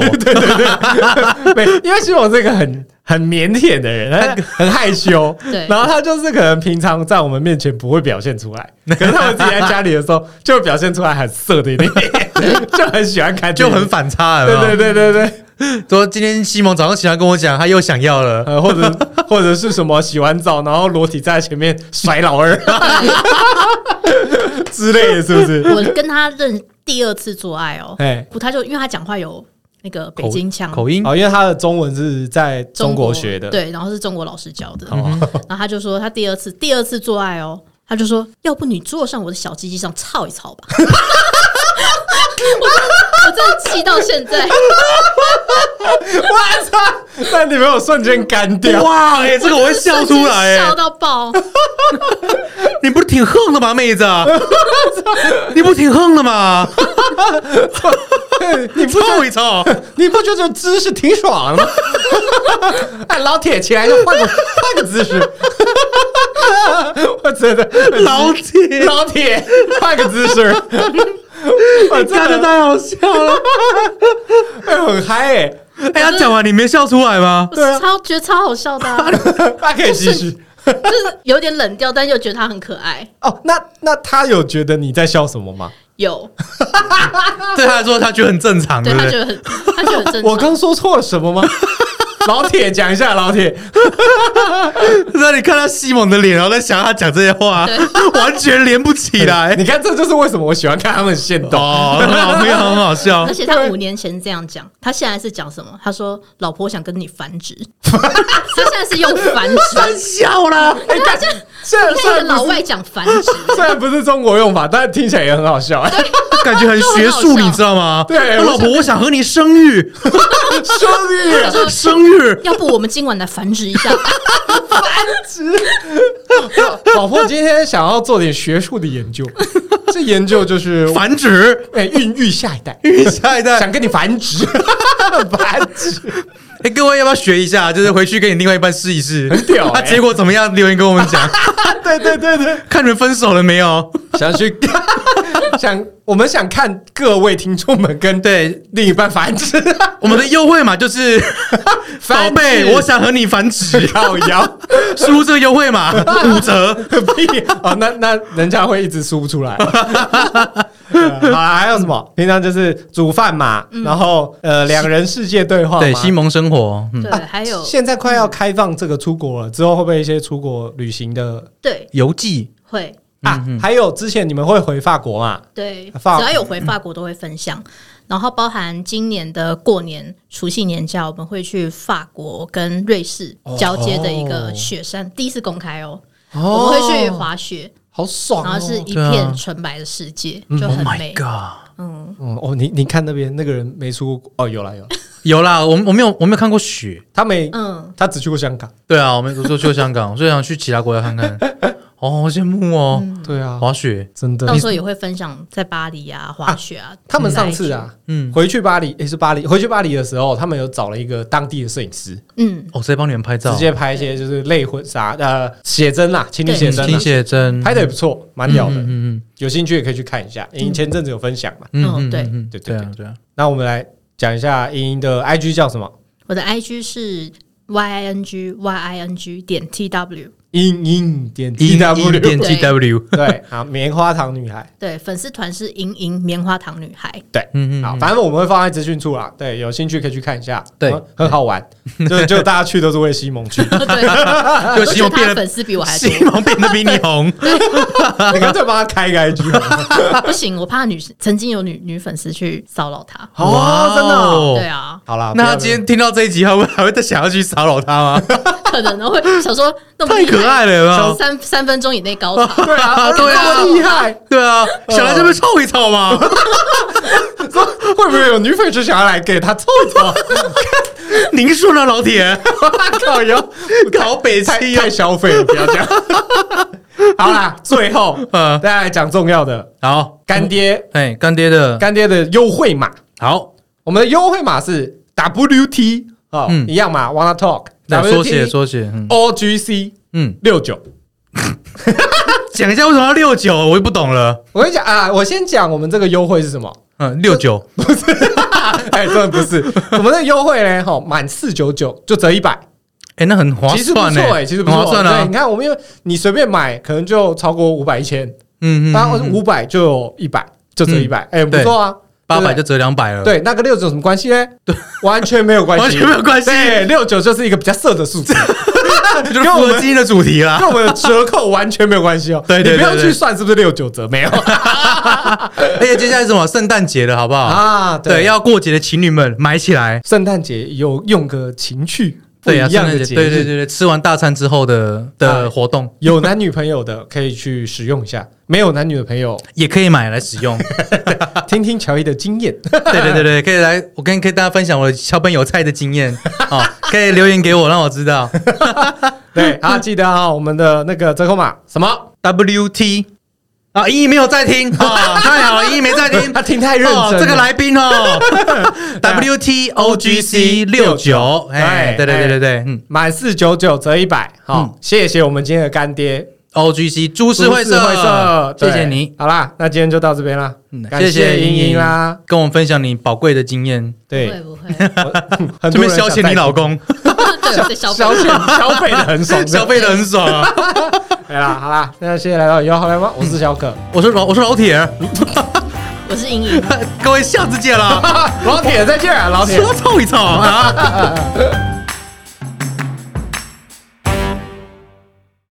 [SPEAKER 1] 对， 因为西蒙这个很很腼腆的人，他很害 羞，
[SPEAKER 3] 对
[SPEAKER 1] 然后他就是可能平常在我们面前不会表现 出来，可是他们自己在家里的时候就会表现出来很色的一面， 就很啊喜欢看这
[SPEAKER 2] 就
[SPEAKER 1] 个，
[SPEAKER 2] 很反差，有没有
[SPEAKER 1] 对对对对对，
[SPEAKER 2] 说今天西蒙早上起来跟我讲，他又想要了，
[SPEAKER 1] 呃，或者或者是什么洗完澡然后裸体站在前面甩老 二之类的，是不 是？
[SPEAKER 3] 我跟他认第二次做爱哦，
[SPEAKER 1] 哎，
[SPEAKER 3] 不，他就因为他讲话有那个北
[SPEAKER 2] 口
[SPEAKER 3] 京腔，
[SPEAKER 2] 口音，
[SPEAKER 1] 哦，因为他的中文是在中国学的，
[SPEAKER 3] 对，然后是中国老师教的，嗯
[SPEAKER 1] 哦，
[SPEAKER 3] 然后他就说他第二次第二次做爱哦，他就说要不你坐上我的小鸡鸡上操一操吧。 我真我真的气到现在，
[SPEAKER 1] 我操！ 那你们有瞬间干掉，
[SPEAKER 2] 哇，哎，这个我会笑出来，
[SPEAKER 3] 笑
[SPEAKER 2] 哎，
[SPEAKER 3] 到爆。
[SPEAKER 2] 你不是挺横的吗，妹子？啊 你不挺横的吗？
[SPEAKER 1] 你不
[SPEAKER 2] 凑一凑，
[SPEAKER 1] 你不觉得这姿势挺爽的吗？ 哎，老铁起来就换个换个姿势， 我真的
[SPEAKER 2] 老铁，
[SPEAKER 1] 老铁换个姿势， 我真
[SPEAKER 2] 看的
[SPEAKER 1] 的
[SPEAKER 2] 太好笑了。
[SPEAKER 1] 哎很嗨哎、
[SPEAKER 2] 哎，他讲完你没笑出来吗？
[SPEAKER 3] 我超觉得超好笑的、啊，
[SPEAKER 1] 他可以继续
[SPEAKER 3] 就是有点冷掉，但又觉得他很可爱。
[SPEAKER 1] 哦。那那他有觉得你在笑什么吗？
[SPEAKER 3] 有，
[SPEAKER 2] 对他来说，他觉得很正常，
[SPEAKER 3] 对
[SPEAKER 2] 对不对？
[SPEAKER 3] 他觉得很，他觉得很正常。
[SPEAKER 1] 我刚说错了什么吗？ 老铁讲一下，老铁
[SPEAKER 2] 那你看他西蒙的脸，然后在想他讲这些话
[SPEAKER 3] 对，
[SPEAKER 2] 完全连不起来
[SPEAKER 1] 你。看这就是为什么我喜欢看他们现动。
[SPEAKER 2] 哦，很好，很 好很好笑
[SPEAKER 3] 而。且 他五年前这样讲，他现在是讲什么？他说：“老婆想跟你繁殖。”他现在是用繁殖，
[SPEAKER 2] 笑啦，
[SPEAKER 1] 哎、大家虽然虽
[SPEAKER 3] 配着
[SPEAKER 1] 然不
[SPEAKER 3] 老
[SPEAKER 1] 是
[SPEAKER 3] 外讲繁殖，
[SPEAKER 1] 虽然不是中国用法，但听起来也很好笑。
[SPEAKER 2] 感觉很学术，
[SPEAKER 3] 就很好笑
[SPEAKER 2] 你知道吗？
[SPEAKER 1] 对
[SPEAKER 2] 我老婆，我想和你生育，
[SPEAKER 1] 兄弟，
[SPEAKER 2] 生育。
[SPEAKER 3] 要不我们今晚来繁殖一下？
[SPEAKER 1] 老婆今天想要做点学术的研 究，这研究就是
[SPEAKER 2] 繁殖，
[SPEAKER 1] 哎孕育下一代，
[SPEAKER 2] 育下一代
[SPEAKER 1] 想跟你繁 殖，繁殖
[SPEAKER 2] 哎、各位要不要学一下？就是回去跟你另外一半试一试，
[SPEAKER 1] 很 屌
[SPEAKER 2] 那、
[SPEAKER 1] 欸
[SPEAKER 2] 结果怎么样？留言跟我们 讲，
[SPEAKER 1] 啊！对对对对，
[SPEAKER 2] 看你们分手了没有？
[SPEAKER 1] 想去 想我们想看各位听众们跟
[SPEAKER 2] 对，
[SPEAKER 1] 另一半繁殖，
[SPEAKER 2] 我们的优惠码就是 宝
[SPEAKER 1] 繁殖
[SPEAKER 2] 贝，我想和你繁殖，
[SPEAKER 1] 靠腰
[SPEAKER 2] 输入这个优惠码 五折。
[SPEAKER 1] 屁哦，那那人家会一直输出来。对 啊好啦，还有什么？平常就是煮饭嘛，然后呃两人世界对话嘛，
[SPEAKER 2] 对，西蒙生活，嗯，
[SPEAKER 3] 对，还有
[SPEAKER 1] 现在快要开放这个出国了，之后会不会一些出国旅行的
[SPEAKER 3] 对
[SPEAKER 2] 游记，
[SPEAKER 3] 会
[SPEAKER 1] 啊？还有之前你们会回法国嘛？
[SPEAKER 3] 对，只
[SPEAKER 1] 法
[SPEAKER 3] 要有回法国都会分享。然后包含今年的过年除夕年假，我们会去法国跟瑞士交接的一个雪山，第一次公开哦，我们会去滑雪，
[SPEAKER 1] 好爽、哦！
[SPEAKER 3] 然后是一
[SPEAKER 2] 对啊
[SPEAKER 3] 片纯白的世界，就
[SPEAKER 2] Oh
[SPEAKER 3] 很
[SPEAKER 2] my
[SPEAKER 3] 美。
[SPEAKER 2] god！
[SPEAKER 3] 嗯，
[SPEAKER 1] 嗯哦，你你看那边那个人没出过哦，有啦有啦，
[SPEAKER 2] 有啦，我们我没有我没有看过雪，
[SPEAKER 1] 他没、
[SPEAKER 3] 嗯，
[SPEAKER 1] 他只去过香港，
[SPEAKER 2] 对啊，我们我就去香港， 所以想去其他国家看看。哦，好羡慕哦，
[SPEAKER 3] 嗯
[SPEAKER 1] 对啊，
[SPEAKER 2] 滑雪，
[SPEAKER 1] 真的
[SPEAKER 3] 到。时候也会分享在巴黎啊、滑雪啊。
[SPEAKER 1] 他们上次啊，
[SPEAKER 2] 嗯，
[SPEAKER 1] 回去巴黎也、诶是巴黎，回去巴黎的时候，他们有找了一个当地的摄影师，
[SPEAKER 3] 嗯，
[SPEAKER 2] 哦，直接帮你们拍照
[SPEAKER 1] 直，接拍一些就是类婚纱呃写真啦，情侣
[SPEAKER 3] 对
[SPEAKER 1] 写真
[SPEAKER 2] 听
[SPEAKER 1] 啦，
[SPEAKER 2] 写真，
[SPEAKER 1] 拍的也不错，蛮屌的。
[SPEAKER 2] 嗯
[SPEAKER 1] 有兴趣也可以去看一下，因为前阵子有分享嘛。
[SPEAKER 2] 嗯
[SPEAKER 3] 嗯对
[SPEAKER 2] 嗯
[SPEAKER 1] 对
[SPEAKER 2] 对
[SPEAKER 1] 对
[SPEAKER 2] 啊对啊，
[SPEAKER 1] 那我们来讲一下茵茵的 IG 叫什么？
[SPEAKER 3] 我的 IG 是 y i n g y i n g 点 t w，
[SPEAKER 1] 英英点
[SPEAKER 2] 一
[SPEAKER 1] T E W
[SPEAKER 2] 点，E G W，
[SPEAKER 1] 对，好，棉花糖女孩，
[SPEAKER 3] 对，粉丝团是莹莹棉花糖女孩，
[SPEAKER 1] 对，
[SPEAKER 2] 嗯嗯
[SPEAKER 1] 好，反正我们会放在资讯处啦，对，有兴趣可以去看一下，
[SPEAKER 2] 对
[SPEAKER 1] 很很好玩，就就大家去都是为西蒙 去，
[SPEAKER 3] 对，
[SPEAKER 2] 就
[SPEAKER 3] 我都
[SPEAKER 2] 西
[SPEAKER 3] 觉
[SPEAKER 2] 蒙
[SPEAKER 3] 得他
[SPEAKER 2] 变得
[SPEAKER 3] 的粉丝比我还 多，
[SPEAKER 2] 西蒙变得比你红，
[SPEAKER 1] 你干脆帮他开个 IG 好 了
[SPEAKER 3] 不行，我怕女曾经有女女粉丝去骚扰他，
[SPEAKER 1] 好啊，真的哦，
[SPEAKER 3] 对啊，
[SPEAKER 1] 好啦，
[SPEAKER 2] 那
[SPEAKER 1] 不
[SPEAKER 2] 他
[SPEAKER 1] 要
[SPEAKER 2] 今天听到这一集，他会还会再想要去骚扰他吗？
[SPEAKER 3] 可能会想说那么
[SPEAKER 2] 太
[SPEAKER 3] 厉害
[SPEAKER 2] 可爱了有没有，
[SPEAKER 3] 三三分钟以内高潮，
[SPEAKER 1] 对啊，
[SPEAKER 2] 对啊
[SPEAKER 1] 这么厉害，
[SPEAKER 2] 对啊， 小兰这边凑一凑嘛，
[SPEAKER 1] 会不会有女粉丝想要来给他凑一凑？
[SPEAKER 2] 您说呢，老铁？
[SPEAKER 1] 靠哟，
[SPEAKER 2] 搞北
[SPEAKER 1] 太
[SPEAKER 2] 七 啊
[SPEAKER 1] 太消费了，不要这 样。好啦，最后
[SPEAKER 2] 嗯
[SPEAKER 1] 大家来讲重要的，
[SPEAKER 2] 好，
[SPEAKER 1] 干爹
[SPEAKER 2] 哎，干爹的，
[SPEAKER 1] 干爹的优惠码，
[SPEAKER 2] 好，
[SPEAKER 1] 我们的优惠码是 WT 哦，
[SPEAKER 2] 嗯
[SPEAKER 1] 一样嘛，Wanna Talk，
[SPEAKER 2] 那缩写
[SPEAKER 1] WT
[SPEAKER 2] 缩写，嗯
[SPEAKER 1] OGC
[SPEAKER 2] 嗯，
[SPEAKER 1] 六九。
[SPEAKER 2] 讲一下为什么要六九，我也不懂了。
[SPEAKER 1] 我跟你讲啊，我先讲我们这个优惠是什 么？
[SPEAKER 2] 嗯，六九，
[SPEAKER 1] 哎，真的不是，我们的优惠呢，哈，满四九九就折一百，
[SPEAKER 2] 哎，那很划
[SPEAKER 1] 其实不
[SPEAKER 2] 算呢
[SPEAKER 1] 错，哎，其实不
[SPEAKER 2] 很
[SPEAKER 1] 错，
[SPEAKER 2] 划算
[SPEAKER 1] 对，
[SPEAKER 2] 啊
[SPEAKER 1] 你。看我们因为你随便买，可能就超过五百一千，
[SPEAKER 2] 嗯嗯
[SPEAKER 1] 然后
[SPEAKER 2] 嗯，
[SPEAKER 1] 五百就有一百，就折一百，哎，不
[SPEAKER 2] 对
[SPEAKER 1] 错啊，
[SPEAKER 2] 八
[SPEAKER 1] 对不
[SPEAKER 2] 百
[SPEAKER 1] 对
[SPEAKER 2] 就折两百了，，
[SPEAKER 1] 对，那跟六九有什么关系呢？对，完全没有关系，
[SPEAKER 2] 完全没有关系，
[SPEAKER 1] 对，六九就是一个比较色的数 字，
[SPEAKER 2] 这就是我们今天的主题 啦。
[SPEAKER 1] 跟我们的折扣完全没有关系哦。
[SPEAKER 2] 对对
[SPEAKER 1] 你
[SPEAKER 2] 对
[SPEAKER 1] 不用
[SPEAKER 2] 对
[SPEAKER 1] 去算是不是六九折， 没有
[SPEAKER 2] 而且哎接下来是什么？圣诞节了，好不好？
[SPEAKER 1] 啊。
[SPEAKER 2] 对，要过节的情侣们买起来。
[SPEAKER 1] 圣诞节有用个情趣不
[SPEAKER 2] 对
[SPEAKER 1] 一
[SPEAKER 2] 呀，圣
[SPEAKER 1] 样
[SPEAKER 2] 诞
[SPEAKER 1] 的
[SPEAKER 2] 节，
[SPEAKER 1] 节
[SPEAKER 2] 对对对
[SPEAKER 1] 日，
[SPEAKER 2] 对，吃完大餐之后的
[SPEAKER 1] 哎
[SPEAKER 2] 的活动
[SPEAKER 1] 有男女朋友的可以去使用一下，没有男女的朋 友
[SPEAKER 2] 也可以买来使 用。
[SPEAKER 1] 听听乔伊的经验。
[SPEAKER 2] 对对对对，可以来，我跟可以大家分享我的小本有菜的 经验哦，可以留言给我，让我知道。
[SPEAKER 1] 对，啊，记得啊，我们的那个折扣码什么？
[SPEAKER 2] WT 啊，依依没有在听啊，太好了，依依没在 听，
[SPEAKER 1] 他听太认真
[SPEAKER 2] 哦
[SPEAKER 1] 了，啊
[SPEAKER 2] 这个来宾 哦，WT OGC 六九，哎，
[SPEAKER 1] 对
[SPEAKER 2] 对对对
[SPEAKER 1] 哎
[SPEAKER 2] 对对，嗯
[SPEAKER 1] 满四九九折一百，好
[SPEAKER 2] 嗯，
[SPEAKER 1] 谢谢我们今天的干爹
[SPEAKER 2] ，OGC 株式会
[SPEAKER 1] 株式
[SPEAKER 2] 社，
[SPEAKER 1] 会社，
[SPEAKER 2] 谢谢
[SPEAKER 1] 对
[SPEAKER 2] 你，。
[SPEAKER 1] 好啦，那今天就到这边啦
[SPEAKER 2] 嗯，
[SPEAKER 1] 感
[SPEAKER 2] 谢
[SPEAKER 1] 莹莹啦，，
[SPEAKER 2] 跟我们分享你宝贵的经验，
[SPEAKER 1] 对，
[SPEAKER 3] 不会不会，
[SPEAKER 1] 我 很
[SPEAKER 2] 这
[SPEAKER 1] 多
[SPEAKER 2] 边
[SPEAKER 1] 人
[SPEAKER 2] 消
[SPEAKER 1] 想
[SPEAKER 2] 遣你
[SPEAKER 1] 再
[SPEAKER 2] 老公，
[SPEAKER 3] 对，我在消
[SPEAKER 1] 消
[SPEAKER 3] 费
[SPEAKER 1] 遣 消费的很爽，
[SPEAKER 2] 消费的很爽啊！
[SPEAKER 1] 对啦，好啦，那谢谢来到以后好来吗？ 我是小可，
[SPEAKER 2] 我说老我说老 铁，
[SPEAKER 3] 我是莹莹。
[SPEAKER 2] 各位下次见啦！
[SPEAKER 1] 老铁再见啊，老铁。
[SPEAKER 2] 说凑一凑啊！